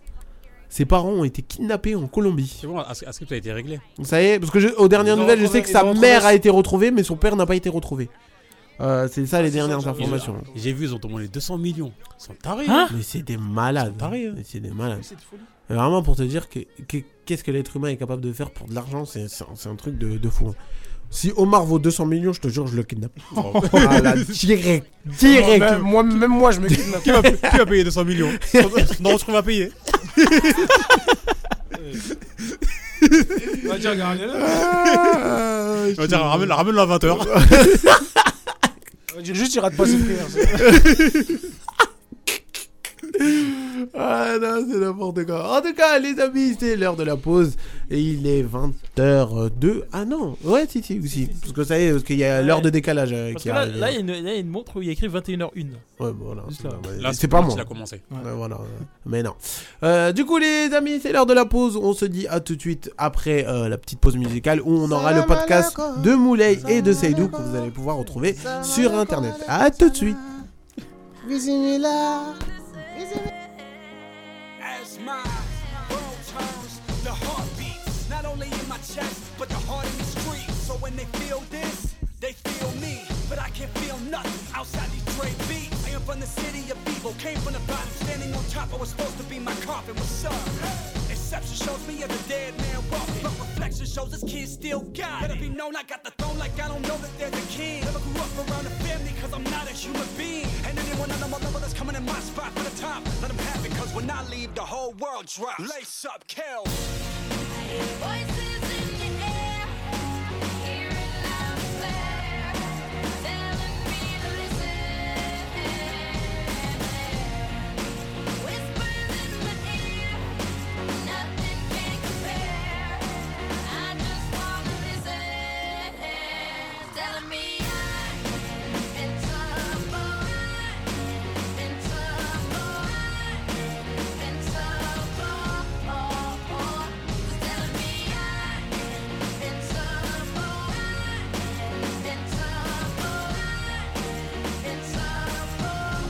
B: ses parents ont été kidnappés en Colombie.
C: C'est bon, est-ce est-ce que ça a été réglé
B: Ça y est, parce que je- aux dernières
F: Ils ont
B: nouvelles, je
F: retrouvé-
B: sais que
F: ils
B: sa
F: ont retrouvé-
B: mère a été retrouvée, mais son père n'a pas été retrouvé. Euh, c'est ça les dernières
F: Ah, ça, ça,
B: informations.
C: J'ai vu, ils ont demandé 200 millions. Ils sont tarés.
D: Hein
B: Mais c'est des malades.
C: Ils sont tarés, eux.
B: Mais C'est des malades.
F: hein. C'est de folie.
B: Et Vraiment pour te dire que que- qu'est-ce que l'être humain est capable de faire pour de l'argent, c'est c'est un- c'est un truc de, de fou. hein. Si Omar vaut 200 millions, je te jure, je le kidnappe.
F: Oh. *laughs*
B: Voilà, direct, direct.
F: Même moi, même moi, je me *laughs* kidnappe.
C: Qui va, qui va payer 200 millions Non, je trouve à payer.
F: Vas-y, regarde-le.
B: Ah,
C: On va dire, ramène, ramène-le à 20h.
F: Juste, il rate pas ses prières. c'est-
B: Ah non, c'est n'importe quoi. En tout cas, les amis, c'est l'heure de la pause. Et il est 20h02. Ah non, ouais, si, si, si. Parce que ça y est, parce qu'il y a l'heure de décalage euh,
D: Parce
B: qui
D: que là,
B: arrive.
D: là, il y a une, là, il y a une montre où il y a écrit 21h01.
B: Ouais, bon, voilà.
D: Juste là.
B: Ouais,
C: Là,
B: c'est pas moi.
C: Il a commencé.
B: Ouais, voilà, ouais. Mais non. Euh, du coup, les amis, c'est l'heure de la pause. On se dit à tout de suite après euh, la petite pause musicale où on aura le podcast de Moulay et de Seydou que vous allez pouvoir retrouver sur internet. À tout de suite.
I: As my world turns, the heart beats not only in my chest, but the heart in the street. So when they feel this, they feel me. But I can't feel nothing outside these Dre beats. I am from the city of evil, came from the bottom, standing on top. I was supposed to be my coffin. What's up? Exception shows me as a dead man walking, but reflection shows this kid still got it. Let it be known I got the throne like I don't know that they're the king. Never grew up around a family cause I'm not a human being. And anyone on the level that's coming in my spot for the top, let them have it cause when I leave, the whole world drops. Lace up, kill.
G: Telling me I'm in trouble, in trouble, in trouble. Telling me I'm in trouble, in trouble, in trouble.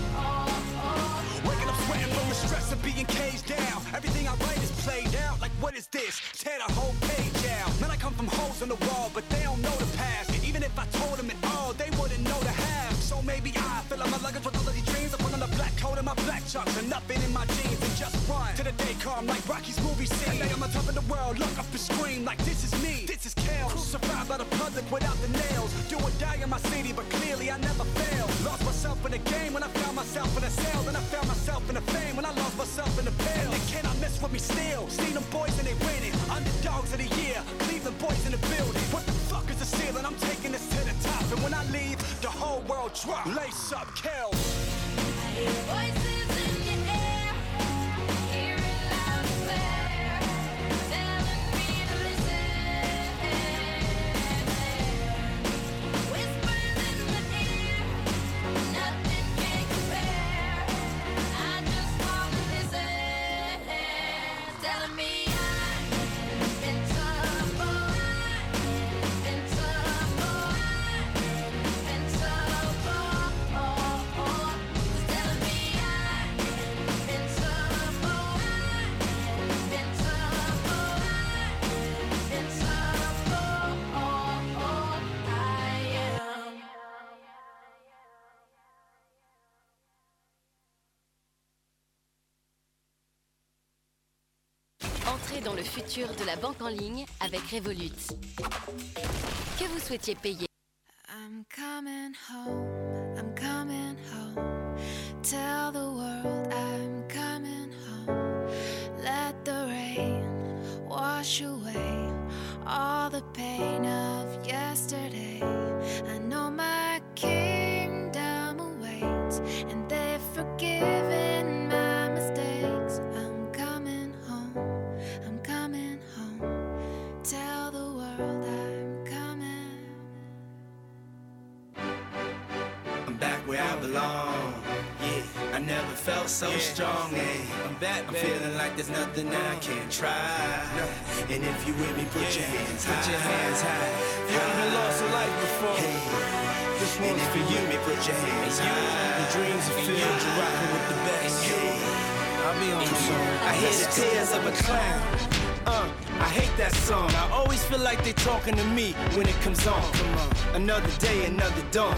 I: Waking up sweating from the stress of being caged down. Everything I write is played out. Like, what is this? Tear the whole page out. Man, I come from holes in the wall, but they don't know the past. Even if I told them it all, they wouldn't know the half. So maybe I fill up my luggage with all of these dreams. I put on a black coat and my black chucks and nothing in my jeans and just run to the day calm like Rocky's movie scene. And now I'm on top of the world, look up and scream like this is me, this is Kale. Crucified by the public without the nails. Do or die in my city, but clearly I never fail. Lost myself in the game when I found myself in a cell. Then I found myself in the fame when I lost myself in the pale. And they cannot mess with me still. See them boys and they winning. Underdogs of the year. Cleveland boys in the building. What the fuck is the ceiling? I'm taking this to the top. And when I leave, the whole world drop. Lace up, kill.
G: Voices in your ear, hear it loud and clear, telling me to listen. Whispers in my ear, nothing
J: Entrez dans le futur de la banque en ligne avec Revolut. Que vous souhaitiez payer
G: I'm coming home, I'm coming home. Tell the world I'm coming home. Let the rain wash away all the pain of yesterday. I know my kingdom awaits, and they've forgiven my mistakes. I'm coming home, I'm coming home. Tell the world I'm coming
K: I'm back where I belong. Yeah, I never felt so strong. Ay. I'm back. I'm feeling like there's nothing I can't try. And if you with me, put your hands put high. your hands high. You haven't lost a life before. and if you with me, put your hands high. Your dreams are filled. You're rocking with the best. I'll be on the I hear the tears of a clown. Uh, I hate that song. I always feel like they talking to me when it comes on. Come on. Another day, another dawn.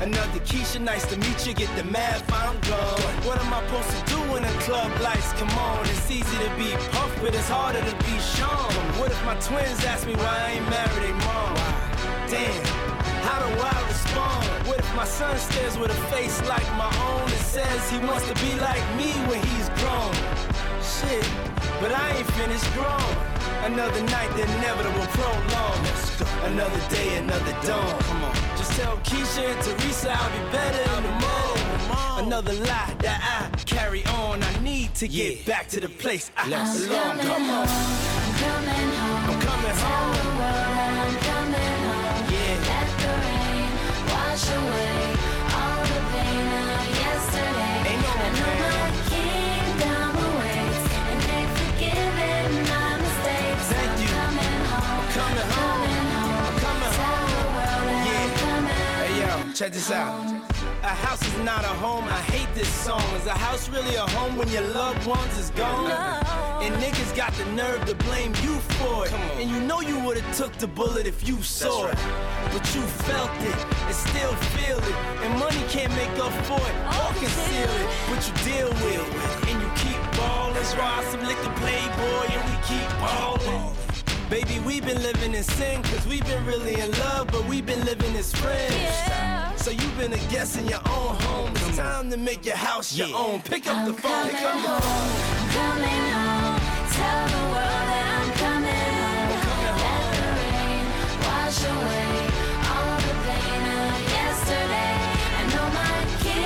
K: Another Keisha, nice to meet you. Get the math, I'm gone. What am I supposed to do when the club lights come on? It's easy to be puffed, but it's harder to be shown. What if my twins ask me why I ain't married a mom? Damn, how do I respond? What if my son stares with a face like my own and says he wants to be like me when he's grown? Shit, but I ain't finished grown. Another night, the inevitable prolong. Another day, another dawn. Come on. Just tell Keisha and Teresa I'll be better in the morning. Another lie that I carry on. I need to get back to the place I belong. Come on.
G: I'm coming home.
K: I'm coming
G: Tell
K: home.
G: the world I'm coming home.
K: Yeah.
G: Let the rain wash away all the pain of yesterday.
K: Ain't no
G: I know
K: pain.
G: my kingdom awaits, and they've forgiven my mistakes.
K: Thank
G: I'm
K: you.
G: coming home.
K: Coming home.
G: Coming home.
K: Coming
G: Tell
K: home.
G: the world I'm
K: Yeah.
G: coming home.
K: Hey yo, check this out. A house is not a home. I hate this song. Is a house really a home when your loved ones is gone? And niggas got the nerve to blame you for it. And you know you would've took the bullet if you saw it. But you felt it and still feel it. And money can't make up for it or conceal it. But you Oh, deal with it and you keep ballin'. Swallow some liquor, playboy, and we keep ballin'. Baby, we've been living in sin, cause we've been really in love, but we've been living as friends. So you've been a guest in your own home. It's time to make your house your own. Pick up the phone,
G: coming
K: pick up the
G: home.
K: phone.
G: I'm coming home. Tell the world that I'm coming home. Let the rain wash away all the pain of yesterday. I know my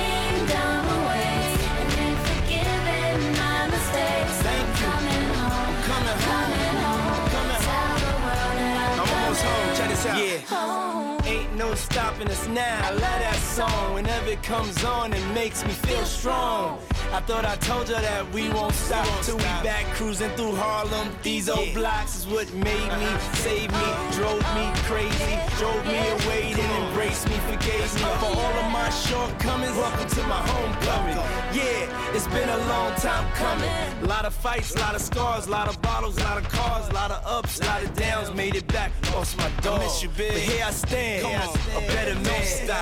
G: kingdom awaits, and they've forgiven my mistakes. I'm coming home.
K: Coming home,
G: Coming home.
K: coming home.
G: Tell the world that I'm
K: I'm almost home, check this out.
G: coming home.
K: Ain't no stopping us now. I love that song. Whenever it comes on, it makes me feel strong. I thought I told you that we won't stop till we back cruising through Harlem. These old blocks is what made me, saved me, drove me crazy, drove me away, then embraced me, forgave me for all of my shortcomings. Welcome to my homecoming. Yeah, it's been a long time coming. Lot of fights, lot of scars, lot of bottles, lot of cars, lot of ups, lot of downs. Made it back, lost my dog. But here I stand, a better man. Stop.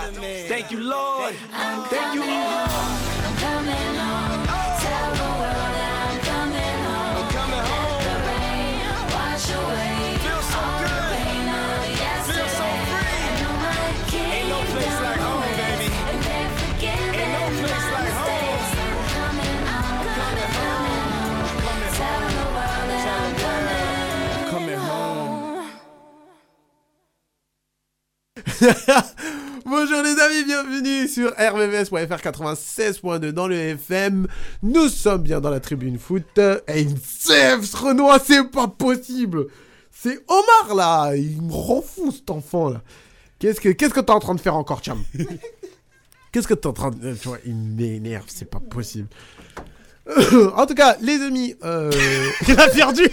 K: Thank you, Lord. Thank you, all.
G: I'm coming home. Tell the world that I'm coming home.
K: I'm coming home.
G: The rain wash away
K: Feel so
G: all the
K: good.
G: pain of
K: Feel so
G: yesterday.
K: free.
G: I know my
K: Ain't no place like
G: kingdom
K: home,
G: awaits,
K: baby.
G: and they've forgiven
K: Ain't no place
G: my
K: like home.
G: mistakes. I'm coming home, coming home. Tell the world that I'm coming home.
B: *laughs* Bonjour les amis, bienvenue sur rvvs.fr 96.2 dans le FM. Nous sommes bien dans la tribune foot. Et une CF, ce Renoir, c'est pas possible. C'est Omar là, il me rend fou cet enfant là. Qu'est-ce que qu'est-ce que t'es en train de faire encore, Cham Qu'est-ce que t'es en train de tu vois, il m'énerve, c'est pas possible. *coughs* en tout cas, les amis,
F: *laughs*
B: euh... *laughs* il a perdu.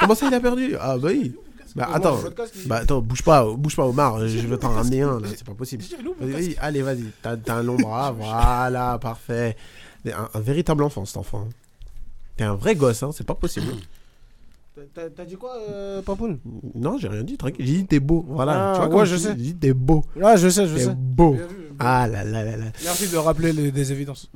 B: Comment ça, il a perdu Ah bah oui. Bah attends, bah attends, bouge pas, bouge pas Omar, je vais t'en ramener un là, c'est pas possible. Vas-y, vas-y, allez, vas-y, t'as t'as un
F: *laughs*
B: long bras, voilà, parfait. Un, un véritable enfant cet enfant. hein. T'es un vrai gosse, hein, c'est pas possible.
F: *coughs* T'as t'as dit quoi, euh, Papoun
B: Non, j'ai rien dit, tranquille. J'ai dit t'es beau,
F: Ah,
B: voilà. tu vois, comme
F: ouais, je
B: dis,
F: sais.
B: J'ai dit t'es beau,
F: Là, je sais, je
B: t'es
F: sais.
B: beau. Ah là là là là.
F: Merci de rappeler les, des évidences.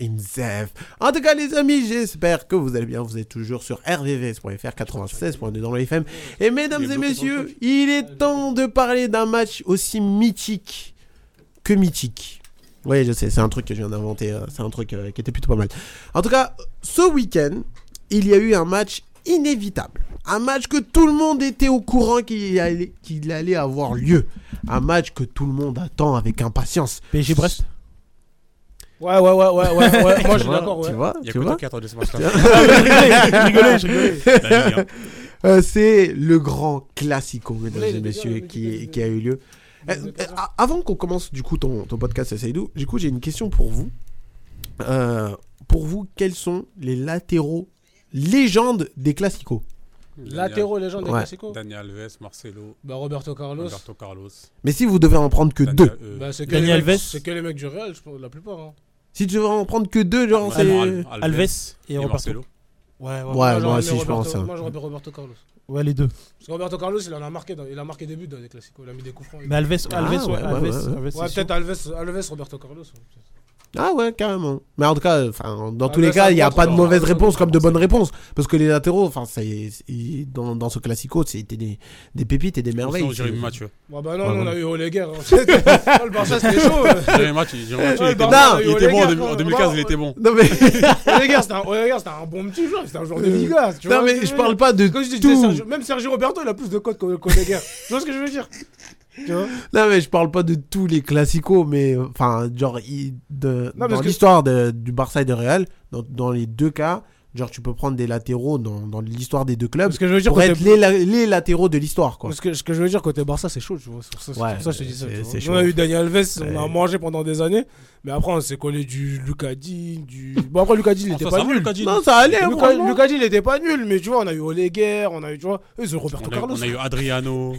B: himself. En tout cas, les amis, j'espère que vous allez bien. Vous êtes toujours sur rvvs.fr 96.2 dans le FM. Et mesdames et messieurs, il est temps de parler d'un match aussi mythique que mythique. Oui, je sais, c'est un truc que je viens d'inventer. euh, c'est un truc euh, qui était plutôt pas mal. En tout cas, ce week-end, il y a eu un match inévitable. Un match que tout le monde était au courant qu'il allait, qu'il allait avoir lieu. Un match que tout le monde attend avec impatience.
D: PSG Brest
F: Ouais, ouais, ouais, ouais, ouais, ouais. *laughs* Moi, Oh, je
B: Tu
F: suis
B: vois,
F: d'accord, ouais.
B: Tu vois,
C: Il y a
B: tu
C: que toi
B: vois
C: qui attendais ce match-là.
D: Je rigolais, je rigolais.
C: La Ligue, hein.
B: *laughs* Euh, c'est le grand classico, mesdames
F: voulez
B: et
F: les
B: messieurs,
F: dégâts,
B: qui,
F: les dégâts,
B: est- qui a eu lieu.
F: Eh,
B: Euh, euh, a- avant qu'on commence du coup ton, ton podcast, Saïdou, du coup j'ai une question pour vous. Euh, pour vous, quels sont les latéraux légendes des classicos
F: Latéraux, légende des
B: Ouais.
F: Classico.
C: Daniel Alves, Marcelo,
F: Bah, Roberto Carlos.
C: Alberto Carlos.
B: Mais si vous devez en prendre que deux,
C: Daniel- euh,
F: Bah, c'est que,
D: Daniel
F: les mecs-
D: Alves.
F: c'est que les mecs du Real, je pense, la plupart. Hein.
B: si tu devais en prendre que deux, genre c'est.
C: Marcelo,
B: Ouais,
C: Al-
D: Alves et
C: et
D: Roberto.
C: Marcelo.
D: Ouais, ouais.
B: moi
F: j'aurais
B: aussi
F: mis
B: je
F: Roberto-
B: pense. hein.
F: Moi, j'aurais mis Roberto Carlos.
D: Ouais, les deux.
F: Parce que Roberto Carlos, il en a marqué, dans- il a marqué des buts dans les classicos. Il a mis des coups francs.
D: Mais Alves,
B: Ah,
D: Alves,
B: ouais,
D: ouais,
B: ouais,
D: Alves,
B: ouais, ouais.
D: Alves, c'est
F: Ouais,
D: sûr.
F: peut-être Alves, Alves, Roberto Carlos. ouais, peut-être.
B: Ah ouais, carrément. Mais en tout cas, enfin, dans tous les
F: bah,
B: cas,
F: ça
B: il n'y a
F: compte,
B: pas de
F: non,
B: mauvaise
F: ça
B: réponse
F: compte,
B: comme de
F: ça compte.
B: bonnes réponses. Parce que les latéraux, enfin, c'est- c'est- dans, dans ce classico, c'était des, des pépites et des merveilles.
C: Sinon, Jérémy
B: C'est-
C: Mathieu.
F: Ouais, bah non,
B: Ouais,
F: nous, on
B: ouais.
F: a eu Oleguer. hein. Oh, le Barça, c'était chaud. euh.
C: Jérémy Mathieu, Jérémy
F: *laughs*
C: Mathieu,
F: Ouais,
C: il était
F: le
C: bon.
F: Barça, on a eu
C: Il était bon en
F: Oleguer,
C: deux- en
F: hein.
C: 2015, il était bon.
B: Non
C: *laughs*
B: mais,
F: Oleguer, c'était un, oh, Oleguer, c'était un bon petit joueur. C'était un joueur de Liga. Tu
B: non,
F: vois
B: mais je parle pas de
F: Quand Euh, je dis,
B: tout.
F: Sergio- même Sergio Roberto, il a plus de codes qu'au- qu'Oleguer. tu vois ce que je veux dire Tu vois
B: Non mais je parle pas de tous les classicos, mais euh, enfin genre il- de,
F: Non, parce
B: dans
F: que-
B: l'histoire de- du Barça et de Real, dans, dans les deux cas, genre tu peux prendre des latéraux dans, dans l'histoire des deux clubs
F: que je veux
B: pour être les, la- les latéraux de l'histoire quoi.
F: Parce que ce que je veux dire côté Barça c'est chaud tu vois sur ça, c'est
B: Ouais,
F: pour ça que je te dis ça
B: c'est-
F: tu vois.
B: c'est
F: Nous, on a
B: chaud.
F: eu Daniel Alves on a
B: Ouais.
F: mangé pendant des années mais après on s'est collé du Lucadi du bon après Lucadi il
C: Ah,
F: était
C: ça,
F: pas
C: ça va,
F: nul
C: Lucas Digne.
B: Non ça allait. hein,
F: Lucas-
B: franchement.
F: Lucadi il était pas nul mais tu vois on a eu Oleguer on a eu tu vois eux, ils ont Roberto
C: On a,
F: Carlos
C: on a eu Adriano.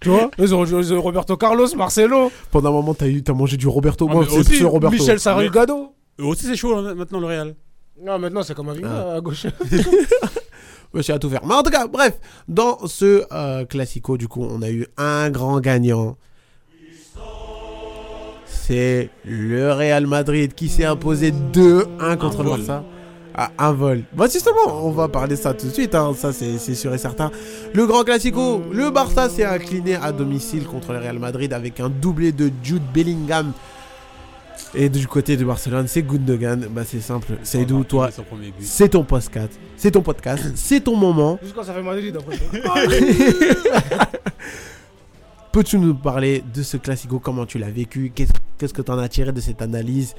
F: tu vois eux, ils ont, ils ont Roberto Carlos Marcelo
B: Pendant un moment t'as eu t'as mangé du Roberto.
C: Ah,
B: Moi
C: mais
B: c'est
C: aussi,
B: ce Roberto.
F: Michel Sarugado
C: Eux aussi, c'est chaud hein, maintenant le Real.
F: non maintenant c'est comme avec
C: Ah.
F: à *laughs* gauche
B: Monsieur à tout faire. Mais en tout cas bref, dans ce euh, classico du coup on a eu un grand gagnant. C'est le Real Madrid qui s'est imposé 2-1 contre le
C: vol.
B: Barça. à un vol. Bah justement, on va parler de ça tout de suite, hein. ça c'est c'est sûr et certain. Le grand classico, le Barça s'est incliné à domicile contre le Real Madrid avec un doublé de Jude Bellingham. Et du côté de Barcelone, c'est Gundogan, bah c'est simple, c'est d'où toi
C: Son premier but.
B: c'est ton podcast, c'est ton podcast, c'est ton moment.
F: juste quand ça fait Madrid après
B: Peux-tu nous parler de ce classico, comment tu l'as vécu, qu'est-ce qu'est-ce que tu en as tiré de cette analyse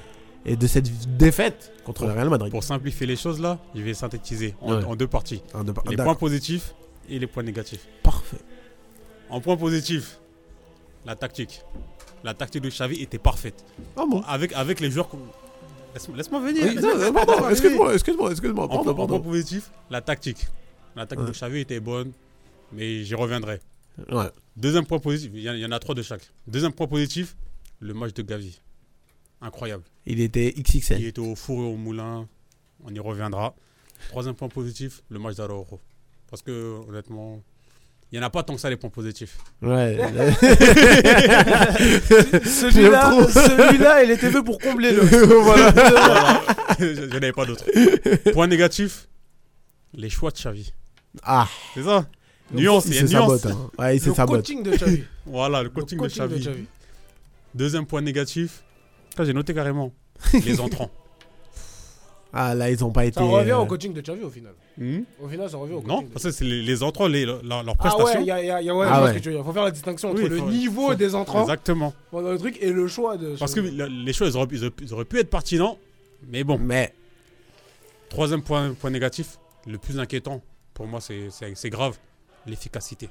B: et de cette défaite contre le Real Madrid
C: Pour simplifier les choses là, je vais synthétiser en,
B: Ouais.
C: en deux parties.
B: Un, deux,
C: Les
B: d'accord,
C: points positifs et les points négatifs.
B: Parfait.
C: En point positif, la tactique. La tactique de Xavi était parfaite.
B: Ah bon
C: Avec, avec les joueurs. qu'on- Laisse- Laisse-moi venir.
B: Oui, non, non, pardon, excuse-moi, excuse-moi, excuse-moi,
C: En
B: pardon,
C: point- en point
B: pardon.
C: positif, la tactique. La tactique
B: Ouais.
C: de Xavi était bonne, mais j'y reviendrai.
B: Ouais.
C: Deuxième point positif, il y, en- il y en a trois de chaque. Deuxième point positif, le match de Gavi. Incroyable.
B: Il était
C: Il
B: XXL.
C: était au four et au moulin. On y reviendra. Troisième point positif, le match d'Araujo. Parce que honnêtement, il n'y en a pas tant que ça les points positifs.
F: *laughs*
B: Ouais. *laughs*
F: celui-là
B: J'aime trop.
F: celui-là il était fait pour combler le
B: *laughs* voilà.
F: *laughs*
C: Voilà. *laughs* je je n'avais pas d'autre. Point négatif, les choix de Xavi.
B: Ah,
C: C'est ça Nuance,
B: il
C: il y a
B: se
C: une nuance.
B: sabote. hein. Ouais, il se
F: le
B: sabote.
F: coaching de
C: *laughs*
F: Xavi
C: Voilà, le
F: Le
C: coaching, de Xavi. Deuxième point négatif, putain, j'ai
B: *laughs*
C: noté carrément, les entrants.
B: Ah, là, ils ont pas été.
F: ça revient
B: euh,
F: au coaching de Xavi au final
B: Hmm?
F: au final ça revient au
C: Non,
F: coaching de
C: parce que c'est les, les entrants, les, leur- leur, leur
F: Ah ouais,
C: prestation.
F: il y a, y a- y a- ouais,
B: Ah
F: je vois ce
B: ouais.
F: que tu veux dire. faut faire la distinction entre
C: Oui,
F: le
C: faut-
F: niveau des entrants
C: Exactement.
F: pendant le truc et le choix de.
C: Parce que le- les choses, ils auraient, pu- ils auraient pu- ils auraient pu être pertinents, mais bon.
B: Mais.
C: Troisième point, point négatif, le plus inquiétant, pour moi, c'est- c'est c'est grave, l'efficacité.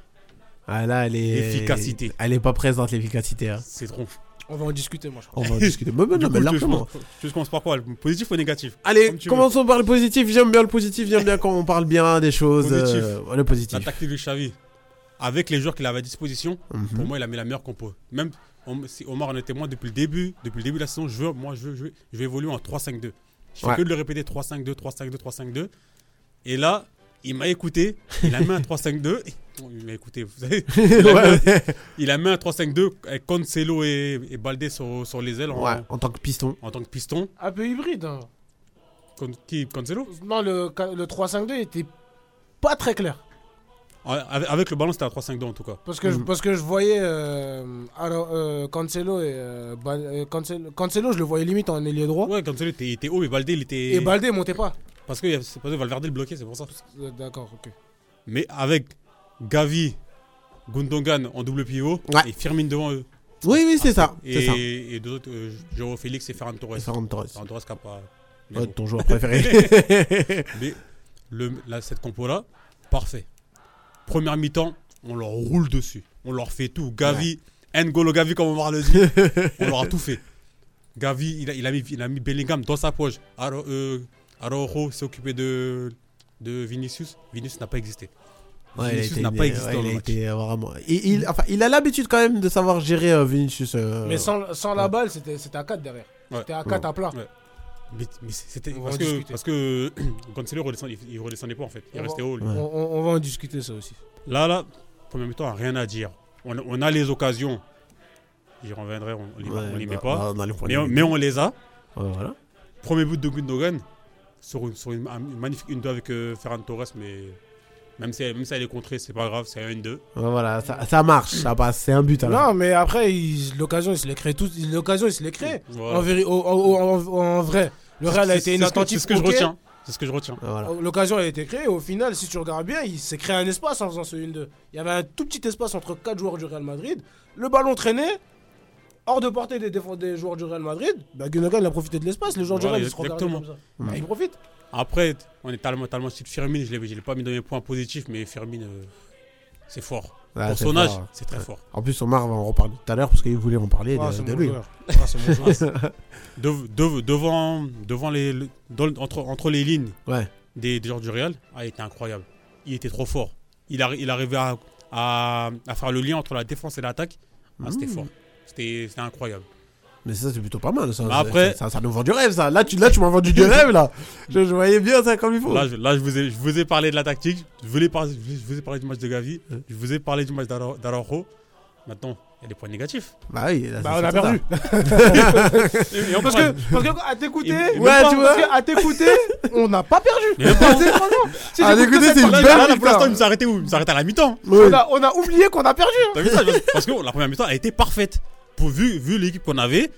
B: Ah, là, elle est.
C: L'efficacité.
B: Elle est pas présente, l'efficacité. hein.
C: C'est trop.
F: on va en discuter, moi je crois.
B: On va en discuter. Mais, mais
C: *laughs* Du
B: non,
C: coup,
B: mais
C: je-
B: largement.
C: je- Je commence par quoi le Positif ou négatif
B: Allez,
C: Comme tu veux.
B: commençons par le positif. J'aime bien le positif. J'aime bien quand on parle bien des choses.
C: Positif.
B: euh, ouais, le
C: La
B: positif.
C: tactique de Xavi, avec les joueurs qu'il avait à disposition,
B: Mhm.
C: Pour moi, il a mis la meilleure compo. Même on- si Omar en est témoin depuis le début, depuis le début de la saison, je veux, moi, je veux, je veux- je veux évoluer en 3-5-2. Je fais
B: Ouais.
C: que de le répéter 3-5-2, 3-5-2, 3-5-2. Et là, Il m'a écouté, il a mis un 3-5-2. Bon, Il m'a écouté,
B: *laughs*
C: vous savez. Il a, mis,
B: ouais,
C: il a mis un 3-5-2 avec Cancelo et, et Baldé sur, sur les ailes en,
B: Ouais, en tant que piston.
C: en tant que piston.
F: Un peu hybride. hein.
C: Con- qui Cancelo
F: Non, le, le 3-5-2 était pas très clair.
C: Ouais, Avec, avec le ballon, c'était un 3-5-2 en tout cas.
F: Parce que, je, parce que je voyais euh, alors, euh, Cancelo et euh, Bal- euh, Cancelo, Cancelo, je le voyais limite en ailier
B: Oh.
F: droit.
C: Ouais, Cancelo était, était haut, mais Baldé, il était.
F: Et Baldé montait pas.
C: Parce que c'est parce que Valverde le bloquait, c'est pour ça.
F: Euh, D'accord, ok.
C: Mais avec Gavi, Gundogan en double pivot
B: Ouais.
C: et Firmine devant eux.
B: Oui, oui, c'est ça. C'est
C: Et,
B: ça.
C: et deux autres, euh, Jérôme Félix et Ferran Torres.
B: Et Ferran Torres.
C: Ferran Torres qui a pas. mais
B: Ouais,
C: bon.
B: ton joueur
C: *laughs*
B: préféré.
C: Mais le, là, cette compo-là, parfait. Première mi-temps, on leur roule dessus. On leur fait tout. Gavi, N'Golo Gavi, comme on le
B: *laughs*
C: dit, on leur a tout fait. Gavi, il a, il a mis, il a mis Bellingham dans sa poche. Aro- euh, Araujo s'est occupé de, de Vinicius. Vinicius n'a pas existé.
B: Ouais, il a
C: Vinicius
B: été-
C: n'a pas existé
B: ouais,
C: dans
B: il
C: le
B: a
C: match.
B: été, euh, vraiment- il- il- enfin, il a l'habitude quand même de savoir gérer euh, Vinicius. euh,
F: Mais sans, sans la
B: ouais.
F: balle, c'était c'était à 4 derrière.
C: Ouais.
F: C'était à 4 à plat.
C: Ouais. Mais, mais c'était
F: On va
C: parce
F: en
C: que,
F: discuter. Ah
C: parce que *clears throat* Cancelo redescend, il, il redescendait pas en fait.
F: On
C: Il
F: va-
C: restait haut. lui.
B: Ouais.
F: On, on- on va en discuter ça aussi.
C: Là, là, première mi-temps, rien à dire. On, a- on a les occasions. J'y reviendrai, on, on les,
B: ouais,
C: on les
B: bah,
C: met pas.
B: bah, on a les points
C: mais,
B: de
C: on,
B: vue.
C: mais on les a.
B: Ouais, voilà.
C: Premier but de Gundogan sur une, sur une- une magnifique 1-2 avec euh, Ferran Torres, mais même si, même si elle est contrée, c'est pas grave, c'est un 1-2.
B: Ouais, voilà, ça, ça marche, ça passe, c'est un but. à la fin.
F: Non, mais après, il- l'occasion, il se l'est créé. tout- il- L'occasion, il se l'est créé.
C: Voilà.
F: En, véri- au- au- au- en- en vrai, Eh, le Real a
C: C'est-
F: été
C: c'est ce que-
F: inattentif.
C: C'est ce que je
F: ok.
C: retiens. C'est ce que je retiens.
B: Ouais, voilà.
F: L'occasion a été créée. Au final, si tu regardes bien, il s'est créé un espace en faisant ce 1-2. Il y avait un tout petit espace entre 4 joueurs du Real Madrid. Le ballon traînait. Hors de portée des, défenses des joueurs du Real Madrid, bah Gundogan il a profité de l'espace. Les joueurs
C: Voilà,
F: du Real ils se regardaient
C: exactement.
F: comme ça. Bah, ils profitent.
C: Après, on est tellement, tellement sur Firmine, je ne l'ai pas mis dans mes points positifs, mais Firmine, euh, c'est fort.
B: Ouais,
C: Pour
B: Ah, c'est
C: son
B: fort,
C: âge,
B: ouais.
C: c'est très fort.
B: En plus, Omar va en reparler tout à l'heure parce qu'il voulait en parler
F: Ah,
B: de,
F: c'est
B: de
F: mon
B: lui.
F: joueur. Ah, c'est mon
B: *laughs*
F: joueur.
C: De- de- devant, devant les, le- dans le- entre, entre les lignes
B: Ouais.
C: des, des joueurs du Real, ah, il était incroyable. Il était trop fort. Il, arri- il arrivait à, à- à faire le lien entre la défense et l'attaque.
B: Mmh.
C: Ah, C'était fort. C'était c'était incroyable.
B: Mais ça, c'est plutôt pas mal. Ça,
C: Bah, après-
B: ça, ça, ça nous vend du rêve, ça. Là, tu, là, tu m'as vendu
C: *laughs*
B: du rêve, là. Je, je voyais bien ça comme il faut.
C: Là, je, là, je vous ai, je vous ai parlé de la tactique. Je, voulais par- je vous ai parlé du match de Gavi.
B: Ouais.
C: Je vous ai parlé du match d'Ara- d'Araujo. Maintenant, il y a des
F: *laughs*
C: points négatifs.
B: Bah oui, là,
F: Bah, on
B: c'est
F: a
B: certain.
F: perdu.
C: Et on
F: Parce
C: prend-
F: que, parce que à t'écouter,
C: Et- et
B: Ouais,
F: parce
B: tu
F: que
B: vois.
C: ah,
F: à t'écouter, on n'a pas perdu.
C: Mais même pas.
F: C'est vraiment- si
B: Ah,
F: j'écoute
B: d'écouter,
F: cette
B: c'est une
F: partie-
B: belle
C: Là, là, pour
B: victoire.
C: l'instant, il me s'arrêtait où Il me s'arrêtait à la mi-temps.
B: Oui.
F: on, a, on a oublié qu'on a perdu. hein.
C: T'as vu ça Parce- Parce que la première mi-temps a été parfaite. Pour, vu vu l'équipe qu'on avait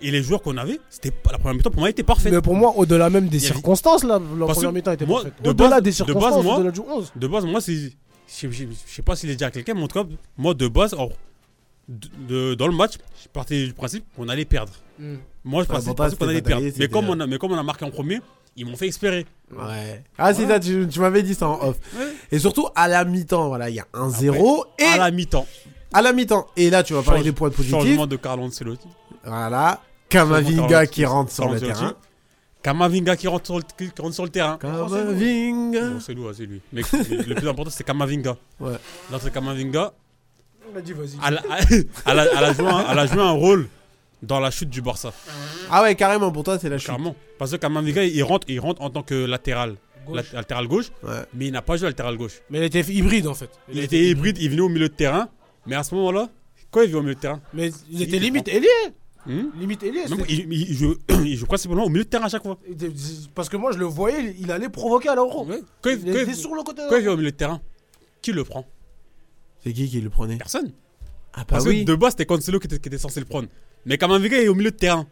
C: et les joueurs qu'on avait, c'était pas- la première mi-temps pour moi était parfaite.
F: Mais pour moi, au-delà même des
C: Il y avait-
F: circonstances, là, la
C: Parce que
F: première mi-temps était
C: moi,
F: parfaite.
C: de
F: Au-delà
C: base-
F: des
C: de
F: circonstances,
C: base, moi-
F: au-delà du 11.
C: De base, moi, c'est. Je je- je sais pas s'il est déjà à quelqu'un, mais en tout cas, moi, de base, en- de- de- dans le match, je partais du principe qu'on allait perdre. Moi, je
B: Ah,
C: partais
B: bon,
C: du principe
B: c'était
C: qu'on allait
B: pas
C: perdre.
B: taillé,
C: Mais
B: c'était-
C: comme, on a, mais comme on a marqué en premier, ils m'ont fait espérer.
B: Ouais. Ah, c'est ça, tu, tu m'avais dit ça en off. Et surtout, à la mi-temps, voilà, il y a 1-0 et
C: À la mi-temps.
B: à la mi-temps. Et là, tu vas parler
C: Change-
B: des points positifs.
C: Changement de Carlo Ancelotti.
B: Voilà.
C: Changement de
B: Kamavinga
C: Carlo-
B: qui rentre sur
C: Carlo
B: le
C: Ancelotti.
B: terrain.
C: Kamavinga qui rentre sur le, qui rentre sur le terrain.
B: Kamavinga.
C: Bon, c'est lui, ouais, c'est lui. Mais *laughs* le le plus important, c'est Kamavinga.
B: Hein Ouais.
C: L'entrée Kamavinga,
F: On a dit, vas-y.
C: elle, elle- elle a, *laughs* elle a joué un, elle a joué un rôle dans la chute du Barça.
B: Ah ouais, carrément, pour toi, c'est la chute.
C: Clairement. Parce que Kamavinga, il rentre, il rentre en tant que latéral.
F: Gauche.
C: Lat- Latéral gauche.
B: Ouais.
C: Mais il n'a pas joué latéral gauche.
F: Mais elle était hybride en fait.
C: Il était hybride, il venait au milieu de terrain. Mais à ce moment-là, quand il vient au milieu de terrain,
F: Mais il
C: Il-
F: était limite ailier.
C: Hmm
F: Limite ailier.
C: même,
F: c'était-
C: il, il- il joue, *coughs* il joue principalement au milieu de terrain à chaque fois.
F: il était- Parce que moi, je le voyais, il- il allait provoquer à l'euro.
C: Ouais. Quand, il,
F: Oh, Il
C: quand il-
F: était sur le côté.
C: quand il vient au milieu de terrain, qui le prend
B: C'est qui qui le prenait
C: Personne.
B: Ah, bah
C: Parce
B: oui.
C: que de base, c'était Cancelo qui était, qui était censé le prendre. Mais Kamavinga est au milieu de terrain.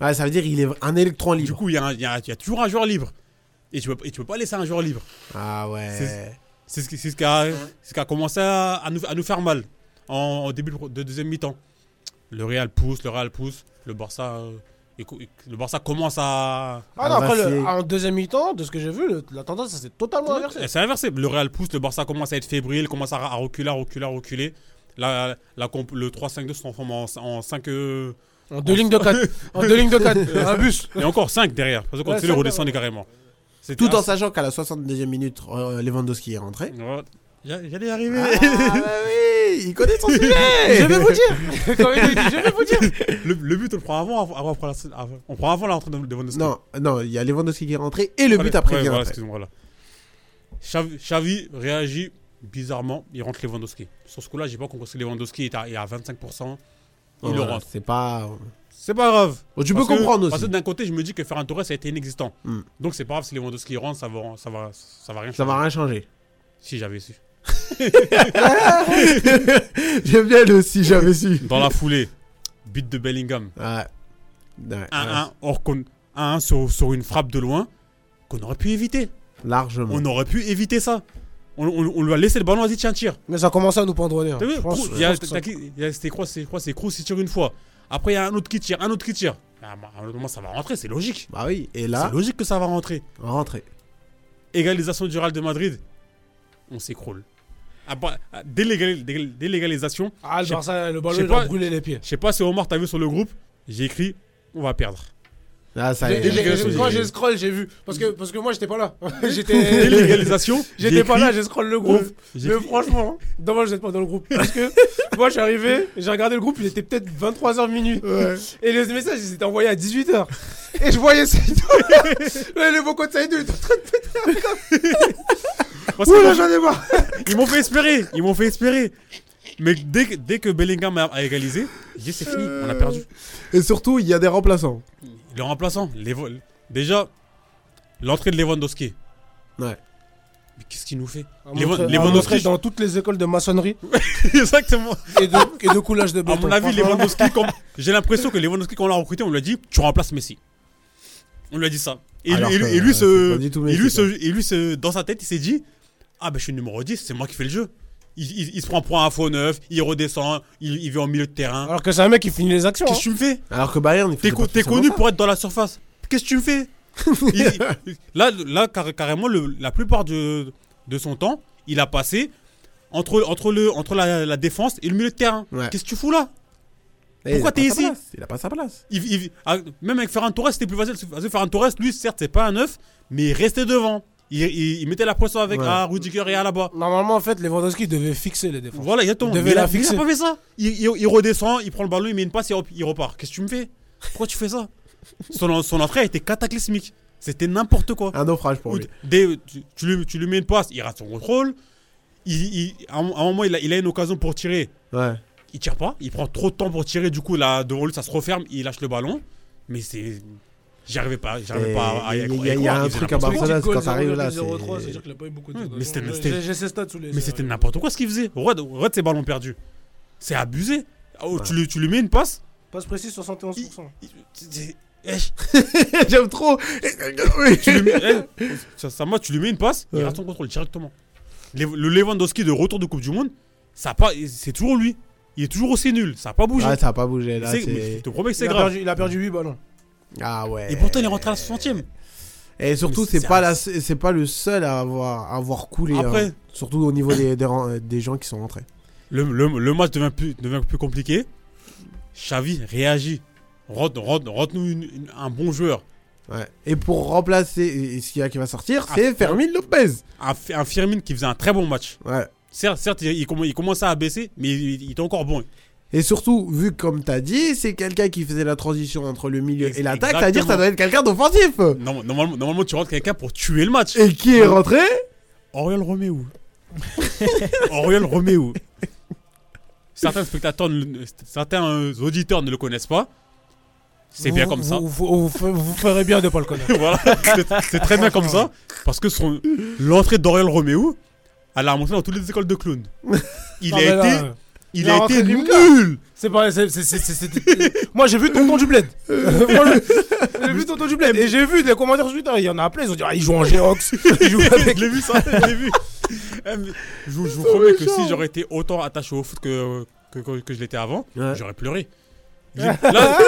B: Ouais, ça veut dire il est un électron
C: Du
B: libre.
C: coup, il y, a un- il y a- il y a toujours un joueur libre. Et tu peux, et tu peux pas laisser un joueur libre.
B: Ah ouais.
C: C'est- C'est ce qui c'est ce qui a, c'est ce qui a commencé à, à nous, à nous faire mal en, en début de, de deuxième mi-temps. Le Real pousse, le Real pousse, le Barça, euh, il co- il- le Barça commence à.
F: Ah non, après, le-
B: Vaciller.
F: en deuxième mi-temps, de ce que j'ai vu, le- la tendance, ça s'est totalement inversée.
C: C'est inversé. Le Real pousse, le Barça commence à être fébrile, commence à, à reculer, à reculer, à reculer. La, la comp- le 3-5-2 se transforme en, en 5. euh,
F: En deux lignes de
C: *laughs*
F: 4. En deux lignes de 4. Un bus.
C: et encore 5 derrière. Parce que
F: Ouais,
C: quand
F: cinq
C: redescendait carrément. C'était
B: Tout en
C: assez-
B: sachant qu'à la 62e minute, euh, Lewandowski est rentré.
C: Ouais. J'a- J'allais y arriver.
B: Ah
C: *laughs*
B: bah oui, il connaît son sujet.
F: Je vais vous dire. Quand il dit, je vais vous dire.
C: Le, le but, on le prend avant. avant- avant- après la- avant- on prend avant la rentrée de, de Van de Sar.
B: Non, non, il y a Lewandowski qui est rentré et le
C: Allez,
B: but après
C: Ah, ouais,
B: vient
C: voilà,
B: après.
C: excuse-moi, voilà. Xavi, Xavi réagit bizarrement, il rentre Lewandowski. Sur ce coup-là, j'ai pas compris parce que Lewandowski est à, est à 25%. Il le rentre.
B: C'est pas.
C: C'est pas grave.
B: Bon, tu
C: Parce
B: peux
C: que-
B: comprendre
C: Parce
B: aussi.
C: que d'un côté, je me dis que Ferran Torres a été inexistant.
B: Hmm.
C: Donc c'est pas grave si Lewandowski rentre, ça va, ça va, ça va rien
B: Ça va
C: changer.
B: rien
C: *laughs*
B: changer.
C: Si j'avais su.
B: J'aime bien le si j'avais su.
C: Dans la foulée, but de Bellingham.
B: Ouais. Ouais,
C: 1-1 hors con- 1-1 sur, sur une frappe de loin qu'on aurait pu éviter.
B: Largement.
C: On aurait pu éviter ça. On, on- on lui a laissé le ballon, vas-y, tiens, tire.
F: Mais ça commence à nous pendronner. hein.
C: T'as vu
F: Je pense-
C: Cruz,
F: je
C: il y a-
F: pense que ça-
C: t'as qui- il y a- C'était quoi C'est quoi C'est Kroos, il tire une fois. Après, il y a un autre qui tire, un autre qui tire. Ah, bah, À un autre moment, ça va rentrer, c'est logique.
B: Bah oui, et
F: Ah.
C: C'est
B: là,
C: logique que ça va rentrer.
B: rentrée.
C: Égalisation du Real de Madrid, on s'écroule. Ah, bah, ah, Dès l'égal- dès- dès l'égalisation,
F: Ah,
C: Je
F: le
C: sais-
F: Barça, le ballon,
C: je sais
F: il leur
C: pas-
F: brûlait les pieds.
C: je sais pas si Omar t'as vu sur le groupe, j'ai écrit on
F: *laughs*
C: va perdre.
B: Là, ça y
F: J'ai- j'ai-
B: est.
C: j'ai-
F: j'ai- Quand
C: j'ai-
F: j'ai scroll, j'ai vu. Parce que, parce que moi, j'étais pas là. *laughs*
C: Dès
F: j'étais
C: l'égalisation, j'ai
F: *laughs* j'étais pas
C: écrit,
F: là, j'ai scroll le
C: on-
F: groupe.
C: j'ai
F: Mais
C: écrit-
F: *laughs* franchement, dommage d'être pas dans le groupe. Parce que *laughs* moi, je suis arrivé, j'ai regardé le groupe, il était peut-être 23h minuit. Et les messages, ils étaient envoyés à 18h. Et je voyais *laughs* Saïdou. là. le beau code Saïdou, il était en train de
C: parce que-
F: Ouh, là, j'en ai marre.
C: Ils m'ont fait espérer, ils m'ont fait espérer. Mais dès que, dès que Bellingham a, a égalisé, j'ai dit, c'est fini, on a perdu.
B: Et surtout, il y a des remplaçants.
C: Le remplaçant, Levo- déjà, l'entrée de Lewandowski.
B: Ouais.
C: Mais qu'est-ce qu'il nous fait
F: Levan-
C: Levan-
F: Lewandowski
C: Lewandowski,
F: dans toutes les écoles de maçonnerie
C: *laughs* exactement.
F: et de, et de coulage de
C: À
F: béton.
C: mon avis,
F: Franchement,
C: Lewandowski, comme- j'ai l'impression que Lewandowski, quand on l'a recruté, on lui a dit Tu remplaces Messi. On lui a dit ça. Et, lui-
B: Alors
C: et lui-
B: que,
C: et lui,
B: euh, c'est
C: se,
B: pas du tout
C: et
B: Messi,
C: lui, se- et lui se- dans sa tête, il s'est dit Ah, ben je suis numéro 10, c'est moi qui fais le jeu. Il, il- il se prend pour un faux neuf, il redescend, il, il vient au milieu de terrain.
F: Alors que c'est un mec qui finit les actions.
C: Qu'est-ce
F: hein.
C: que tu me fais
B: Alors que Bayern, il
C: T'es
B: faisait
C: con-
B: pas
C: t'es
B: forcément
C: connu
B: ça.
C: pour être dans la surface. Qu'est-ce que tu me
B: *laughs*
C: fais Il- il- Là, là carré- carrément, le- la plupart de, de son temps, il a passé entre, entre, le, entre la, la défense et le milieu de terrain.
B: Ouais.
C: Qu'est-ce que tu fous là
B: Eh, il
C: Pourquoi
B: a
C: t'es
B: pas sa
C: ici
B: place, Il a pas sa place.
C: Il- il- ah, Même avec Ferran Torres, c'était plus facile. Parce que Ferran Torres, lui, certes, c'est pas un neuf, mais il restait devant. Il, il- il mettait la pression avec
B: Ouais.
C: ah, Rudiger et là-bas.
F: Normalement, en fait, Lewandowski devait fixer les défenses.
C: Voilà, exactement.
F: Il devait
C: Mais il
F: la
C: a- mais il a
F: fixer.
C: pas fait ça. Il, il- il redescend, il prend le ballon, il met une passe, il rep- il repart. Qu'est-ce que tu me fais Pourquoi tu fais ça son, son entrée a été cataclysmique. C'était n'importe quoi.
B: Un naufrage pour
C: Ou
B: lui.
C: dès- tu, tu lui, tu lui mets une passe, il rate son contrôle. Il, il- à un à un moment, il a, il a une occasion pour tirer.
B: Ouais.
C: Il tire pas. Il prend trop de temps pour tirer. Du coup, là, devant lui, ça se referme. Il lâche le ballon. Mais c'est. J'y arrivais pas. J'y arrivais
B: Et
C: pas à- à y
B: il y a-
C: croire.
B: il y a- il y a un
C: Il faisait
B: truc à
C: n'importe
B: Barcelone. Barcelona,
C: quoi.
F: Petit goal,
B: quand t'arrives là,
F: 0,03,
B: c'est-
F: c'est-à-dire qu'il a pas eu beaucoup de
C: Ouais,
F: tirs.
C: Mmh, mais c'était-
F: J'ai-
C: c'était-
F: J'ai ses stats sous les
C: Mais c'était n'importe quoi ce qu'il faisait. Regarde, regarde ces ballons perdus. C'est abusé. Oh, tu, lui, tu lui mets une passe.
F: Passe précise 71%.
C: il- c'est- eh,
B: J'aime trop.
C: tu lui mets- eh, ça, ça, moi, tu lui mets une passe, il
B: Ouais.
C: rate son contrôle directement. Le, le Lewandowski de retour de Coupe du Monde, ça a pas, c'est toujours lui. Il est toujours aussi nul, ça a pas bougé.
B: Ah, ça a pas bougé là.
C: C'est- mais
B: c'est-
C: je te promets que c'est
F: Il a
C: grave.
F: perdu- Il a perdu 8 ballons.
B: Ah ouais.
C: Et pourtant, il est rentré à la 60ème.
B: Et surtout,
C: Mais
B: c'est
C: c'est
B: pas
C: un-
B: la, c'est pas le seul à avoir, à avoir coulé.
C: Après-
B: hein. Surtout au niveau des, des, ren- des gens qui sont rentrés.
C: Le, le- le match devient plus, devient plus compliqué. Xavi réagit. Rentre, rentre- rentre-nous une- une- un bon joueur.
B: Ouais. Et pour remplacer, et- et ce qu'il y a qui va sortir,
C: Ah,
B: c'est Fermin Lopez.
C: Un, F- un Firmin qui faisait un très bon match.
B: Ouais.
C: Certes, certes, il, il comm- il commençait à baisser, mais il, il- il était encore bon.
B: Et surtout, vu que, comme t'as dit, c'est quelqu'un qui faisait la transition entre le milieu et
C: Ex-
B: l'attaque, ça veut dire que ça
C: exactement.
B: doit être quelqu'un d'offensif.
C: Norm- Normalement, normalement, tu rentres quelqu'un pour tuer le match.
B: Et qui est rentré
C: Oriol *laughs* Roméo. Oriol Roméo. Certains spectateurs, ne le- certains euh, auditeurs ne le connaissent pas. C'est bien
F: Vous-
C: comme ça.
F: Vous, vous, vous- vous ferez bien de pas le connaître.
C: *laughs* voilà, c'est- c'est très bien comme ça. Parce que son- l'entrée d'Oriol Roméo, elle a remonté dans toutes les écoles
F: *laughs*
C: de clowns. *laughs* Il
F: Non,
C: a
F: mais
C: été,
F: là, euh,
C: il
F: la
C: a
F: rentrée
C: été
F: du Lucas.
C: nul.
F: C'est pas. c'est- c'est- c'est- c'est- c'est- Moi j'ai vu tonton du
C: *laughs*
F: bled. Moi, j'ai- J'ai vu tonton du bled. Et j'ai vu des commentaires sur Twitter. Il y en a appelé. Ils ont dit Ah, il joue en
C: *laughs*
F: Géox. Il joue avec.
C: je l'ai vu ça, je l'ai vu. *laughs* Eh, mais Je, vous- je vous promets que si j'aurais été autant attaché au foot que, que, que, que je l'étais avant,
B: Ouais.
F: *laughs*
C: j'aurais pleuré. Là,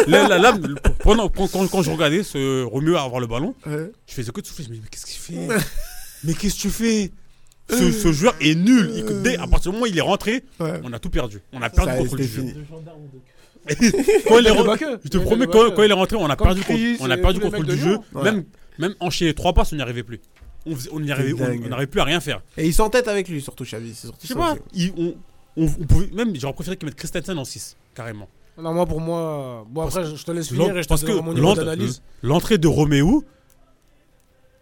C: là, là, là, pendant- quand, quand- quand je regardais ce Roméo avoir le ballon, je faisais que de souffler. Je me disais, mais qu'est-ce qu'il fait Mais qu'est-ce que tu fais ce, ce joueur est nul.
F: Euh.
C: Il- dès, à partir du moment où il est rentré,
B: Ouais.
C: on a tout perdu. On a
B: Ça,
C: perdu le contrôle
B: c'était
C: du jeu. *laughs*
B: fini.
C: Quand il est
F: Il y a
C: rentré-
F: pas que.
C: je te
F: Il y a
C: promets,
F: pas
C: quand,
F: que.
C: quand il est rentré, on a
F: Quand
C: perdu, le
F: Chris,
C: contrôle- on a
F: euh,
C: perdu le
F: tous les
C: contrôle
F: mecs
C: du
F: de
C: jeu.
F: Lyon.
B: Voilà.
C: Même, même enchaîner trois passes, on n'y arrivait plus. On faisait- on n'y arrivait- on-
B: dingue.
C: on n'arrivait plus à rien faire.
B: Et il s'entête avec lui, surtout Xavi. C'est surtout
C: Je sais
B: ça
C: pas.
B: aussi.
C: il- on, on- on pouvait, même, j'aurais préféré qu'ils mettent Christensen en 6, carrément.
F: Non, moi pour moi. Bon, après, je je te laisse finir et je te
C: parce que
F: donnerai mon niveau
C: l'entre-
F: d'analyse.
C: l'entrée de Roméo,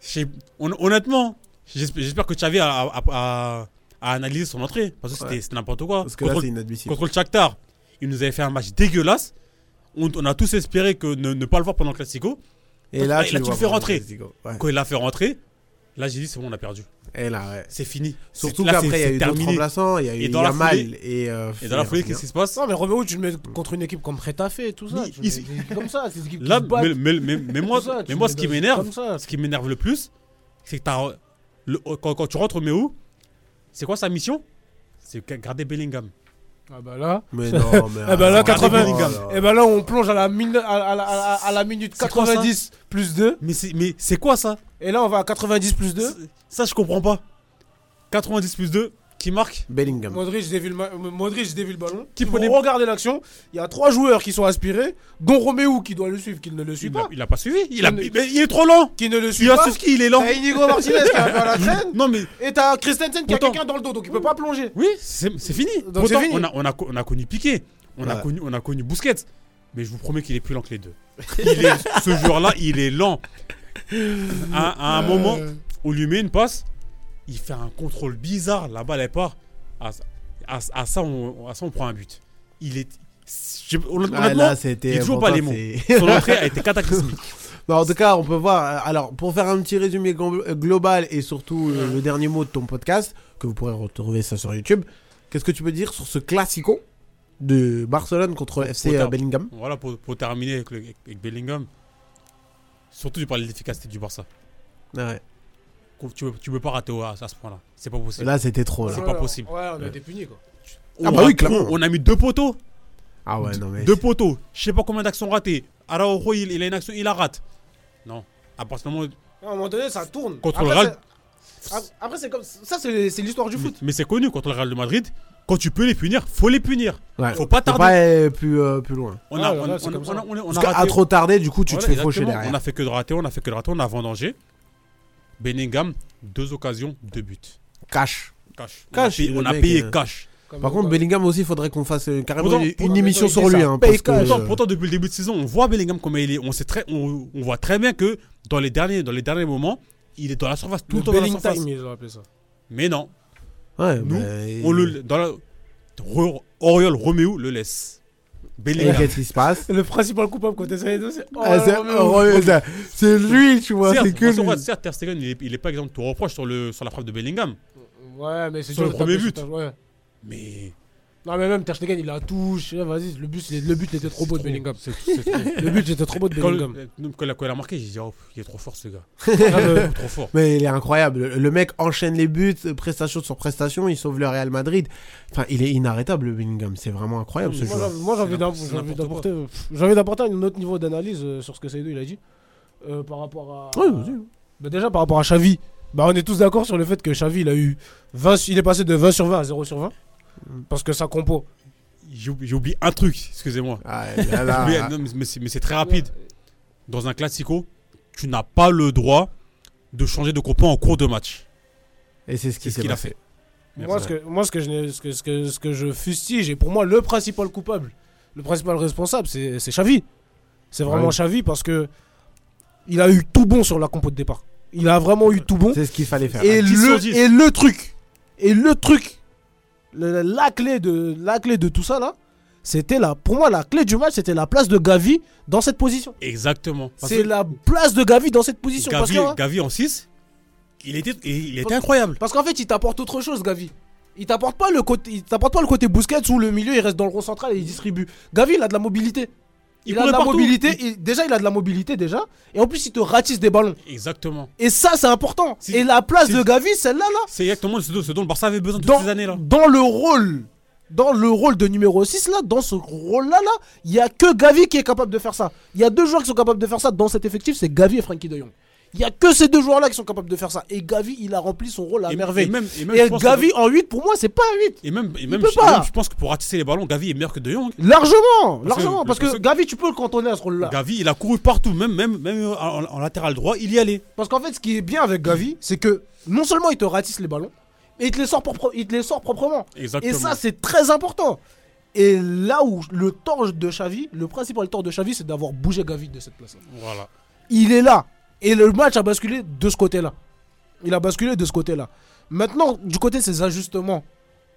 C: je sais- hon- honnêtement, J'espère j'espère que Xavi a, a- a- a analysé son entrée parce que c'était- c'était n'importe quoi.
B: Parce que là,
C: Contre-
B: c'est inadmissible.
C: Contre le Shakhtar, il nous avait fait un match dégueulasse. On, on a tous espéré que ne, ne pas le voir pendant le Classico. Ah,
B: Et là, tu
C: il
B: le
C: a tout
B: vois
C: fait
B: pendant le
C: rentrer.
B: Classico, ouais.
C: Quand il l'a fait rentrer, là, j'ai dit, c'est bon, on a perdu.
B: Et là, ouais.
C: C'est fini.
B: Surtout
C: C'est- là,
B: qu'après,
C: c'est-
B: il y a
C: c'est
B: eu d'autres
C: terminé.
B: remplaçants, il y a eu
C: Et dans la
B: Yamal
C: foulée-
B: et, euh,
C: et dans la foulée,
B: Ferrer.
C: qu'est-ce qui se passe
F: Non, mais Roméo, tu le mets contre une équipe comme Retafe et tout ça.
C: Mais
F: tu
C: il-
F: mets des équipes comme ça, des équipes qui
C: Là,
F: se battent.
C: mais, mais- mais- mais moi,
F: Tout ça, tu
C: mais moi
F: mets
C: ce qui
F: dans-
C: m'énerve,
F: comme ça.
C: ce qui m'énerve le plus, c'est que t'as, le- quand, quand tu rentres au Méo, c'est quoi sa mission C'est ga- garder Bellingham.
F: Ah bah là.
C: *laughs*
B: Mais non, mais.
C: ben,
F: Eh bah
C: Ah,
F: là,
B: alors,
F: 80.
B: oh là là.
F: Eh bah là, on plonge à la, mine- à, à- à- à- à la minute
C: C'est quoi, ça
F: 90 plus 2.
C: Mais c'est, mais c'est quoi ça
F: Et là, on va à 90 plus 2.
C: C'est- Ça, je comprends pas. 90 plus 2, qui marque
B: Bellingham.
F: Modric dévie le, ma- euh, Modric dévie le ballon.
C: Qui
F: Qui
C: prenait-
F: regarder l'action. Il y a trois joueurs qui sont aspirés, dont Roméo qui doit le suivre, qui ne le suit
C: il a,
F: pas.
C: il a pas suivi. Il, a,
F: Il ne-
C: il, mais il est trop lent.
F: Qui ne le
C: Il
F: suit
C: a
F: pas.
C: Suski, il est lent.
F: T'as Inigo Martinez qui est un peu
C: *laughs*
F: à la traîne.
C: Non, mais
F: Et t'as Christensen qui a
C: Pourtant-
F: quelqu'un dans le dos, donc il peut pas plonger.
C: oui, c'est, c'est fini.
F: Donc
C: Pourtant,
F: c'est fini.
C: On, a, on, a, co- on a connu Piqué. On, a
B: Ouais.
C: connu, on a connu Busquets. Mais je vous promets qu'il est plus lent que les deux. Il est- ce joueur-là, il est lent. À, à un moment, on lui met une passe. Il fait un contrôle bizarre. La balle, elle part. À, à- à ça, on, à ça, on prend un but. Il est. je- honnêtement,
B: Ah, là, c'était.
C: il est toujours
B: pourtant,
C: pas les mots.
B: c'est-
C: Son entrée a été cataclysmique.
B: *laughs* Bah, en tout cas, on peut voir. euh, Alors, pour faire un petit résumé glo- euh, global et surtout euh, le dernier mot de ton podcast, que vous pourrez retrouver ça sur YouTube, qu'est-ce que tu peux dire sur ce classico de Barcelone contre FC
C: Autant.
B: euh, Bellingham
C: Voilà pour, pour terminer avec, le- avec Bellingham. Surtout, tu parles de l'efficacité du Barça.
B: Ouais.
C: Tu ne peux, tu peux pas rater au- à, à ce point-là. C'est pas possible.
B: Là, c'était trop. là.
C: C'est pas possible.
F: Ouais, on a été punis quoi.
C: on,
B: Ah bah oui,
C: a-
B: clairement.
C: on a mis deux poteaux.
B: Ah ouais, non, mais.
C: Deux poteaux. Je sais pas combien d'actions ratées. Araujo, il, il a une action, il la rate. Non. À partir du moment.
F: À un moment donné, ça tourne.
C: Contre
F: Après,
C: le Real.
F: c'est- ap- Après, c'est comme ça, c'est c'est l'histoire du
C: Mais,
F: foot.
C: mais c'est connu contre le Real de Madrid. Quand tu peux les punir, faut les punir.
B: Ouais.
C: Faut pas
B: Faut
C: tarder.
B: pas aller plus, euh, plus loin.
C: On
F: Ah
C: a,
F: là
C: on,
F: là,
C: on-
F: c'est comme
C: on
F: ça.
C: a- on a- on a
B: Parce qu'à
C: raté-
B: trop tarder, du coup, tu
C: Voilà,
B: te fais faucher
C: exactement.
B: derrière.
C: On a fait que de rater, on a fait que de rater, on a vendangé. Bellingham, deux occasions, deux buts.
B: Cash.
C: Cash.
B: Cash,
C: on a payé,
B: le
C: on a
B: mec,
C: payé
B: euh,
C: cash.
F: Comme- bah,
B: Par contre,
F: comme-
B: Bellingham aussi, il faudrait qu'on fasse euh, carrément
C: Pourtant,
B: une-
C: pour-
B: une émission sur
F: ça,
B: lui. hein,
F: paye
B: parce que-
C: Pourtant, pourtant, depuis le début de saison, on voit Bellingham comment il est. On, sait très, on, on voit très bien que dans les derniers, dans les derniers moments, il est dans la surface, tout le temps dans la
F: Belling
C: surface.
F: time, ils ont appelé ça.
C: Mais non,
B: Ouais, ben,
C: Nous,
B: mais-
C: on le, dans la, Ro- Oriol Roméo le laisse.
B: Et
C: Bellingham.
B: Qu'est-ce qui se passe
F: Le principal coupable côté ça les deux,
C: Oh
F: c'est.
B: Ah, c'est- oh, c'est- C'est lui, tu vois,
C: Certes,
B: c'est que
C: on se voit,
B: lui.
C: certes, Ter Stegen, il est, il est pas exemple de tout reproche sur, le, sur la frappe de Bellingham.
F: Ouais, mais c'est
C: Sur
F: dur
C: le
F: de
C: premier
F: taper
C: but.
F: sur ta- ouais.
C: Mais
F: Non, mais même Ter Stegen, il a touche. eh, Vas-y, le but, il est- le but était trop beau de
C: trop-
F: Bellingham.
C: c'est- c'est trop.
F: Le but était trop beau de
C: quand,
F: Bellingham.
C: le- quand il a- quand il a marqué, j'ai dit oh, il est trop fort ce gars.
F: Ah,
B: *laughs*
F: mais-
C: Trop fort.
B: Mais il est incroyable. Le- Le mec enchaîne les buts, euh, prestation sur prestation, il sauve le Real Madrid. Enfin, il est inarrêtable, le Bellingham. C'est vraiment incroyable ce
F: Moi,
B: joueur.
F: j'ai- moi, j'ai
C: C'est
F: envie
C: n'importe-
F: d'am-
C: c'est
F: j'ai envie
C: n'importe
F: d'apporter euh, pff, j'ai envie d'apporter un autre niveau d'analyse euh, sur ce que Saïdou il a dit. Euh, par rapport à.
B: Ouais, vas-y.
F: Bah, déjà, par rapport à Xavi, bah, on est tous d'accord sur le fait que Xavi, il a eu 20, su- il est passé de 20 sur 20 à 0 sur 20.
B: Mm.
F: Parce que sa compo.
C: J'ai oub- j'ai oublié un truc, excusez-moi.
B: Ah, là, là.
C: *laughs* Mais, non, mais- mais c'est mais c'est très rapide. Dans un classico, tu n'as pas le droit de changer de compo en cours de match.
B: Et c'est ce
C: C'est
B: qu'il
C: ce qu'il a fait.
F: Moi, ce que, moi ce, que je, n'ai- ce, que, ce, que, ce que je fustige, et pour moi, le principal coupable, le principal responsable, c'est c'est Xavi. C'est vraiment
B: Ouais.
F: Xavi parce que il a eu tout bon sur la compo de départ. Il a vraiment eu tout bon.
B: C'est ce qu'il fallait faire.
F: Et
C: 10 sur
F: le,
C: 10.
F: et le truc, et le truc, le- la, clé de, la clé de tout ça là, c'était là. Pour moi, la clé du match, c'était la place de Gavi dans cette position.
C: Exactement. Parce
F: C'est
C: que
F: la place de Gavi dans cette position. parce
C: Gavi,
F: que- hein,
C: Gavi en 6, il était, il, il était
F: Parce-
C: incroyable.
F: Parce qu'en fait, il t'apporte autre chose, Gavi. Il t'apporte pas le côté, il t'apporte pas le côté Busquets où le milieu il reste dans le rond central et il distribue. Gavi, il a de la mobilité. Il, a de
C: courait
F: la
C: partout.
F: mobilité. il- déjà, il a de la mobilité déjà. Et en plus, il te ratisse des ballons.
C: Exactement.
F: Et ça, c'est important.
C: Si-
F: Et la place
C: si-
F: de Gavi, celle-là, là,
C: C'est exactement ce, dont- ce dont le Barça avait besoin toutes
F: dans,
C: ces années-là.
F: dans le rôle, dans le rôle de numéro 6 là, dans ce rôle-là, là, il y a que Gavi qui est capable de faire ça. Il y a deux joueurs qui sont capables de faire ça dans cet effectif, c'est Gavi et Frankie De Jong. Il y a que ces deux joueurs-là qui sont capables de faire ça. Et Gavi, il a rempli son rôle à
C: Et-
F: merveille.
C: et même- et même,
F: Et
C: je pense que-
F: Gavi en 8, pour moi, c'est pas un 8.
C: Et même, et même,
F: peut
C: je,
F: pas.
C: et même, je pense que pour ratisser les ballons, Gavi est meilleur que De Jong.
F: Largement,
C: Parce que-
F: largement. Parce que,
C: parce que-
F: Gavi, tu peux le cantonner à ce rôle-là.
C: Gavi, il a couru partout, même, même, même en, en latéral droit, il y allait.
F: Parce qu'en fait, ce qui est bien avec Gavi, c'est que non seulement il te ratisse les ballons, mais il te les sort, propre- il te les sort proprement.
C: Exactement.
F: Et ça, c'est très important. Et là où le tort de Xavi, le principal tort de Xavi, c'est d'avoir bougé Gavi de cette place-là.
C: Voilà.
F: Il est là. Et le match a basculé de ce côté-là. Il a basculé de ce côté-là. Maintenant, du côté de ses ajustements,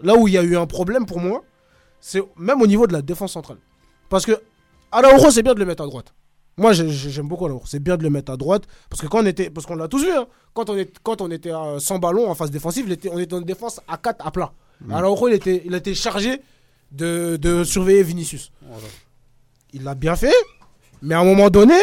F: là où il y a eu un problème pour moi, c'est même au niveau de la défense centrale. Parce que Araujo, c'est bien de le mettre à droite. Moi, j'ai- j'ai- j'aime beaucoup Araujo. C'est bien de le mettre à droite. Parce que quand on était. Parce qu'on l'a tous vu, hein, quand, on est, quand on était euh, sans ballon en phase défensive, il était- on était en défense à 4 à plat. Araujo, il était, il était chargé de, de surveiller Vinicius. Il l'a bien fait, mais à un moment donné,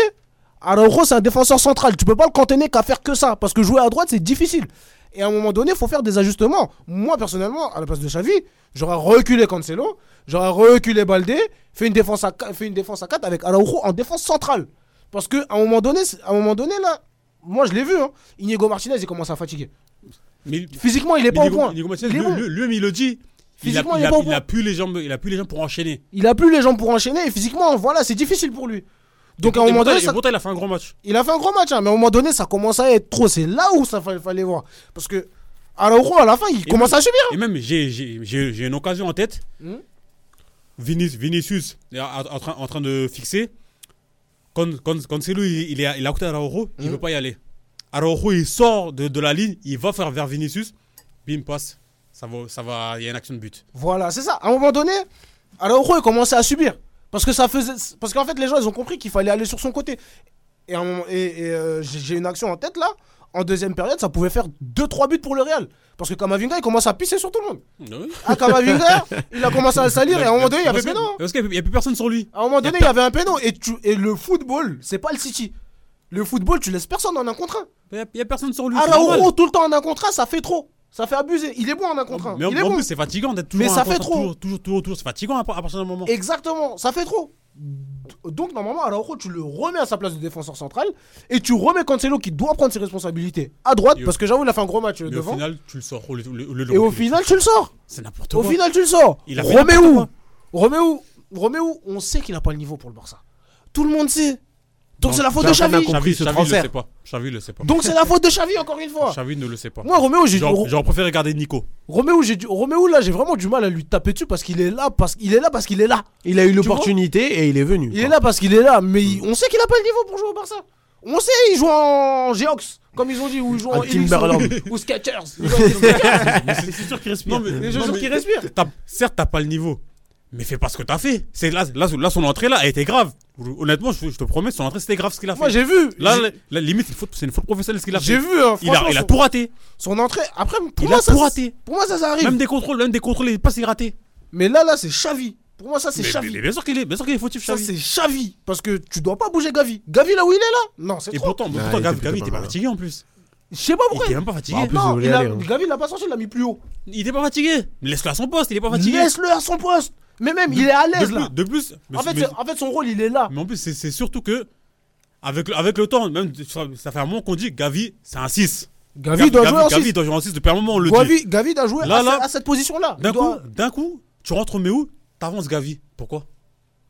F: Araujo, c'est un défenseur central. Tu peux pas le cantonner qu'à faire que ça, parce que jouer à droite, c'est difficile. Et à un moment donné, il faut faire des ajustements. Moi, personnellement, à la place de Xavi, j'aurais reculé Cancelo, j'aurais reculé Baldé, fait une défense à, qua- fait une défense à 4 avec Araujo en défense centrale. Parce qu'à un moment donné, c'est- à un moment donné là, moi, je l'ai vu, hein, Inigo Martinez, il commence à fatiguer.
C: Mais
F: Physiquement, il est pas au point.
C: Inigo Martinez,
F: Il est
C: lui-
F: bon.
C: lui- lui, il le dit. Il a,
F: Physiquement, il
C: il
F: est
C: a-
F: pas au
C: il
F: point.
C: a plus les jambes, il a plus les jambes pour enchaîner.
F: Il a plus les jambes pour enchaîner et physiquement, voilà, c'est difficile pour lui. Donc à un
C: Et
F: moment
C: pourtant-
F: donné,
C: et
F: ça-
C: pourtant, il a fait un grand match.
F: Il a fait un gros match, hein, mais à un moment donné, ça commence à être trop. C'est là où ça fallait, fallait voir. Parce que Araujo, à la fin, il
C: Et
F: commence
C: même-
F: à subir.
C: Et même, j'ai- j'ai j'ai- j'ai une occasion en tête.
F: Ah. Hmm.
C: Vini- Vinicius est en, en train, en train de fixer. Quand, quand, quand c'est lui, il est, à- il est à côté d'Araujo,
F: Hmm.
C: il ne veut pas y aller. Araujo, il sort de, de la ligne, il va faire vers Vinicius, bim, passe. Ça va, ça va, il y a une action de but.
F: Voilà, c'est ça. À un moment donné, Araujo, il commençait à subir. Parce que ça faisait. Parce qu'en fait, les gens, ils ont compris qu'il fallait aller sur son côté. Et, à un moment- et- et, euh, j'ai j'ai une action en tête là. En deuxième période, ça pouvait faire 2-3 buts pour le Real. Parce que Kamavinga, il commence à pisser sur tout le monde. Ah,
C: *laughs*
F: Kamavinga, il a commencé à le salir et à un moment donné, il y avait
C: Parce que-
F: péno.
C: Parce qu'il n'y a plus personne sur lui.
F: À un moment donné,
C: Y a
F: il y avait un péno. Et, tu- et le football, c'est pas le City. Le football, tu laisses personne en un contre un.
C: Il n'y a, personne sur lui. c'est normal.
F: Araujo tout le temps en un contrat, ça fait trop. Ça fait abuser. Il est bon en un contrat.
C: Mais
F: Ah. il est
C: en, en
F: bon.
C: plus, c'est fatigant d'être toujours.
F: Mais
C: un
F: ça fait
C: contre-
F: trop.
C: Toujours, toujours, toujours, toujours, c'est fatigant à, par- à partir d'un moment.
F: Exactement, ça fait trop. Donc normalement, Araujo, tu le remets à sa place de défenseur central et tu remets Cancelo qui doit prendre ses responsabilités à droite
C: Et au-
F: parce que j'avoue, il a fait un gros match euh,
C: Mais au
F: devant.
C: final, tu le sors. au lieu- au lieu- au lieu de
F: et
C: le
F: au
C: reculer.
F: final, tu le sors.
C: c'est n'importe
F: Au
C: quoi.
F: final, tu le sors.
C: Il a fait
F: Remets
C: n'importe
F: où Remets où Remets où On sait qu'il n'a pas le niveau pour le Barça. Tout le monde sait. Donc
C: Non,
F: c'est la faute de
B: Jardim a
F: Xavi.
B: compris
C: Xavi,
B: ce
C: Xavi ne le
B: transfert.
C: sait pas. Xavi le sait pas.
F: Donc c'est la faute de Xavi encore une fois.
C: Xavi ne le sait pas.
F: Moi, Roméo, j'ai
C: J'aurais j'aurais préféré
F: *laughs*
C: regarder Nico.
F: Roméo, j'ai du... Roméo là, j'ai vraiment du mal à lui taper dessus parce qu'il est là, parce qu'il est là, parce qu'il est là.
B: Il a eu
F: vois
B: l'opportunité et il est venu.
F: Il est
C: Ah.
B: quoi.
F: là parce qu'il est là, mais
C: Hmm.
F: il- on sait qu'il a pas le niveau pour jouer au Barça. On sait, il joue en Geox, comme ils ont dit, ou il joue
B: À
F: en Elix,
B: Timberland.
F: ou, ou Skechers. Il joue avec des
C: *laughs*
F: Skechers.
D: C'est sûr qu'il respire.
C: Non, mais,
F: Les
C: non,
F: joueurs
C: mais
F: qui respirent.
C: t'as- certes, t'as pas le niveau, mais fais pas ce que t'as fait. C'est là, là, là, son entrée là, elle était grave. Honnêtement, je, je te promets, son entrée c'était grave ce qu'il a
F: Moi
C: fait.
F: j'ai vu,
C: Là,
F: j'ai-
C: la- la limite, une faute- c'est une faute professionnelle ce qu'il a
F: j'ai
C: fait.
F: vu, hein,
C: Il a,
F: franchement,
C: il a
F: son-
C: tout raté.
F: son entrée. Après, pour
C: Il
F: moi,
C: a
F: ça,
C: tout raté.
F: pour moi ça, ça arrive.
C: Même des contrôles, même des contrôles, il passe, il est raté.
F: Mais là, là, c'est Xavi. Pour moi, ça c'est
C: Mais-
F: Xavi.
C: mais- mais bien sûr qu'il est, bien sûr qu'il est fautif,
F: ça
C: Xavi.
F: c'est Xavi, parce que tu dois pas bouger Gavi. Gavi là où il est là Non, c'est
C: Et
F: trop.
C: pourtant,
B: Ouais,
C: pourtant
B: il
C: Gavi,
B: était
C: Gavi, Ah, il
B: plutôt
C: était
B: pas
C: pas
B: mal.
C: fatigué en plus.
F: Je sais pas
C: Il
F: pourquoi.
C: était même pas fatigué.
B: Bah, en plus, il
F: Non,
B: voulait
F: il a-
B: aller, hein.
F: Gavi il l'a pas sorti, il l'a mis plus haut.
C: Il était pas fatigué. Laisse-le à son poste, il est pas fatigué.
F: Laisse-le à son poste. Mais même, il est à
C: de
F: l'aise
C: plus,
F: là.
C: de plus, mais-
F: En fait,
C: mais-
F: c'est- en fait, son rôle, il est là.
C: Mais en plus, c'est- c'est surtout que, avec, le- avec le temps, même ça, ça fait un moment qu'on dit Gavi, c'est un 6.
F: Gavi doit jouer en
C: Gavi
F: 6.
C: doit jouer en 6 depuis un moment, on le dit.
F: Gavi, Gavi doit jouer
C: Là,
F: à,
C: là.
F: ce- à cette position-là.
C: D'un
F: Il doit-
C: coup, d'un coup, tu rentres Méo, t'avances Gavi. Pourquoi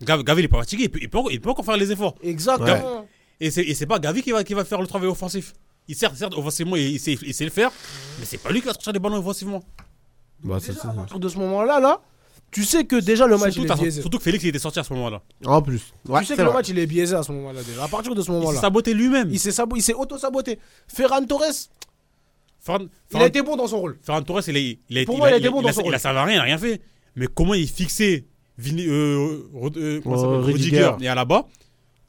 C: Gavi, Gavi, il est pas fatigué, il peut, il peut encore- il peut encore faire les efforts.
F: Exactement.
C: Et c'est et c'est pas Gavi qui va, qui va faire le travail offensif. Il certes, certes offensivement, il, il sait, il sait le faire, mais c'est pas lui qui va sortir des ballons offensivement.
B: Bah, ça, c'est-
F: À partir de ce moment-là, là, tu sais que déjà le match
C: Surtout,
F: il
C: t'as-
F: est biaisé.
C: surtout que Félix, il était sorti à ce moment-là.
B: En plus. Ouais,
F: tu sais
B: c'est
F: que le
B: vrai.
F: match il est biaisé à ce moment-là déjà. À partir de ce
C: Il s'est
F: moment-là,
C: saboté lui-même.
F: il s'est sabo- il s'est auto-saboté. Ferran Torres,
C: Ferran-
F: il a
C: Ferran-
F: été bon dans son rôle.
C: Ferran Torres, il a, il a,
F: Pour
C: il
F: moi,
C: a-
F: il a été
C: il a-
F: bon
C: il
F: dans
C: a-
F: son
C: il a
F: rôle.
C: servi à rien, il a rien fait. Mais comment il fixait Vini, euh, Rod- euh, comment ça
B: Oh,
C: s'appelle,
B: Rudiger.
C: Rudiger et Alaba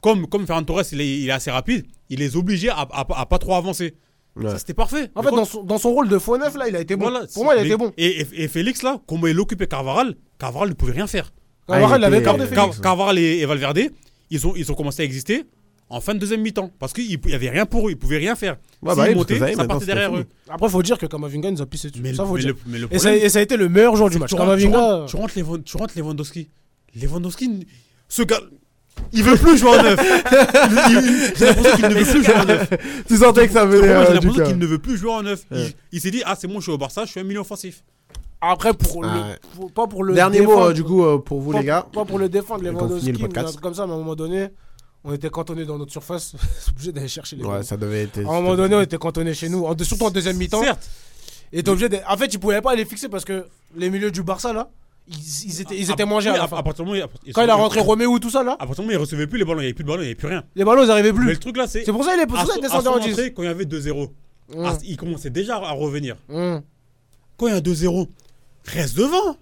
C: Comme, comme Ferran Torres, il est, il est assez rapide, il les obligeait à, à- à pas trop avancer.
B: Ouais.
C: Ça, c'était parfait.
F: En
C: Mais
F: fait,
C: quand-
F: dans son, dans son rôle de faux neuf, là, il a été bon.
C: voilà,
F: Pour moi, il a
C: mais-
F: été bon.
C: Et, et- et Félix, là, comment il occupait Carvaral, Carvaral ne pouvait rien faire.
F: Quand
B: Ah, il
F: Varane, il avait
B: était-
F: gardé
B: Car-
F: Félix.
C: Car- Carvaral et, et Valverde, ils ont, ils ont commencé à exister en fin de deuxième mi-temps. Parce qu'il n'y avait rien pour eux, ils pouvaient rien faire.
B: Ouais,
C: S'ils
B: bah oui, parce que
C: montaient,
B: ça y est,
C: ça
B: maintenant,
C: partait
B: c'était
C: derrière
B: fini.
C: eux.
F: Après, faut dire que Kamavinga nous a pissé dessus.
C: Mais
F: ça,
C: le-
F: faut
C: mais
F: dire.
C: le- mais le
F: Et ça,
C: problème-
F: et ça a été le meilleur joueur du match. euh,
C: tu rentres, tu
F: Kamavinga.
C: rentres, tu rentres Levan- tu rentres Lewandowski. Lewandowski, ce gars, il
F: *laughs*
C: veut plus jouer en neuf. Il- il- J'ai l'impression qu'il ne veut plus jouer
F: *laughs*
C: en neuf.
B: Tu sentais que ça
C: J'ai
B: venait. euh, du
C: l'impression
B: cœur.
C: qu'il ne veut plus jouer en neuf. Il-
B: Ouais.
C: Il s'est dit, ah c'est bon, je suis au Barça, je suis un milieu offensif.
F: Après, pour le-
B: Ah ouais.
F: pour- pas pour le.
B: Dernier mot,
F: défendre.
B: euh, du coup, euh, pour vous,
F: pas,
B: les gars.
F: pas pour le défendre,
B: Et qu'on finit le
F: Lewandowski, mais
B: podcast.
F: un truc comme ça, mais à un moment donné, on était cantonné dans notre surface. *laughs* C'est obligé d'aller chercher les ballons.
B: Ouais, ça devait être.
F: À un moment donné, on était cantonné chez nous, en, deux- surtout en deuxième mi-temps.
C: Certes,
F: Et t'es obligé de- En fait, tu pouvais pas les fixer parce que les milieux du Barça, là, ils, ils étaient,
C: Ah,
F: ils étaient mangés à la fin.
C: partir du moment où il-
F: Quand il a rentré
C: ah.
F: Roméo, tout ça, là,
C: à partir du moment où il recevait plus les ballons, il n'y avait plus de ballons, il n'y avait plus rien.
F: les ballons, ils arrivaient
C: Mais
F: plus.
C: le truc là, c'est.
F: C'est pour ça qu'il est
C: à
F: pour ça
C: son-
F: qu'il
C: à son
F: descendait en 10.
C: entrée, quand il y avait 2-0, Ah, il commençait déjà à revenir. Quand il y a 2-0, reste devant.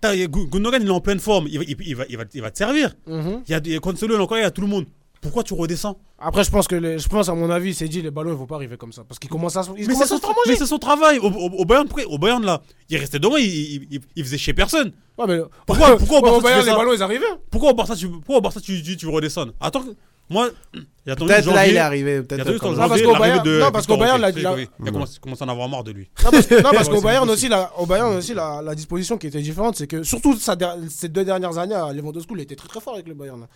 C: T'as- Gu- Gundogan, il est en pleine forme. Il va, il, il va, il va, il va te servir.
F: Mhm.
C: Il y a, il y a Cancelo, encore, il y a tout le monde. Pourquoi tu redescends
F: Après, je pense que les- je pense à mon avis, c'est dit les ballons ils vont pas arriver comme ça parce qu'ils commencent à se ils
C: Mais c'est
F: commencent à
C: son,
F: se faire manger.
C: mais c'est son travail. Au, au, au Bayern, près- au Bayern, là, il restait devant, il, il, il- il faisait chez personne.
F: Ouais, mais
C: Pourquoi, pourquoi au
F: ouais, au
C: Barça, tu
F: Bayern,
C: fais
F: les
C: ça
F: ballons ils arrivaient
C: Pourquoi au Barça, tu, pourquoi au Barça, tu, tu, tu redescends Attends, que- moi, j'ai attendu
B: Peut-être là,
C: janvier-
B: il est arrivé.
C: Il y a
B: Peut-être
C: deux
B: quand
C: temps,
F: Ah, parce
C: janvier,
F: qu'au
C: l'arrivée
F: Bayern-
C: de
F: non, parce qu'au
C: Victor
F: Bayern,
C: Osimhen,
F: la-
C: il
F: la-
C: a commencé- commence à en avoir marre de lui.
F: Non, parce,
C: *laughs*
F: non, parce
C: Ouais,
F: qu'au
C: c'est
F: Bayern
C: possible.
F: aussi, la, au Bayern aussi la, la disposition qui était différente, c'est que surtout sa der- ces deux dernières années, à Lewandowski, il était très très fort avec le Bayern.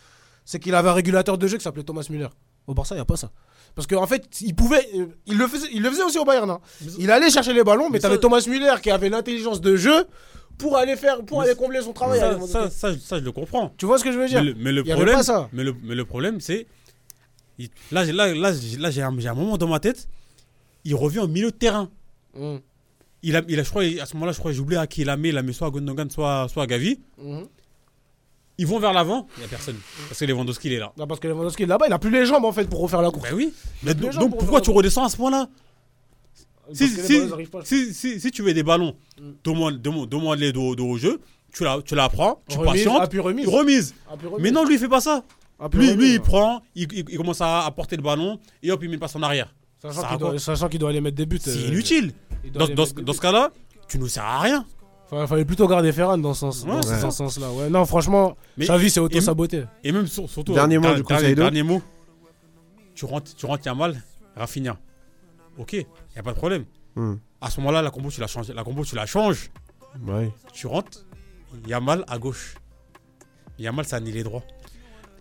F: C'est qu'il avait un régulateur de jeu qui s'appelait Thomas Müller. Au Barça, il n'y a pas ça. Parce qu'en fait, il pouvait, euh, il le faisait, il le faisait aussi au Bayern. hein. Il allait chercher les ballons, mais,
C: mais
F: t'avais
C: ça-
F: Thomas Müller qui avait l'intelligence de jeu pour aller faire, pour
C: Mais
F: aller
C: ça-
F: combler son travail. à
C: Ça,
F: Lewandowski.
C: ça, ça, je- ça, je le comprends.
F: tu vois ce que je veux dire
C: Mais le, mais le
F: Il y avait
C: problème,
F: pas ça.
C: mais le, mais le problème, c'est il- là, j'ai- là, là, j'ai- là, j'ai un, j'ai un moment dans ma tête, il revient au milieu de terrain.
F: Mm.
C: Il a, il a, je crois, à ce moment-là, je crois, j'ai oublié à qui il a mis, il a mis soit à Gundogan, soit, soit à Gavi.
F: Mhm.
C: Ils vont vers l'avant, il n'y a personne, parce que Lewandowski il est là.
F: Non, parce que Lewandowski là-bas, il a plus les jambes en fait pour refaire la course.
C: Ben oui. Mais
F: deux
C: donc,
F: gens
C: donc
F: pour
C: pourquoi
F: faire
C: tu redescends à ce point-là
F: Parce
C: si,
F: que les
C: si-
F: ballons, ils Mm. arrivent pas.
C: si, si- si tu veux des ballons, demande, demande, demande-les de, de haut jeu, tu la, tu la prends, tu
F: Remise,
C: patientes,
F: appui remise.
C: remise.
F: Appui
C: Mais
F: remise.
C: non, lui, il fait pas ça.
F: Appui
C: Ah, Lui,
F: remise,
C: lui il
F: ouais.
C: prend, il, il- il commence à, à porter le ballon et hop, il met une passe en arrière.
F: Sachant
C: Ça
F: qu'il doit,
C: raconte.
F: sachant qu'il doit aller mettre des buts.
C: C'est
F: euh,
C: inutile.
F: il doit
C: Dans,
F: aller
C: dans
F: mettre
C: ce-
F: des
C: dans
F: buts.
C: ce cas-là, tu nous sers à rien.
F: Enfin, fallait plutôt garder Ferran dans ce sens,
C: Ouais,
F: dans
C: c'est
F: ce sens-là. Ouais, non, franchement,
C: Mais-
F: sa vie c'est auto saboter.
C: Et même sur- surtout.
B: Dernier
C: euh,
B: mot
C: der-
B: du
C: dernier-
B: conseil d'eau.
C: Dernier mot. Tu rentres, tu rentres, il y a mal. Rafinha. Ok, il n'y a pas de problème.
B: Hmm.
C: À ce moment-là, la combo, tu la changes. La combo, tu la changes.
B: Ouais.
C: Tu rentres, Yamal à gauche. Yamal, ça nie les droits.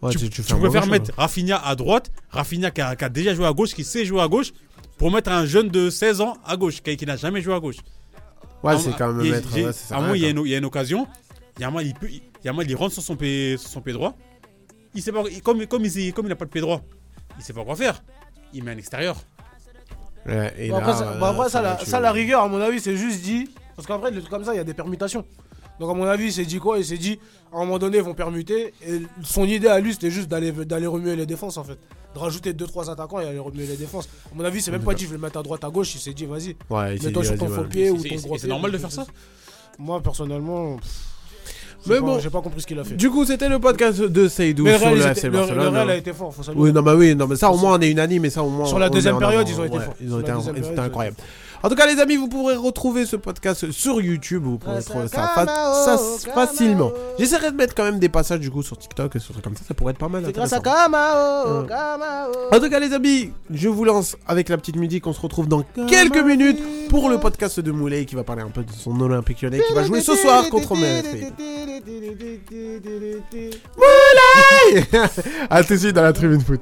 B: Ouais,
C: tu,
B: Ah, tu,
C: tu
B: tu fais un
C: préfères
B: mauvais
C: mettre
B: choix. hein.
C: Rafinha à droite, Rafinha qui a, qui a déjà joué à gauche, qui sait jouer à gauche, pour mettre un jeune de 16 ans à gauche, qui, qui n'a jamais joué à gauche.
B: Ouais,
C: À-
B: c'est quand même
C: il-
B: mettre.
C: j'ai-
B: ouais, ça sert
C: À
B: à
C: moi,
B: rien,
C: il y, a
B: quoi.
C: une- il y a une occasion. Yamal, il, peut, il- Yamal, il rentre sur son pied, sur son pied droit. Il sait pas, il- comme, comme, il sait- comme il n'a pas de pied droit, il sait pas quoi faire. Il met un extérieur.
B: Ouais, et
F: Bah,
B: là,
F: après, ça,
B: euh,
F: bah, après, ça,
B: là,
F: la,
B: tu-
F: ça, la rigueur, à mon avis, c'est juste dit. Parce qu'après, des trucs comme ça, il y a des permutations. Donc, à mon avis, il s'est dit quoi Il s'est dit, à un moment donné, ils vont permuter. Et son idée à lui, c'était juste d'aller d'aller remuer les défenses, en fait. De rajouter 2-3 attaquants et aller remuer les défenses. À mon avis, c'est même pas dit, je vais le mettre à droite, à gauche. Il s'est dit, vas-y,
B: Ouais, il s'est
F: mets-toi
B: dit,
F: sur ton
B: vas-y,
F: faux
B: ouais.
F: pied ou
C: C'est-
F: ton
C: c'est-
F: gros pied.
C: c'est normal
F: ou
C: de
F: quelque
C: faire ça
F: chose. Moi, personnellement, pff, j'ai
B: Mais
F: pas-
B: bon.
F: j'ai pas compris ce qu'il a fait.
B: Du coup, c'était le podcast de Seydou
F: Mais le
B: sur
F: Real,
B: le
F: ils
B: FC
F: étaient- le- le
B: Barcelone.
F: Real a
B: hein.
F: été fort, faut saluer.
B: Oui, non, bah oui, non, mais ça au moins on est unanime, et ça au moins.
F: Sur la
B: on met
F: deuxième
B: en
F: période,
B: avant.
F: ils ont été
B: Ouais,
F: forts.
B: Ils
F: Sur
B: ont
F: la
B: été un-
F: deuxième
B: ils
F: période,
B: étaient
F: ils ont
B: incroyables. En tout cas, les amis, vous pourrez retrouver ce podcast sur YouTube. Vous pourrez retrouver ça, fa- ça facilement. J'essaierai de mettre quand même des passages du coup sur TikTok et sur trucs comme ça. Ça pourrait être pas mal. intéressant.
F: Kamao,
B: Euh. En tout cas, les amis, je vous lance avec la petite musique. On se retrouve dans quelques minutes pour le podcast de Moulay qui va parler un peu de son Olympique lyonnais qui va jouer ce soir contre Marseille. *laughs* Moulay A tout de suite dans la tribune foot.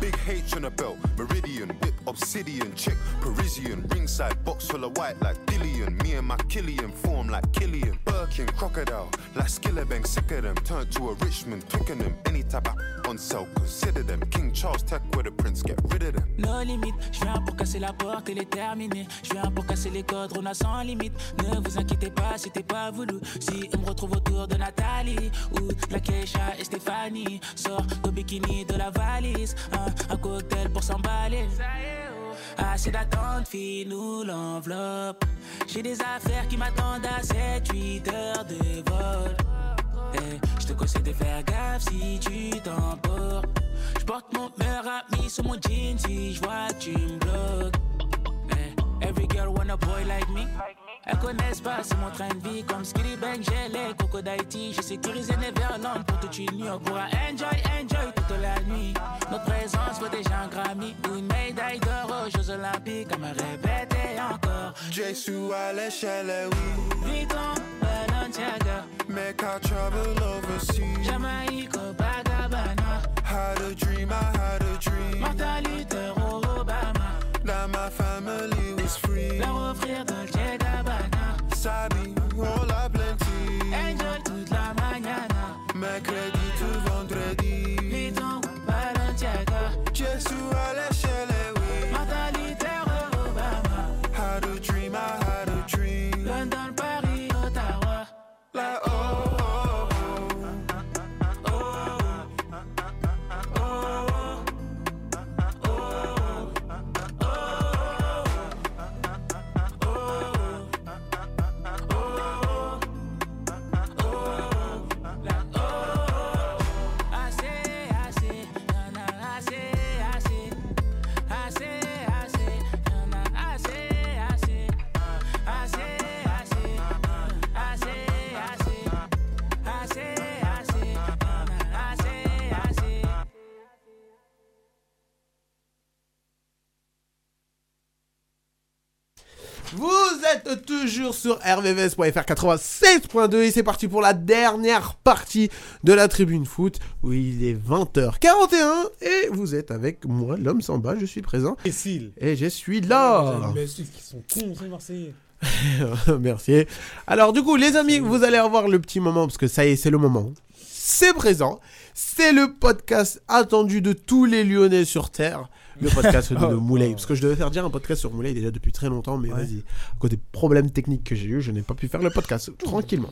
L: Big H on a belt, Meridian, whip, obsidian, chick, Parisian, ringside, box full of white like Dillian. Me and my Killian form like Killian. Birkin, crocodile, like Skillabang, sick of them. Turn to a Richmond, Twickenham. Any type of on sale, consider them. King Charles, tech where the prince, get rid of them.
M: nos limites. Je viens pour casser la porte, elle est terminée. Je viens pour casser les codes, on a sans limite. Ne vous inquiétez pas, c'était pas voulu. Si on me retrouve autour de Nathalie, ou de la Keisha et Stéphanie, sort de bikini de la valise, hein. un, un cocktail pour s'emballer. Assez d'attente, fille, nous l'enveloppe. J'ai des affaires qui m'attendent à 7-8 heures de vol. Eh, je te conseille de faire gaffe si tu t'emportes. Je porte mon meilleur ami sur mon jean si je vois que tu me bloques. Eh, every girl want a boy like me. Elles connaissent pas, c'est mon train de vie. Comme Skitty Bang, j'ai les cocos d'Haïti. J'ai sécurisé Neverland pour toute une nuit. On pourra enjoy, enjoy toute la nuit. Notre présence vaut déjà un Grammy ou une médaille d'or aux Jeux Olympiques. À me répéter encore.
L: Jesu, I let
M: Vite en Balenciaga,
L: Make our travel overseas.
M: Jamaïque, Copacabana.
L: Had a dream, I had a dream.
M: Martin Luther ou Obama
L: Now my family was free.
M: Leur offrir Dolce Gabbana
L: Sabi, all I plenty.
M: Enjoy toute la mañana
L: Mercredi to vendredi.
M: Vuitton ou Balenciaga
L: Jesu, I let
M: Martin Luther
B: êtes toujours sur rvvs.fr 96.2 et c'est parti pour la dernière partie de la tribune foot où il est 20h41 et vous êtes avec moi, l'homme sans bas, je suis présent. Et je suis là.
C: Mais ceux qui sont cons, les Marseillais.
B: *laughs* Merci. Alors du coup, les amis, vous allez avoir le petit moment parce que ça y est, c'est le moment. C'est présent. C'est le podcast attendu de tous les Lyonnais sur terre. Le podcast de, de Moulay. Parce que je devais faire dire un podcast sur Moulay déjà depuis très longtemps, mais vas-y. À cause des problèmes techniques que j'ai eu, je n'ai pas pu faire le podcast tranquillement.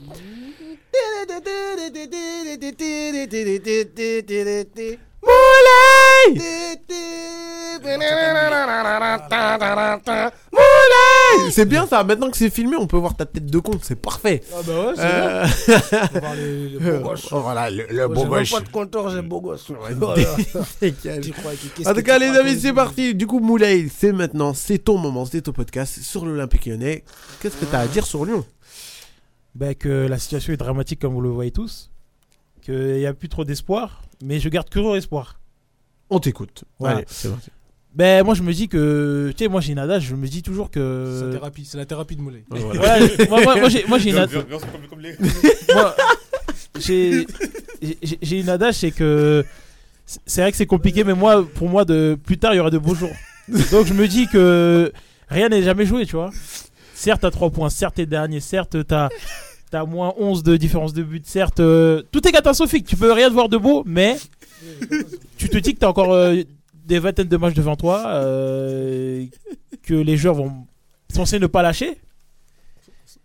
B: Moulay *laughs* C'est bien ça. Maintenant que c'est filmé, on peut voir ta tête de con. C'est parfait. Euh,
F: Ah bah ouais, c'est bien. On va voir les- les beaux gosses.
B: Oh, voilà, le, le
F: Moi,
B: beau
F: j'ai même
B: gosse.
F: pas de compteur, j'ai beau gosse.
B: Dégage.
F: Tu crois que- qu'est-ce
B: En
F: que
B: tout cas,
F: tu
B: les
F: crois
B: amis,
F: que-
B: c'est parti. Du coup, Moulay, c'est maintenant, c'est ton moment, c'est ton podcast sur l'Olympique lyonnais. Qu'est-ce que t'as à dire sur Lyon
D: bah, que la situation est dramatique comme vous le voyez tous, qu'il n'y a plus trop d'espoir, mais je garde toujours espoir.
B: On t'écoute.
D: Voilà.
B: Allez, c'est parti.
D: Ben moi je me dis que tu sais moi j'ai une adage je me dis toujours
F: C'est
B: Euh.
D: que
F: la thérapie, c'est la thérapie de Moulay.
D: Ouais, je- moi, moi- moi, j'ai moi, j'ai une adage Moi, j'ai j'ai- j'ai une adage c'est que c'est- c'est vrai que c'est compliqué mais moi pour moi de plus tard il y aura de beaux jours donc je me dis que rien n'est jamais joué tu vois certes t'as 3 points certes t'es dernier certes t'as t'as moins 11 de différence de but certes euh, tout est catastrophique tu peux rien voir de beau mais tu te dis que t'as encore euh, des vingtaines de matchs devant toi, euh, que les joueurs vont censés ne pas lâcher.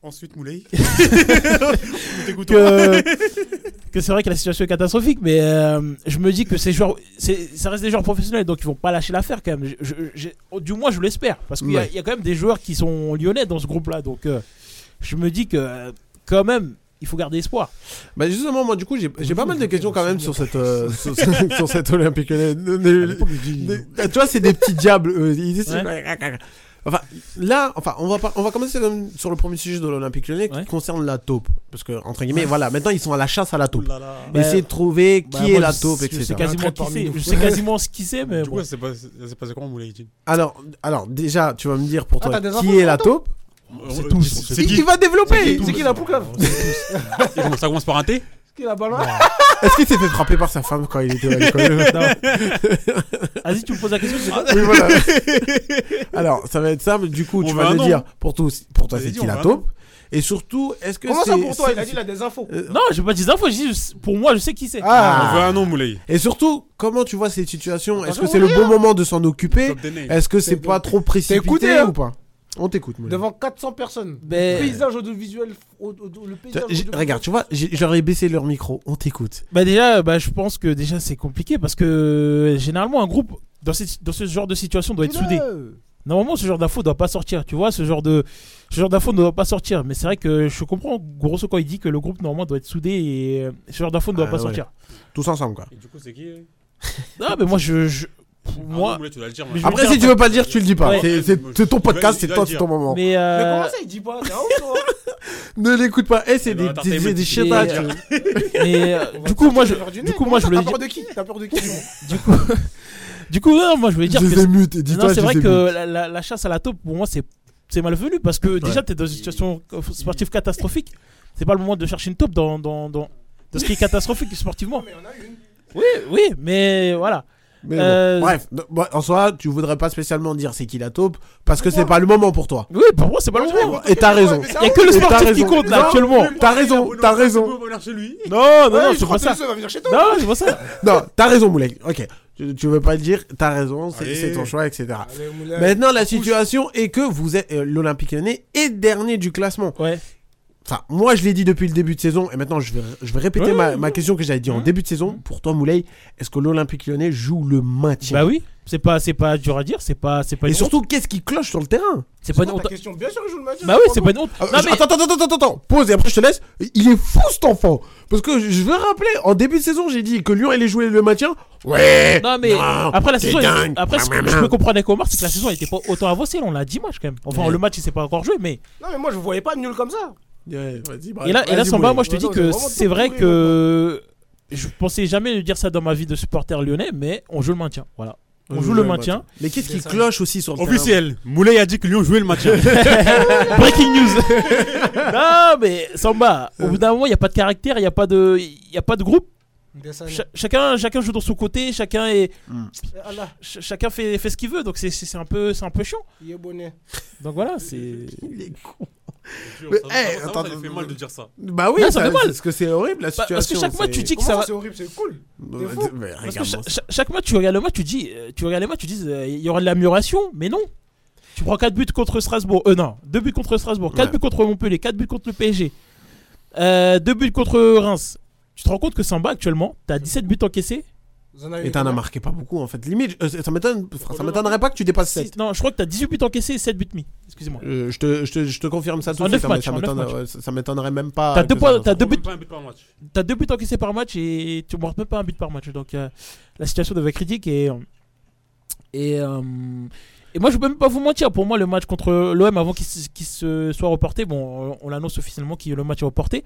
C: Ensuite, Moulay.
D: que
B: *laughs*
D: que c'est vrai que la situation est catastrophique, mais euh, je me dis que ces joueurs, c'est- ça reste des joueurs professionnels, donc ils vont pas lâcher l'affaire quand même. Je- je- j'ai- oh, du moins, je l'espère, parce qu'il y a-
B: Ouais.
D: il y, a quand même des joueurs qui sont lyonnais dans ce groupe-là, donc euh, je me dis que euh, quand même, il faut garder espoir.
B: Bah justement, moi du coup, j'ai j'ai pas mal de questions quand même sur
F: *laughs*
B: cette euh, sur, *laughs* sur cette Olympique lyonnais.
F: Ah,
B: Ne- ne- ne- ah, Tu vois, c'est des petits diables. eux. Ils disent- Enfin, là, enfin, on va par- on va commencer comme sur le premier sujet de l'Olympique lyonnais qui concerne la taupe, parce que entre guillemets, voilà, maintenant ils sont à la chasse à la taupe.
D: Bah,
B: Essayer de trouver qui
D: bah,
B: est
D: moi,
B: la
D: je-
B: taupe,
D: je
B: etc.
D: sais quasiment qui c'est. Je
B: *laughs*
D: sais quasiment ce qui c'est, mais
C: Du
D: bon.
C: coup, c'est passé c'est passé comment, Moulay Jim
B: Alors, alors déjà, tu vas me dire pour
F: Ah,
B: toi
F: t'as des enfants
B: qui est la
F: maintenant
B: taupe.
C: C'est tous. C'est
B: Il,
C: qui
B: il va développer.
F: C'est qui la poucave
C: Et comment Ça commence par un T
F: Qui la balance
B: Est-ce qu'il s'est fait frapper par sa femme quand il était à *laughs* l'école
D: *laughs* Vas-y, tu me poses la question. c'est quoi
B: Oui, voilà. Alors, ça va être simple. Du coup,
C: On
B: tu
C: veut
B: vas
C: un
B: me
C: nom.
B: dire pour, tous, pour toi,
C: Vas-y,
B: c'est
C: on
B: qui la
C: veut un
B: taupe Et surtout, est-ce que
F: Comment ça
B: c'est-
F: pour toi
B: c'est-
F: Il a dit il a des infos.
D: Non, j'ai pas dit des infos, j'ai dit je- pour moi, je sais qui c'est.
B: euh, Ah.
C: On veut un nom, Moulay.
B: Et surtout, comment tu vois cette situation Est-ce que
F: Attention,
B: c'est le bon moment de s'en occuper
C: Top des names.
B: Est-ce que c'est
F: T'es-
B: pas trop précipité
F: écouté, hein
B: ou pas On t'écoute. Moulay.
F: Devant 400 personnes.
D: Ben-
F: Paysage audiovisuel. au- au- Le paysage.
B: Tu vois, j'ai-
F: audiovisuel.
B: Regarde, tu vois, j'ai- j'aurais baissé leur micro. On t'écoute.
D: Bah déjà, bah, je pense que déjà c'est compliqué parce que euh, généralement un groupe dans, cette- dans ce genre de situation doit être soudé. Normalement, ce genre d'info doit pas sortir, tu vois, ce genre de ce genre d'info ne doit pas sortir. Mais c'est vrai que je comprends grosso quand il dit que le groupe normalement doit être soudé et euh, ce genre d'info ne doit
B: Ah,
D: pas
B: ouais.
D: sortir.
B: Tous ensemble, quoi.
C: Et du coup, c'est qui euh
D: Non, mais moi je, je- pour
C: Ah,
D: moi,
C: non, Moulay, tu dois le dire.
D: Mais
C: maintenant.
D: je
B: Après,
D: vais dire,
B: si tu veux pas le dire, tu le dis pas.
D: Ouais.
B: C'est- C'est c'est ton
C: Il va-
B: podcast, c'est
C: il va
B: toi,
C: le
B: c'est
C: dire.
B: ton moment.
D: mais, euh,
F: Mais comment ça il dit pas T'es un ouf, toi
B: Ne l'écoute pas. Eh, c'est
C: Il
B: des
C: va
B: des-
C: t'enterrer,
B: des- des
C: mais-
D: mais,
B: chiens.
D: euh, mais,
F: *laughs*
D: euh, du coup moi je du coup moi je voulais
F: T'as
D: dire
F: peur de qui T'as peur de qui
D: *laughs* du coup non, moi je voulais dire
B: Je
D: que
B: les ai mutes, dis-toi,
D: non,
B: je
D: c'est vrai
B: les ai
D: que la, la- la chasse à la taupe, pour moi, c'est c'est malvenu parce que déjà, tu es dans une situation euh, sportive catastrophique. C'est pas le moment de chercher une taupe dans, dans, dans, dans ce qui est catastrophique *laughs* sportivement. Oui, oui, mais voilà.
B: Mais bon,
D: Euh,
B: Bref, non, bon, en soi, tu voudrais pas spécialement dire c'est qui la taupe parce que c'est pas le moment pour toi.
D: Oui, pour moi, c'est pas le moment.
B: Et t'as raison.
D: Il y a que le
B: Et t'as
D: sportif qui
B: raison.
D: compte là
B: Non,
D: actuellement.
B: T'as raison, t'as
C: On peut
B: raison.
C: venir chez lui.
D: Non, non, non,
F: Tu
D: c'est pas ça.
F: va venir chez toi.
D: Non, c'est pas ça.
B: Non, t'as raison, Moulek. Ok, tu, tu veux pas le dire, t'as raison, c'est
C: Allez.
B: c'est ton choix, etc.
F: Allez, Moulay.
B: Maintenant, la situation est que vous êtes euh, l'Olympique Lyonnais est dernier du classement.
D: Ouais.
B: Enfin, moi, je l'ai dit depuis le début de saison, et maintenant, je vais, je vais répéter
D: Ouais,
B: ma,
D: ouais,
B: ma question que j'avais dit en début de saison. Pour toi, Moulay, est-ce que l'Olympique Lyonnais joue le maintien
D: Bah oui, c'est pas, c'est pas dur à dire. C'est pas, c'est pas
B: Et
D: une honte.
B: surtout, qu'est-ce qui cloche sur le terrain
D: C'est pas une
F: Ta
D: honte.
F: question, bien sûr, je joue le match.
D: Bah oui, c'est pas une honte.
B: Euh,
D: Non,
B: je-
D: mais-
B: Attends, attends, attends, attends, attends, pause et après je te laisse. Il est fou cet enfant Parce que je je veux rappeler, en début de saison, j'ai dit que Lyon allait jouer le maintien. Ouais
D: Non mais après la
B: t'es
D: saison,
B: dingue.
D: après ce que je peux comprendre avec Omar, c'est que la saison n'était pas autant avancée. Là, on l'a dit match quand même. Enfin,
B: Ouais.
D: le match il s'est pas encore joué, mais
F: Non, mais moi, je voyais pas nul comme ça.
B: Ouais, vas-y, bref.
D: Et là, et là
B: Vas-y,
D: Samba,
B: Moulay.
D: moi je te
F: Ouais,
D: dis
F: non,
D: que
F: j'ai vraiment
D: c'est
F: tout
D: vrai
F: compris,
D: que je pensais jamais dire ça dans ma vie de supporter lyonnais, mais on joue le maintien. Voilà. On joue le maintien.
B: Mais qu'est-ce qui cloche aussi sur le
C: Officiel, Moulay a dit que Lyon jouait le maintien.
D: Breaking news. *laughs* non, mais Samba, au bout d'un moment, il n'y a pas de caractère, il n'y a, pas de- y a pas de groupe.
F: Ah
D: Cha- chacun, chacun joue dans son côté, chacun est,
C: Eh,
F: Allah.
D: ch- chacun fait, fait ce qu'il veut, donc c'est- c'est c'est un peu, c'est un peu chiant.
F: Il est bonnet.
D: Donc voilà, c'est.
B: Mais,
C: Ça-
B: eh,
C: ça- ça-
B: attends,
C: ça fait mal de dire ça.
B: Bah oui,
D: Non,
B: ça
D: ça fait mal.
B: parce que c'est horrible la
D: Bah,
B: situation.
D: parce que chaque mois,
B: c'est-
D: tu dis que
F: Comment
D: ça
F: ça,
D: va.
F: c'est horrible, c'est cool.
B: Bah,
F: T'es fou.
B: mais
D: Parce que
B: regarde-moi
D: cha- cha- chaque match, tu regardes le match, tu dis, euh, tu regardes les matchs, tu dis, euh, il y aura de l'amélioration, mais non. Tu prends 4 buts contre Strasbourg, euh non, 2 buts contre Strasbourg, 4
B: Ouais.
D: buts contre Montpellier, 4 buts contre le PSG, 2 euh, buts contre Reims. Tu te rends compte que Samba actuellement, t'as 17 buts encaissés
F: Vous en avez
B: Et
F: eu
B: t'en as
F: combien
B: marqué pas beaucoup en fait. Limite, euh, ça m'étonne- ça m'étonnerait pas que tu dépasses 7.
D: Non, je crois que t'as 18 buts encaissés et 7 buts mis. Excusez-moi.
B: Euh, je, te, je, te, je te confirme ça tout
D: En
B: de suite.
D: neuf
B: hein, mais
D: matchs,
B: ça
D: en neuf
B: m'étonne-
D: matchs.
B: ouais, ça ça m'étonnerait même pas.
D: T'as
B: que
D: deux
B: ça
D: points-
B: soit
D: t'as
B: ça.
D: deux buts-
C: Même pas un but par match.
D: T'as deux buts encaissés par match et tu ne marques même pas un but par match. Donc euh, la situation devait être critique et. euh, Et, euh, et moi, je peux même pas vous mentir. Pour moi, le match contre l'OM, avant qu'il se, qu'il se soit reporté, bon, on- on l'annonce officiellement que le match est reporté.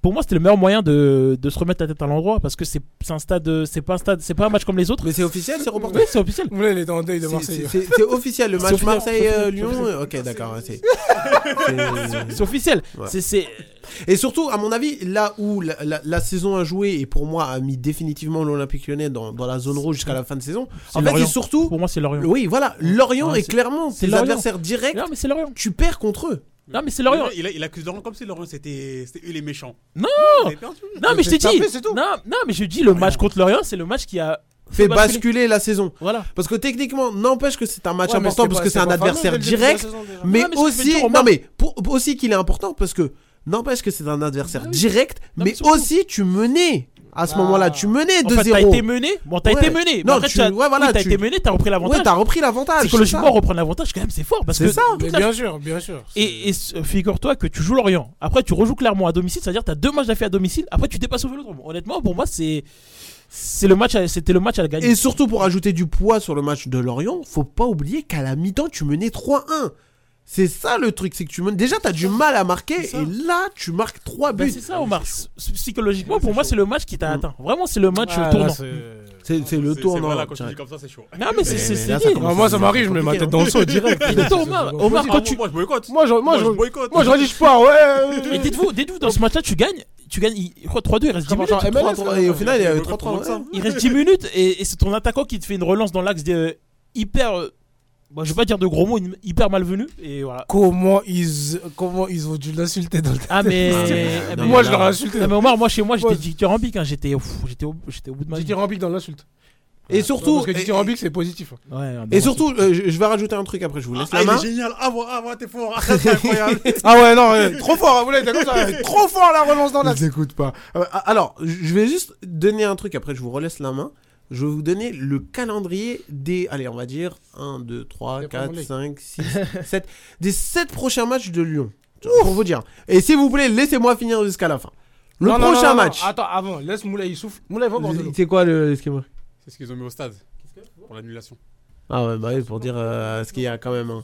D: Pour moi, c'était le meilleur moyen de, de se remettre la tête à l'endroit parce que c'est c'est un stade, c'est pas un stade, c'est pas un match comme les autres.
B: Mais c'est officiel, c'est reporté.
D: Oui, c'est officiel.
F: Vous voulez, il était en deuil de
B: C'est-
F: Marseille.
B: C'est c'est- c'est officiel le match
D: officiel, c'est
B: Marseille-Lyon.
D: officiel.
B: Ok, d'accord. c'est-
D: C'est
B: c'est-
D: officiel.
B: Ouais.
D: C'est- C'est
B: Et surtout, à mon avis, là où la, la- la saison a joué et pour moi a mis définitivement l'Olympique lyonnais dans, dans la zone rouge jusqu'à la fin de saison,
D: c'est
B: en fait,
D: Lorient.
B: c'est surtout.
D: pour moi, c'est Lorient.
B: Oui, voilà, Lorient
D: Ouais,
B: est
D: c'est-
B: clairement tes
D: c'est Lorient.
B: adversaires directs.
D: Non, mais c'est Lorient.
B: Tu perds contre eux.
D: Non, mais c'est Lorient.
C: Il, a- il accuse Laurent comme si Laurent c'était c'était eux les méchants.
D: Non
C: Vous avez perdu.
D: Non, mais je t'ai dit.
F: tapé, c'est tout.
D: Non, non, mais je dis le match contre Lorient, c'est le match qui a
B: Fait
D: basculer.
B: basculer la saison.
D: voilà.
B: Parce que techniquement, n'empêche que c'est un match
F: Ouais, mais
B: important
F: c'était
B: parce
F: pas-
B: que c'est un
F: c'était pas
B: adversaire
F: Fernand dès le début de la
B: direct.
F: saison, déjà.
B: mais,
D: Ouais, mais ça fait
B: aussi
D: le tour au
B: non
D: moins.
B: mais pour- aussi qu'il est important parce que n'empêche que c'est un adversaire direct
D: Ah Non,
B: mais
D: mais surtout-
B: aussi tu menais à ce
F: Ah.
B: moment-là tu menais
D: En fait, t'as
B: 2-0
D: été mené. Bon, t'as
B: Ouais.
D: été mené.
B: Non,
D: mais après,
B: tu-
D: t'as-
B: ouais, voilà,
D: oui, t'as
B: tu-
D: été mené, t'as repris l'avantage.
B: ouais t'as repris l'avantage
D: Psychologiquement,
B: c'est ça.
D: reprendre l'avantage, quand même, c'est fort. Parce
B: C'est
D: que
B: ça.
D: toute
F: Mais
D: la-
F: bien sûr, bien sûr.
D: Et, et s- euh, figure-toi que tu joues Lorient. Après, tu rejoues clairement à domicile. C'est-à-dire, t'as deux matchs d'affaires à domicile. Après, tu dépasses au vélodrome. Honnêtement, pour moi, c'est. C'est le match, à- c'était le match à gagner.
B: et surtout pour ajouter du poids sur le match de Lorient faut pas oublier qu'à la mi-temps tu menais 3-1 c'est ça le truc c'est que tu menais déjà t'as du mal à marquer
D: ça.
B: et là tu marques 3
D: Ben,
B: buts
D: c'est ça, Omar. Psychologiquement, pour moi, c'est le match qui
B: Mm.
D: t'a atteint. Vraiment, c'est le match
F: Ah,
D: euh,
F: là,
D: tournant.
F: c'est-
B: c'est c'est le
C: C'est-
B: tournant
C: Voilà, quand tu dis
B: direct.
C: comme ça, c'est chaud.
D: Non, mais c'est- c'est
B: mais
D: c'est
B: là, ça
D: dit.
B: commence.
F: Ah, moi, ça m'arrive, je mets ma
B: compliqué,
F: tête dans le seau direct.
D: Et dis-toi, Omar, Omar,
C: Ah,
D: quand tu,
C: Moi, je boycotte.
F: Moi, je, moi,
C: Moi, je
F: je,
C: boycotte.
F: moi, je dis, je pars, ouais.
D: Et dites-vous, dites-vous, dans ce match-là, tu gagnes, tu gagnes, il- quoi, 3-2, il reste 10
F: Comment
D: minutes.
F: ça, MLS,
B: 3-3, et au final il y a eu 3-3 ouais.
D: Il reste 10 minutes et, et c'est ton attaquant qui te fait une relance dans l'axe des, euh, hyper. euh, bon, je vais pas dire de gros mots, une- hyper malvenu. Et voilà.
F: Comment ils, comment ils ont dû l'insulter dans le
D: Ah, mais. eh, mais-
F: Moi, je leur ai insulté.
D: Ah, mais Omar, moi chez moi, j'étais
F: Ouais.
D: dithyrambique, hein, j'étais pff, j'étais au, j'étais au bout de ma
F: J'ai
D: vie.
F: dit rambique Ah, dans l'insulte.
B: et surtout eh,
F: Parce que
B: et-
F: dithyrambique, c'est positif.
D: Ouais, ouais,
B: et
D: bon,
B: surtout euh, je je vais rajouter un truc après je vous laisse
C: Ah,
B: la
C: il
B: main
C: est génial. Ah, voilà, ah, voilà, t'es fort. Ah, c'est
B: *laughs*
C: incroyable.
F: Ah ouais,
D: eh,
F: non, ouais, trop fort, hein, vous l'avez comme ça. ouais, Trop fort la relance dans la.
B: Ils écoutent pas. Euh, a- alors, je je vais juste donner un truc, après je vous relaisse la main. Je vais vous donner le calendrier des, allez, on va dire, 1, 2, 3,
F: Des
B: 4,
F: Premier League.
B: 5, *laughs* 6, 7, des 7 prochains matchs de Lyon. Pour vous dire. Et s'il vous plaît, laissez-moi finir jusqu'à la fin. Le
F: Non, non, non, non,
B: prochain
F: non,
B: match.
F: Attends, avant, laisse Moulay, il souffle. Moulay, va boire de l'eau.
B: C'est quoi le escamoir
C: C'est ce qu'ils ont mis au stade. Pour l'annulation.
B: Ah ouais, bah oui, pour dire euh, ce qu'il y a quand même. hein.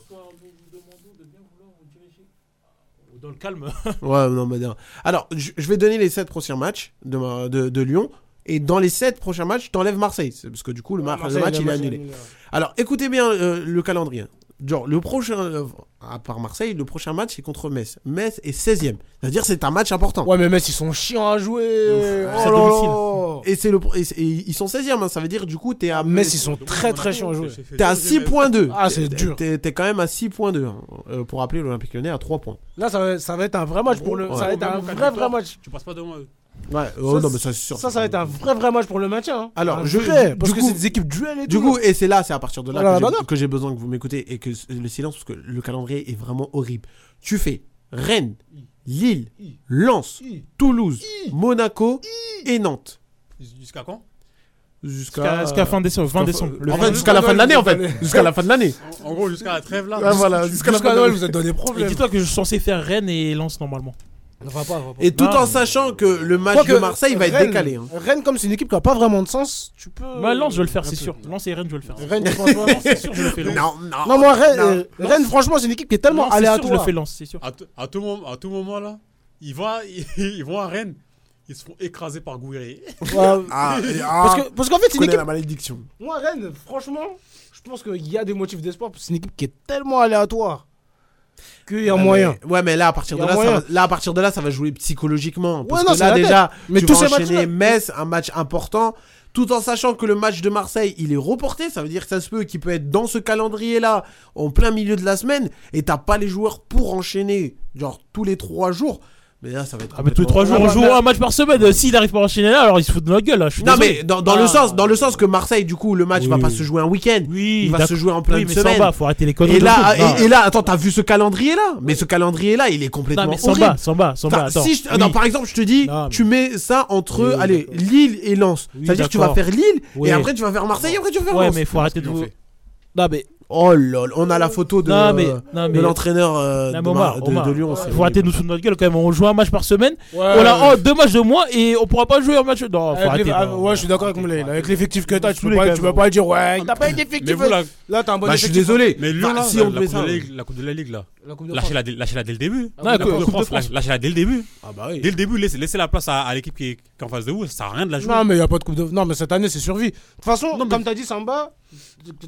D: dans le calme.
B: *laughs* Ouais, non, mais non. Alors, je je vais donner les 7 prochains matchs de, ma- de, de Lyon. Et dans les 7 prochains matchs, t'enlèves Marseille. C'est- Parce que du coup, le, mar- Ah, le
F: Marseille, le
B: match, il est annulé. Alors, écoutez bien euh, le calendrier. Genre, le prochain, euh, à part Marseille, le prochain match c'est contre Metz. Metz est 16ème. C'est-à-dire, c'est un match important.
F: Ouais, mais mec, ils sont chiants à jouer.
D: Ouf, c'est
F: Oh là là.
B: Et, c'est le, pro- et, c'est- et ils sont 16ème, hein. ça veut dire, du coup, t'es à,
F: Metz, ils sont très très chiants à jouer.
B: t'es à 6.2.
F: Ah, c'est
B: T'es-
F: dur.
B: T'es t'es quand même à 6.2. hein. Euh, pour rappeler, l'Olympique lyonnais à 3 points.
F: Là, ça va, ça va être un vrai match pour le.
B: Ouais.
F: Ça va être un vrai vrai match.
C: Tu passes pas devant euh, eux.
B: Ouais, oh,
F: Ça,
B: non, mais ça, c'est sûr.
F: Ça, ça va être un vrai vrai match pour le maintien. hein.
B: Alors,
F: Un
B: je-
F: vrai,
B: du
F: parce que
B: coup-
F: c'est des équipes duel et
B: Du
F: tout.
B: coup, et c'est là, c'est à partir de Oh là
F: Voilà,
B: que j'ai-
F: voilà.
B: que j'ai besoin que vous m'écoutez et que c- le silence, parce que le calendrier est vraiment horrible. Tu fais Rennes, Lille, Lens, Toulouse, Monaco et Nantes.
C: Jusqu'à quand
D: Jusqu'à jusqu'à fin décembre, 20 décembre. Le
B: En
D: vingt-
B: fait, jusqu'à la fin de l'année, en fait. Jusqu'à la fin de l'année.
F: Ah,
C: En- En gros, jusqu'à la trêve là.
B: Ouais, voilà, jusqu'à la fin
F: Jusqu'à
B: de
F: Noël,
B: l'année.
F: vous êtes dans des
D: Et
F: problèmes.
D: dis-toi que je suis censé faire Rennes et Lens normalement.
F: Va pas, va pas.
B: Et tout
D: Non,
B: en
D: mais-
B: sachant que le match
F: Quoique,
B: de Marseille va être
F: Rennes-
B: décalé. hein.
F: Rennes, comme c'est une équipe qui a pas vraiment de sens, tu peux.
D: Bah, Lens, je vais le faire,
F: Euh, Un
D: c'est
F: peu.
D: sûr. Lens et Rennes, je vais le faire.
F: Rennes, franchement.
D: Lens, *laughs* c'est sûr, je le fais. Lens.
B: Non, non.
F: Non, moi, Rennes,
B: Non.
F: euh, Rennes, franchement, c'est une équipe qui est
D: Lens,
F: tellement
D: c'est sûr, je le
F: aléatoire.
D: fais Lens, c'est sûr.
C: *laughs* À, tout- à tout moment, à tout moment là, ils vont, à- ils vont à Rennes, Ils se font écraser par Gouiri.
B: Ah, et- ah,
F: parce que- parce qu'en fait,
B: je
F: c'est une
B: connais
F: équipe-
B: la malédiction.
F: Moi, Rennes, franchement, je pense qu'il y a des motifs d'espoir. parce que C'est une équipe qui est tellement aléatoire qu'il y a
B: Ouais,
F: moyen.
B: Ah, mais- ouais, mais là à partir
F: Il y
B: de
F: a
B: là, ça
F: moyen.
B: va, là, à partir de là, ça va jouer psychologiquement. Parce
F: Ouais, non,
B: que
F: c'est
B: là
F: la tête.
B: déjà,
F: Mais
B: tu
F: tous
B: vas
F: ces
B: enchaîner
F: matchs-là-
B: Metz, un match important, tout en sachant que le match de Marseille, il est reporté. Ça veut dire que ça se peut qu'il peut être dans ce calendrier-là, en plein milieu de la semaine, et t'as pas les joueurs pour enchaîner, genre tous les trois jours. Mais là, ça va être.
D: Ah, mais tous les 3 jours, on joue un match par semaine. Euh, S'il arrive pas à enchaîner là, alors il se fout de notre gueule. Là. Je suis
B: bah, Non
D: désolé.
B: mais dans, dans le
D: Ah.
B: sens dans le sens que Marseille du coup le match va pas se jouer un week-end il va
D: d'accord.
B: se jouer en plein
D: Oui,
B: de
D: mais ça
B: semaine
D: va, faut arrêter les conneries
B: et
D: de
B: là ah,
D: foot.
B: et,
D: Non.
B: et là attends t'as vu ce calendrier là mais ce calendrier là il est complètement
D: Non, mais Samba,
B: horrible
D: Samba, Samba,
B: Enfin,
D: attends.
B: si je-
D: Oui.
B: non, par exemple je te dis tu mets ça entre
D: Oui,
B: allez Lille et Lens
D: Oui,
B: c'est à dire que tu vas
D: d'accord.
B: faire Lille
D: Oui.
B: et après tu vas faire Marseille et après tu vas faire
D: Ouais,
B: Lens.
D: mais faut arrêter de vous. Non, mais.
B: Oh lol, on a la photo de,
D: Non, mais- non, mais-
B: de l'entraîneur euh,
D: Non,
B: de,
D: mais Omar,
B: Mar- de-
D: Omar,
B: de Lyon. c'est
D: Faut arrêter de nous foutre de notre gueule quand même. On joue un match par semaine.
F: Ouais.
D: on a oh, deux matchs de moins et on pourra pas jouer un match. Non,
B: Eh,
D: faut
F: Avec
D: arrêter.
F: les- ah,
D: non.
F: ouais, je suis d'accord avec Moulay. Avec l'effectif que t'as, tu peux
D: saoulez quand
F: pas, tu
D: même.
F: peux pas dire ouais, t'as pas été effectif.
C: vous, là-
F: Là, t'as un bon
C: Bah, je
F: effectif.
C: suis désolé.
F: Mais
C: Mais
F: Lyon,
C: Lyon,
F: là,
C: si
F: la-
C: on
F: la
C: devait
F: Coupe
C: ça.
F: de la Ligue-
C: La Coupe de la Ligue, là.
F: La Coupe de
C: Lâchez-la
F: France.
C: dès- lâchez-la dès le début.
F: Ah, oui, la Coupe de France,
C: lâche- Lâchez-la dès le début.
F: Ah, bah
C: Dès le début, laissez laissez la place à à l'équipe qui est qui est en face de vous. Ça sert à rien de la jouer.
F: Non, mais y a pas de coupe de. Non, mais cette année, c'est survie. De toute façon, comme t'as dit, Samba,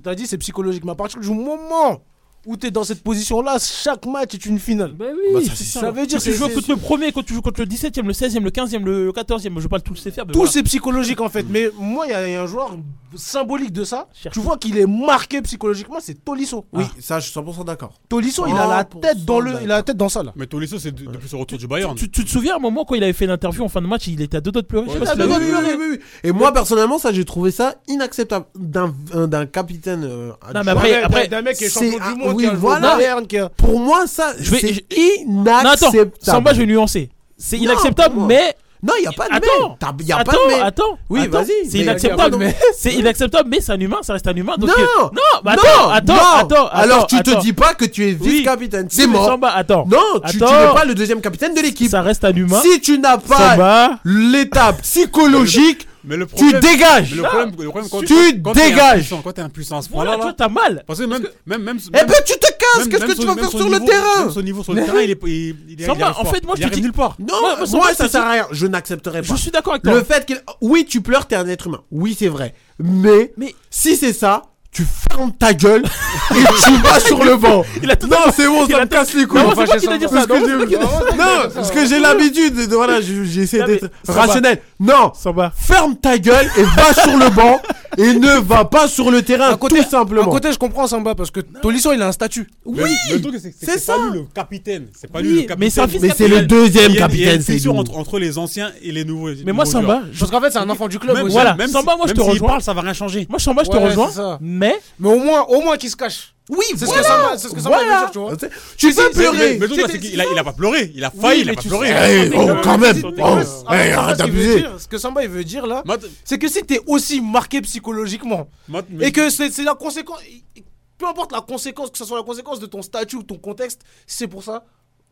F: t'as dit, c'est psychologique. Mais à partir du moment où t'es dans cette position-là, chaque match est une finale.
B: Bah,
D: Bah Oui,
F: ça,
D: c'est
F: veut dire
D: que tu
F: c'est-
D: joues
F: c'est-
D: contre le premier, quand tu joues contre le 17ème, le 16ème, le 15ème, le 14ème. Je vais pas le tout le faire. mais
F: Tout
D: voilà.
F: c'est psychologique en fait,
B: Mm.
F: mais moi il y, a un joueur symbolique de ça. Tu vois qu'il est marqué psychologiquement, c'est Tolisso.
B: Oui, ça je suis 100% d'accord.
F: Tolisso, il a
B: Oh,
F: la tête dans le, il a la tête dans ça là.
C: Mais Tolisso, c'est de- depuis son retour du Bayern.
D: Tu, tu te souviens à un moment quand il avait fait une interview en fin de match, il était à deux doigts de pleurer. je sais
B: Ouais,
D: pas si
B: t'as
D: tu l'as
B: bien
D: vu.
B: pleuré, Ah, bah, oui, oui. Et moi personnellement ça j'ai trouvé ça inacceptable d'un euh, d'un capitaine euh,
D: Non, mais
B: adjoint.
D: après- après-
F: D'un mec qui est
B: C'est
F: champion
B: un-
F: du monde,
B: oui,
F: qui a joué au
B: voilà.
F: Bayern, qui a-
B: Ah, Pour moi ça
D: Je vais-
B: c'est
D: je-
B: inacceptable.
D: Non, attends, Samba, je vais nuancer. C'est
B: Non,
D: inacceptable,
B: pour moi.
D: mais.
B: Non, il n'y a pas de
D: Attends,
B: mais. T'as- y a
D: attends,
B: pas de mais.
D: attends.
B: Oui,
D: attends.
B: vas-y.
D: C'est
B: mais-
D: inacceptable,
B: Mais-
D: c'est inacceptable, mais c'est un humain, ça reste un humain. Donc
B: non,
D: euh, non, mais attends,
B: non,
D: attends,
B: non.
D: attends.
B: Alors
D: attends,
B: tu
D: attends.
B: te dis pas que tu es vice-capitaine,
D: Oui,
B: c'est
D: mais
B: mort.
D: Samba, attends.
B: Non, tu, tu n'es
D: Attends.
B: pas le deuxième capitaine de l'équipe.
D: Ça reste un humain.
B: Si tu n'as
D: Samba.
B: pas l'étape psychologique,
C: Mais le
B: tu
C: problème-
B: dégages.
C: mais le problème, le problème, quand
B: Tu
C: quand t'es
B: dégages.
C: impuissant, Quand t'es impuissant à ce
D: Voilà,
C: point-là,
D: toi
C: là,
D: t'as mal.
C: parce que même, même, même,
B: Eh ben tu te casses. Qu'est-ce que tu vas faire sur le terrain
C: Son niveau sur le terrain, il est, il, il,
D: Samba, en fait, moi, je te dis-
C: nulle part.
B: Non,
D: Moi,
B: moi,
D: moi, sans moi,
B: ça
D: je te
B: sert
D: dis-
B: à rien. Je n'accepterai pas.
D: Je suis d'accord avec toi.
B: Le fait qu'il. Oui, tu pleures, t'es un être humain. Oui, c'est vrai. Mais,
D: Mais-
B: si c'est ça, tu fermes ta gueule et tu vas sur le banc.
D: *laughs* Il a tout
B: Non, c'est bon,
D: il a
B: ça me
D: tout-
B: casse les couilles.
D: Non, c'est moi qui dois dire ça.
B: Parce que
D: Non, c'est
B: j'ai-
D: moi qui dois dire ça.
B: Non, parce que j'ai l'habitude. de- Voilà, j'ai j'ai essayé
D: Non, mais
B: d'être
D: ça va.
B: rationnel. Non,
D: Samba.
B: ferme ta gueule et va sur le banc et ne va pas sur le terrain, tout
F: À
B: simplement.
F: côté, je comprends Samba parce que Tolisso il a un statut.
C: Oui, le truc, c'est-
B: c'est
C: c'est pas
B: ça.
C: lui le capitaine. C'est pas
D: Oui,
C: lui le
D: mais
C: capitaine.
D: c'est un fils
B: Mais c'est le
C: Il y a-
B: deuxième
C: il y a- Il y a
B: capitaine,
C: une
B: c'est
C: fissure
B: nous.
C: entre, entre les anciens et les nouveaux.
D: Mais moi, Samba, je-
F: Parce qu'en fait, c'est un enfant du club. aussi.
D: voilà, Samba, moi, je te rejoins.
C: Il parle, ça va rien changer.
D: moi Samba, je te
F: Ouais, c'est
D: rejoins,
F: ça.
D: mais
F: Mais au moins, au moins qu'il se cache.
B: Oui,
F: C'est ce
B: voilà.
F: que Samba- c'est ce que Samba veut
B: Voilà.
F: dire, tu vois.
B: Ah, Tu peux pleurer.
C: Mais le truc, là, c'est qu'il a- il a pas pleuré. Il a failli, il a pas pleuré.
B: Eh, oh, quand même.
F: Mais
B: Oh,
F: en fait,
B: eh,
F: Samba,
B: arrête
F: ce qu'il veut
B: d'abuser.
F: dire- Ce que Samba il veut dire là,
C: Moi, t-
F: c'est que si t'es aussi marqué psychologiquement
C: moi, t-
F: et que c'est c'est la conséquence, peu importe la conséquence, que ce soit la conséquence de ton statut ou ton contexte, si c'est pour ça,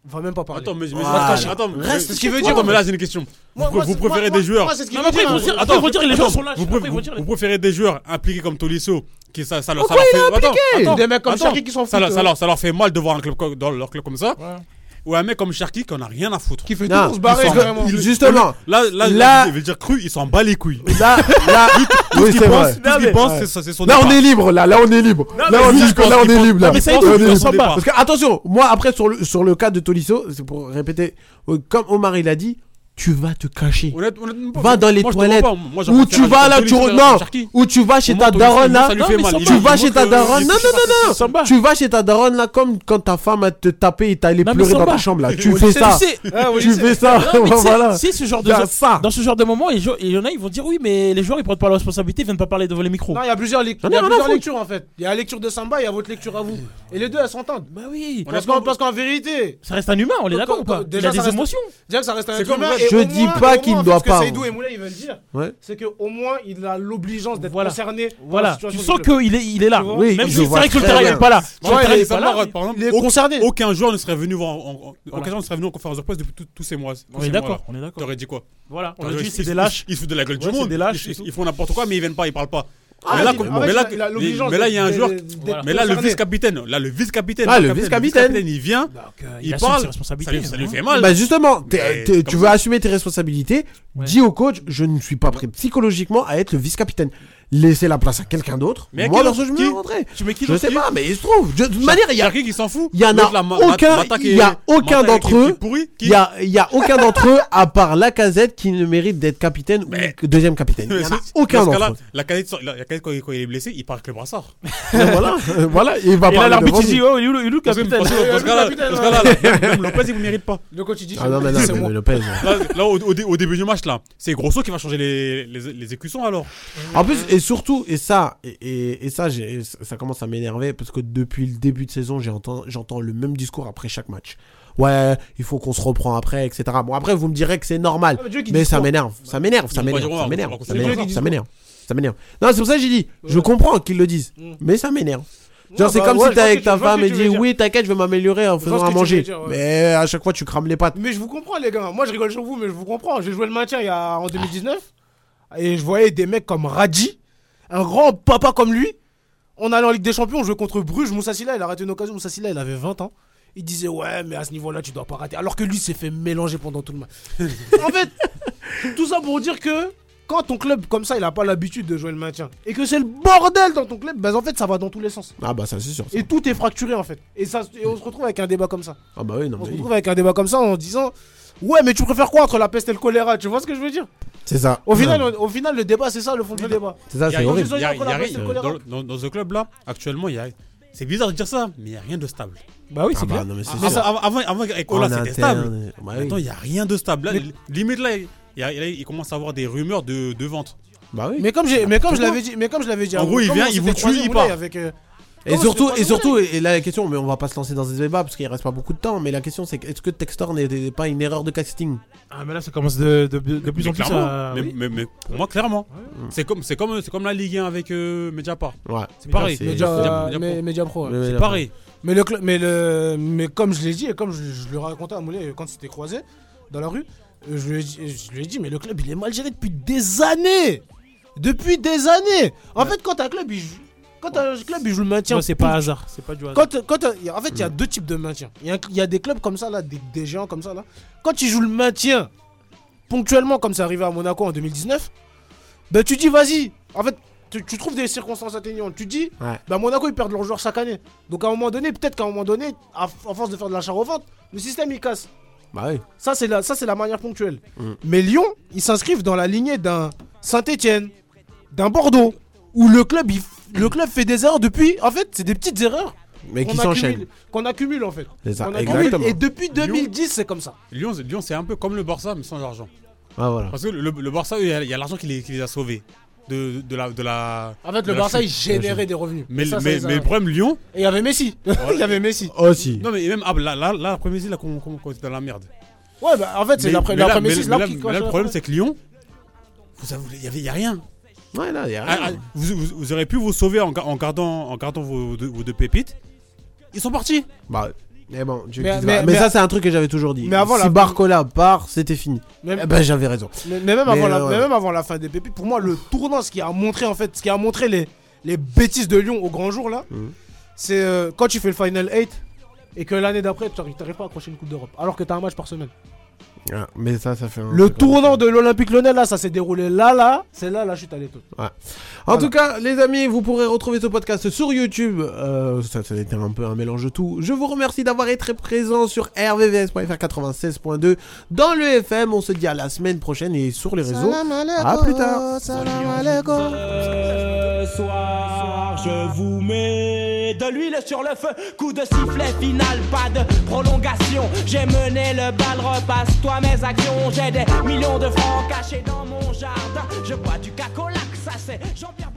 F: on va même pas parler.
C: Attends, mais, mais-
B: Voilà.
C: attends, attends, mais-
F: Reste ce qu'il veut dire,
C: Attends,
F: en
C: mais là, j'ai une question.
F: Moi-
C: vous
F: moi,
C: vous
F: c'est-
C: préférez
F: moi-
C: des joueurs.
F: moi, c'est ce qu'il
D: Non,
F: veut
D: mais après,
F: dire,
D: ils vont
F: hein.
D: dire- Attends, ils vont dire, les gens
C: Attends,
D: sont lâches.
C: Vous,
D: Après,
C: préférez-
D: ils vont dire,
C: vous
D: les-
C: préférez des joueurs impliqués comme Tolisso, qui ça, ça leur, ça
B: quoi il
C: leur
B: est
C: fait. Attends,
B: impliqué
C: attends,
F: Des mecs comme
C: attends,
F: Cherki qui s'en
C: ça, leur-
F: foutent,
C: ça
F: euh.
C: leur, ça leur fait mal de voir un club co- dans leur club comme ça.
F: Ouais.
C: Ou un mec comme Cherki qui en a rien à foutre.
F: Qui fait
B: Non,
F: tout pour se barrer
B: ils sont-
F: carrément.
B: ils- Justement.
C: Là, là,
B: Là-
C: je vais dire cru, il s'en bat les couilles.
B: Là, là, oui,
C: Tout ce
B: c'est
C: qu'il
B: vrai.
C: pense, tout ce qu'il
D: mais-
C: pense, c'est ça, c'est son
B: Là on
C: départ.
B: est libre, là, là on est libre. là
C: mais
B: on
C: lui,
B: dit
C: je
B: que
C: pense
B: là on
C: qu'il
B: est
C: pense-
B: libre. Là.
D: mais ça, il
B: Là,
D: pense
B: on
D: qu'il
B: est
D: pense
B: libre.
D: pas.
B: Parce que attention, moi après sur le, sur le cas de Tolisso, c'est pour répéter, euh, comme Omar il a dit, tu vas te cacher.
C: Honnête- honnêtement,
B: Va dans les
C: moi, je te
B: toilettes.
C: mens pas, moi, j'en
B: Ou
C: préfère
B: tu
C: un
B: vas
C: joueur
B: là,
C: comme
B: tu re-
C: Tolisso
B: non.
C: que Cherki.
B: Ou tu vas chez
C: Moi,
B: ta
C: Tolisso,
B: daronne
C: moi,
B: là.
C: ça lui
D: Non,
C: fait
D: mais
C: mal.
D: Samba,
C: Il-
B: Tu
C: il
B: vas
C: montre
B: chez ta
C: que-
B: daronne.
C: il-
B: Non,
C: il-
B: non, non,
D: Samba.
B: non. Tu vas chez ta daronne là comme quand ta femme elle te tapait et t'allais
D: Non, mais
B: pleurer dans
D: Samba.
B: ta chambre là.
D: Oui,
B: Tu fais
D: c'est-
B: ça.
D: c'est-
C: Ah
B: Tu fais ça.
D: *laughs* Non, mais tu sais-
B: *laughs* Voilà.
D: tu sais, ce genre de
B: T'as ça.
D: dans ce genre de moment, les gens- il y en a, ils vont dire oui, mais les joueurs ils prennent pas leur responsabilité, ils viennent pas parler devant les micros.
F: Non, il y a plusieurs, lec-
B: J'en ai
F: il y a
B: rien à
F: plusieurs
B: foutre.
F: lectures en fait. Il y a la lecture de Samba, il y a votre lecture à vous. Et les deux, elles s'entendent.
D: Bah oui,
F: Parce qu'en parce qu'en vérité,
D: ça reste un humain, on est
F: Quand-
D: d'accord
F: quand-
D: ou pas
F: déjà,
D: Il a
F: ça
D: des
F: reste-
D: émotions.
F: déjà que ça reste un
C: C'est
F: être
C: comme
F: humain,
C: moi,
F: et
B: je
F: au
B: dis
F: moins-
B: pas
F: et au
B: qu'il
F: moins,
B: ne doit
F: parce que
B: pas,
F: Seydou
B: hein.
F: et Moulay, ils veulent dire.
B: Ouais.
F: C'est qu'au moins, il a l'obligeance d'être
D: Voilà.
F: concerné. par la
D: Voilà, tu
F: situation
D: sens
F: du club.
D: qu'il est, il est là.
F: Tu vois
B: Oui,
D: Même
B: je
D: si c'est
B: vois
D: vrai que le
B: très
D: terrain il
B: bien.
D: est pas là.
C: Ouais,
D: Le terrain, il est
C: ça
D: pas
C: me
D: là.
C: rate, par exemple,
F: il est
C: aucun-
F: concerné.
C: Aucun joueur ne serait venu voir en- en- en-
D: Voilà.
C: aucun joueur ne serait venu en conférence de presse depuis tous- tous ces mois.
D: On est d'accord, on est d'accord.
C: T'aurais dit quoi
D: Voilà, on
C: T'aurais
D: a dit
C: ils-
D: c'est
C: ils-
D: des lâches.
C: Ils ils se foutent de la gueule
D: Ouais,
C: du
D: c'est
C: monde.
D: des lâches,
C: Ils
D: c'est tout.
C: ils font n'importe quoi, mais ils viennent pas, ils parlent pas.
B: Ah,
C: mais là,
B: il-
C: comme-
B: en fait,
C: mais
B: il
C: là,
B: a- il a
C: les-
B: l'obligation
C: mais là, il y a un
B: d'être-
C: joueur.
B: d'être
C: voilà. Mais là, le
B: concerné.
C: vice-capitaine. Là, le vice-capitaine.
B: Ah, le vice-capitaine.
C: vice-capitaine, il vient.
D: il
C: il
D: assume
C: parle.
D: ses
C: Ça
D: responsabilités,
C: lui, ça lui
D: hein.
C: fait mal.
B: Bah justement, t'es-
C: Mais
B: t'es- tu
C: comme
B: veux assumer tes responsabilités, dis au coach, je ne suis pas prêt psychologiquement à être le vice-capitaine. Laissez la place à quelqu'un d'autre.
C: Mais à
B: Moi,
C: quel
B: perso, je
C: autre
B: me
C: qui
B: rendrai.
C: Tu mets qui
B: Je
C: d'autre
B: sais
C: qui
B: pas, mais il se trouve. Je- De toute manière, il y a
C: Cherki qui s'en fout.
B: Il y en
C: L'autre, la
B: a
C: ma-
B: aucun,
C: Mata qui
B: il y a
C: est-
B: aucun
C: Mata
B: d'entre
C: qui est
B: eux,
C: pourri, qui-
B: il y a, il y a aucun d'entre eux, à part Lacazette, qui ne mérite d'être capitaine ou deuxième capitaine. Il y en a aucun
C: Dans ce
B: d'entre
C: cas-là,
B: eux.
C: la cadette, sort- la la cadette, quand il quand il est blessé, il part avec le brassard.
B: voilà, euh, voilà, il va
D: Et là,
B: parler
D: l'arbitre
B: devant
D: il dit
B: lui.
D: Oh, il est où le- il est où le
C: Parce que-
D: capitaine
C: parce que- parce que là- parce que là, là, même Lopez, il ne mérite pas.
F: Le coach, il dit
B: Ah non, mais non, mais Lopez.
C: Là, là, au, au dé- au début du match, là, c'est Grosso qui va changer les, les, les écussons alors.
B: En plus, et surtout, et ça, et, et- et ça, j'ai- ça commence à m'énerver parce que depuis le début de saison, j'ai entend- j'entends le même discours après chaque match. Ouais, il faut qu'on se reprend après, etc. Bon, après, vous me direz que c'est normal,
F: Ah, mais Dieu qui
B: mais
F: dit
B: ça
F: quoi
B: m'énerve, ça m'énerve, ça
C: Ils vont pas
B: m'énerve,
C: dire,
B: ça
C: on va- on
B: m'énerve,
C: va
B: ça
C: continuer
F: comme
B: m'énerve,
F: ça.
B: ça m'énerve, ça m'énerve. Non, c'est pour ça que j'ai dit, je comprends qu'ils le disent, mais ça m'énerve. Genre,
F: Ouais,
B: c'est
F: Mm. bah,
B: comme
F: ouais, je
B: si
F: vois ce
B: t'es
F: que
B: avec
F: tu-
B: ta
F: je vois ce
B: femme
F: que
B: et
F: tu veux
B: dis,
F: dire.
B: oui, t'inquiète, je vais m'améliorer en
F: ce
B: faisant
F: que
B: à
F: tu veux
B: manger.
F: dire, ouais.
B: Mais à chaque fois, tu crames les pattes.
F: Mais je vous comprends, les gars. Moi, je rigole sur vous, mais je vous comprends. J'ai joué le maintien il y a, en 2019. Et je voyais des mecs comme Radji, un grand papa comme lui. On allait en Ligue des Champions, on jouait contre Bruges. Moussa Silla, il a raté une occasion. Moussa Silla, il avait 20 ans. Il disait, ouais, mais à ce niveau-là, tu dois pas rater. Alors que lui s'est fait mélanger pendant tout le match. en fait, tout ça pour dire que quand ton club, comme ça, il a pas l'habitude de jouer le maintien et que c'est le bordel dans ton club, ben en fait, ça va dans tous les sens.
B: Ah bah, ça, c'est sûr. ça.
F: Et tout est fracturé, en fait. Et, ça, et on se retrouve avec un débat comme ça.
B: Ah bah oui, non,
F: On se
B: mais oui.
F: retrouve avec un débat comme ça en disant Ouais, mais tu préfères quoi entre la peste et le choléra Tu vois ce que je veux dire
B: c'est ça.
F: au final, on- au final, le débat, c'est ça le fond du débat.
B: C'est ça,
C: Il y a-
B: c'est
C: il y a-
B: horrible.
C: il y a- il y a
F: Quand c'est le
C: rien-
F: choléra.
C: dans- Dans dans ce club là, actuellement, il y a. C'est bizarre de dire ça, mais il n'y a rien de stable.
D: Bah oui,
B: Ah
D: c'est
B: bah,
D: bien.
B: non, mais c'est
C: Mais
B: sûr.
C: ça, avant, avant- avant, avec Ola,
B: En
C: c'était
B: interne,
C: stable.
B: euh, bah oui.
C: Maintenant, il n'y a rien de stable. Là, Limite, là, il, y a- là, il commence à avoir des rumeurs de, de vente.
B: Bah oui.
F: Mais comme j'ai, mais comme je l'avais dit, mais comme je l'avais dit,
C: En
F: à
C: gros,
F: vous,
C: il
F: comme
C: vient,
F: on
C: il
F: s'était
C: vous tue,
F: croisés,
C: il
F: vous
C: part.
F: voyez, avec, euh,
B: Et
F: Comment
B: surtout,
F: c'est pas
B: et
F: normal
B: surtout, et là la question, mais on va pas se lancer dans ce débat parce qu'il reste pas beaucoup de temps, mais la question c'est que, est-ce que Textor n'est n'est pas une erreur de casting
D: Ah, mais là, ça commence de, de, de plus
C: Mais
D: en plus
C: clairement.
D: à.
C: mais,
D: oui.
C: mais- mais pour moi, clairement. C'est comme, c'est comme, c'est comme la Ligue 1 avec euh, Mediapart.
B: Ouais.
C: C'est pareil.
B: c'est-
F: Media,
C: Mediapart,
F: euh,
C: Mediapart.
F: mais- Media Pro. ouais.
B: Mais-
C: C'est pareil.
F: Mais le, cl- mais le, mais comme je l'ai dit et comme je, je le racontais à Moulay euh, quand c'était croisé dans la rue, euh, je lui, ai, dit- je lui ai dit mais le club il est mal géré depuis des années, depuis des années. En fait, quand un club il joue, quand un club il joue le maintien,
D: Moi, c'est pas hasard. C'est pas du hasard.
F: Quand, quand, euh, y a- en fait, il y
B: Mm.
F: a deux types de maintien. Il y, a un- il y a des clubs comme ça, là, des, des géants comme ça. là. Quand ils jouent le maintien, ponctuellement, comme c'est arrivé à Monaco en 2019, ben tu dis, vas-y. En fait, tu, tu trouves des circonstances atteignantes. Tu dis,
B: Ouais.
F: ben Monaco, ils perdent leurs joueurs chaque année. Donc à un moment donné, peut-être qu'à un moment donné, à, à force de faire de l'achat revente, le système il casse.
B: Bah oui. Mm.
F: Ça, c'est la, ça, c'est la manière ponctuelle. Mais Lyon, ils s'inscrivent dans la lignée d'un Saint-Etienne, d'un Bordeaux, où le club, il f- le club fait des erreurs depuis. En fait, c'est des petites erreurs
B: Mais qui
F: qu'on accumule-
B: s'enchaîne.
F: Qu'on accumule en fait.
B: C'est ça,
F: Qu'on accumule.
B: exactement.
F: Et depuis 2010, c'est comme ça.
C: Lyon, c'est- Lyon, c'est un peu comme le Barça, mais sans l'argent.
B: Ah voilà.
C: Parce que le, le Barça, eux, il y a, il y a l'argent qui les, qui les a sauvés. De, de la, de la...
F: En fait, le
C: de la
F: Barça,
C: chute.
F: il générait des revenus.
C: Mais,
F: Ça, ça,
C: mais,
F: ça-
C: mais le problème, Lyon.
F: Et il y avait Messi. *laughs* il y avait Messi.
B: Aussi.
C: Non, mais même ah, là, là, là, après-midi, là, qu'on qu'on- qu'on était dans la merde.
F: Ouais, bah en fait, c'est
C: Mais-
F: l'après
C: mais là-
F: l'après
C: mais-
F: Messi.
C: mais
F: c'est là
C: là,
F: qu'il
C: mais
F: coche
C: là, le
F: la-
C: problème, c'est que Lyon, vous avouez, il y avait- il y a rien.
B: Ouais, là, y a
C: Ah,
B: rien.
C: ah, vous, vous- vous aurez pu vous sauver en, ga- en gardant, en gardant vos, vos deux, vos deux pépites. Ils sont partis.
B: Bah. Mais bon, Dieu
F: Mais-
B: qui te
F: mais-
B: va. mais,
F: mais-
B: ça c'est un truc que j'avais toujours dit.
F: Mais avant
B: si
F: la-
B: Barcola part, c'était fini.
F: Même-
B: Eh ben j'avais raison.
F: Mais, mais même
B: Mais,
F: avant la,
B: ouais.
F: mais même avant la fin des pépites, pour moi, le tournant, ce qui a montré en fait, ce qui a montré les, les bêtises de Lyon au grand jour là,
C: Mm.
B: Mhm.
F: c'est euh, quand tu fais le Final 8 et que l'année d'après, tu n'arrives pas à accrocher une Coupe d'Europe, alors que tu as un match par semaine.
B: Ah, mais ça, ça fait.
F: Le
B: un truc comme ça.
F: tournant de l'Olympique Lyonnais là, ça s'est déroulé là, là, c'est là la chute à l'étoile.
B: En
F: Voilà.
B: tout cas, les amis, vous pourrez retrouver ce podcast sur YouTube. Euh, ça, ça a été un peu un mélange de tout. Je vous remercie d'avoir été présent sur rvvs.fr 96.2 dans le FM. On se dit à la semaine prochaine et sur les réseaux. À plus tard.
I: Ce soir, je vous mets de l'huile sur le feu. Coup de sifflet final, pas de prolongation. J'ai mené le bal, repasse-toi mes actions. J'ai des millions de francs cachés dans mon jardin. Je bois du cacolac, ça c'est Jean-Pierre.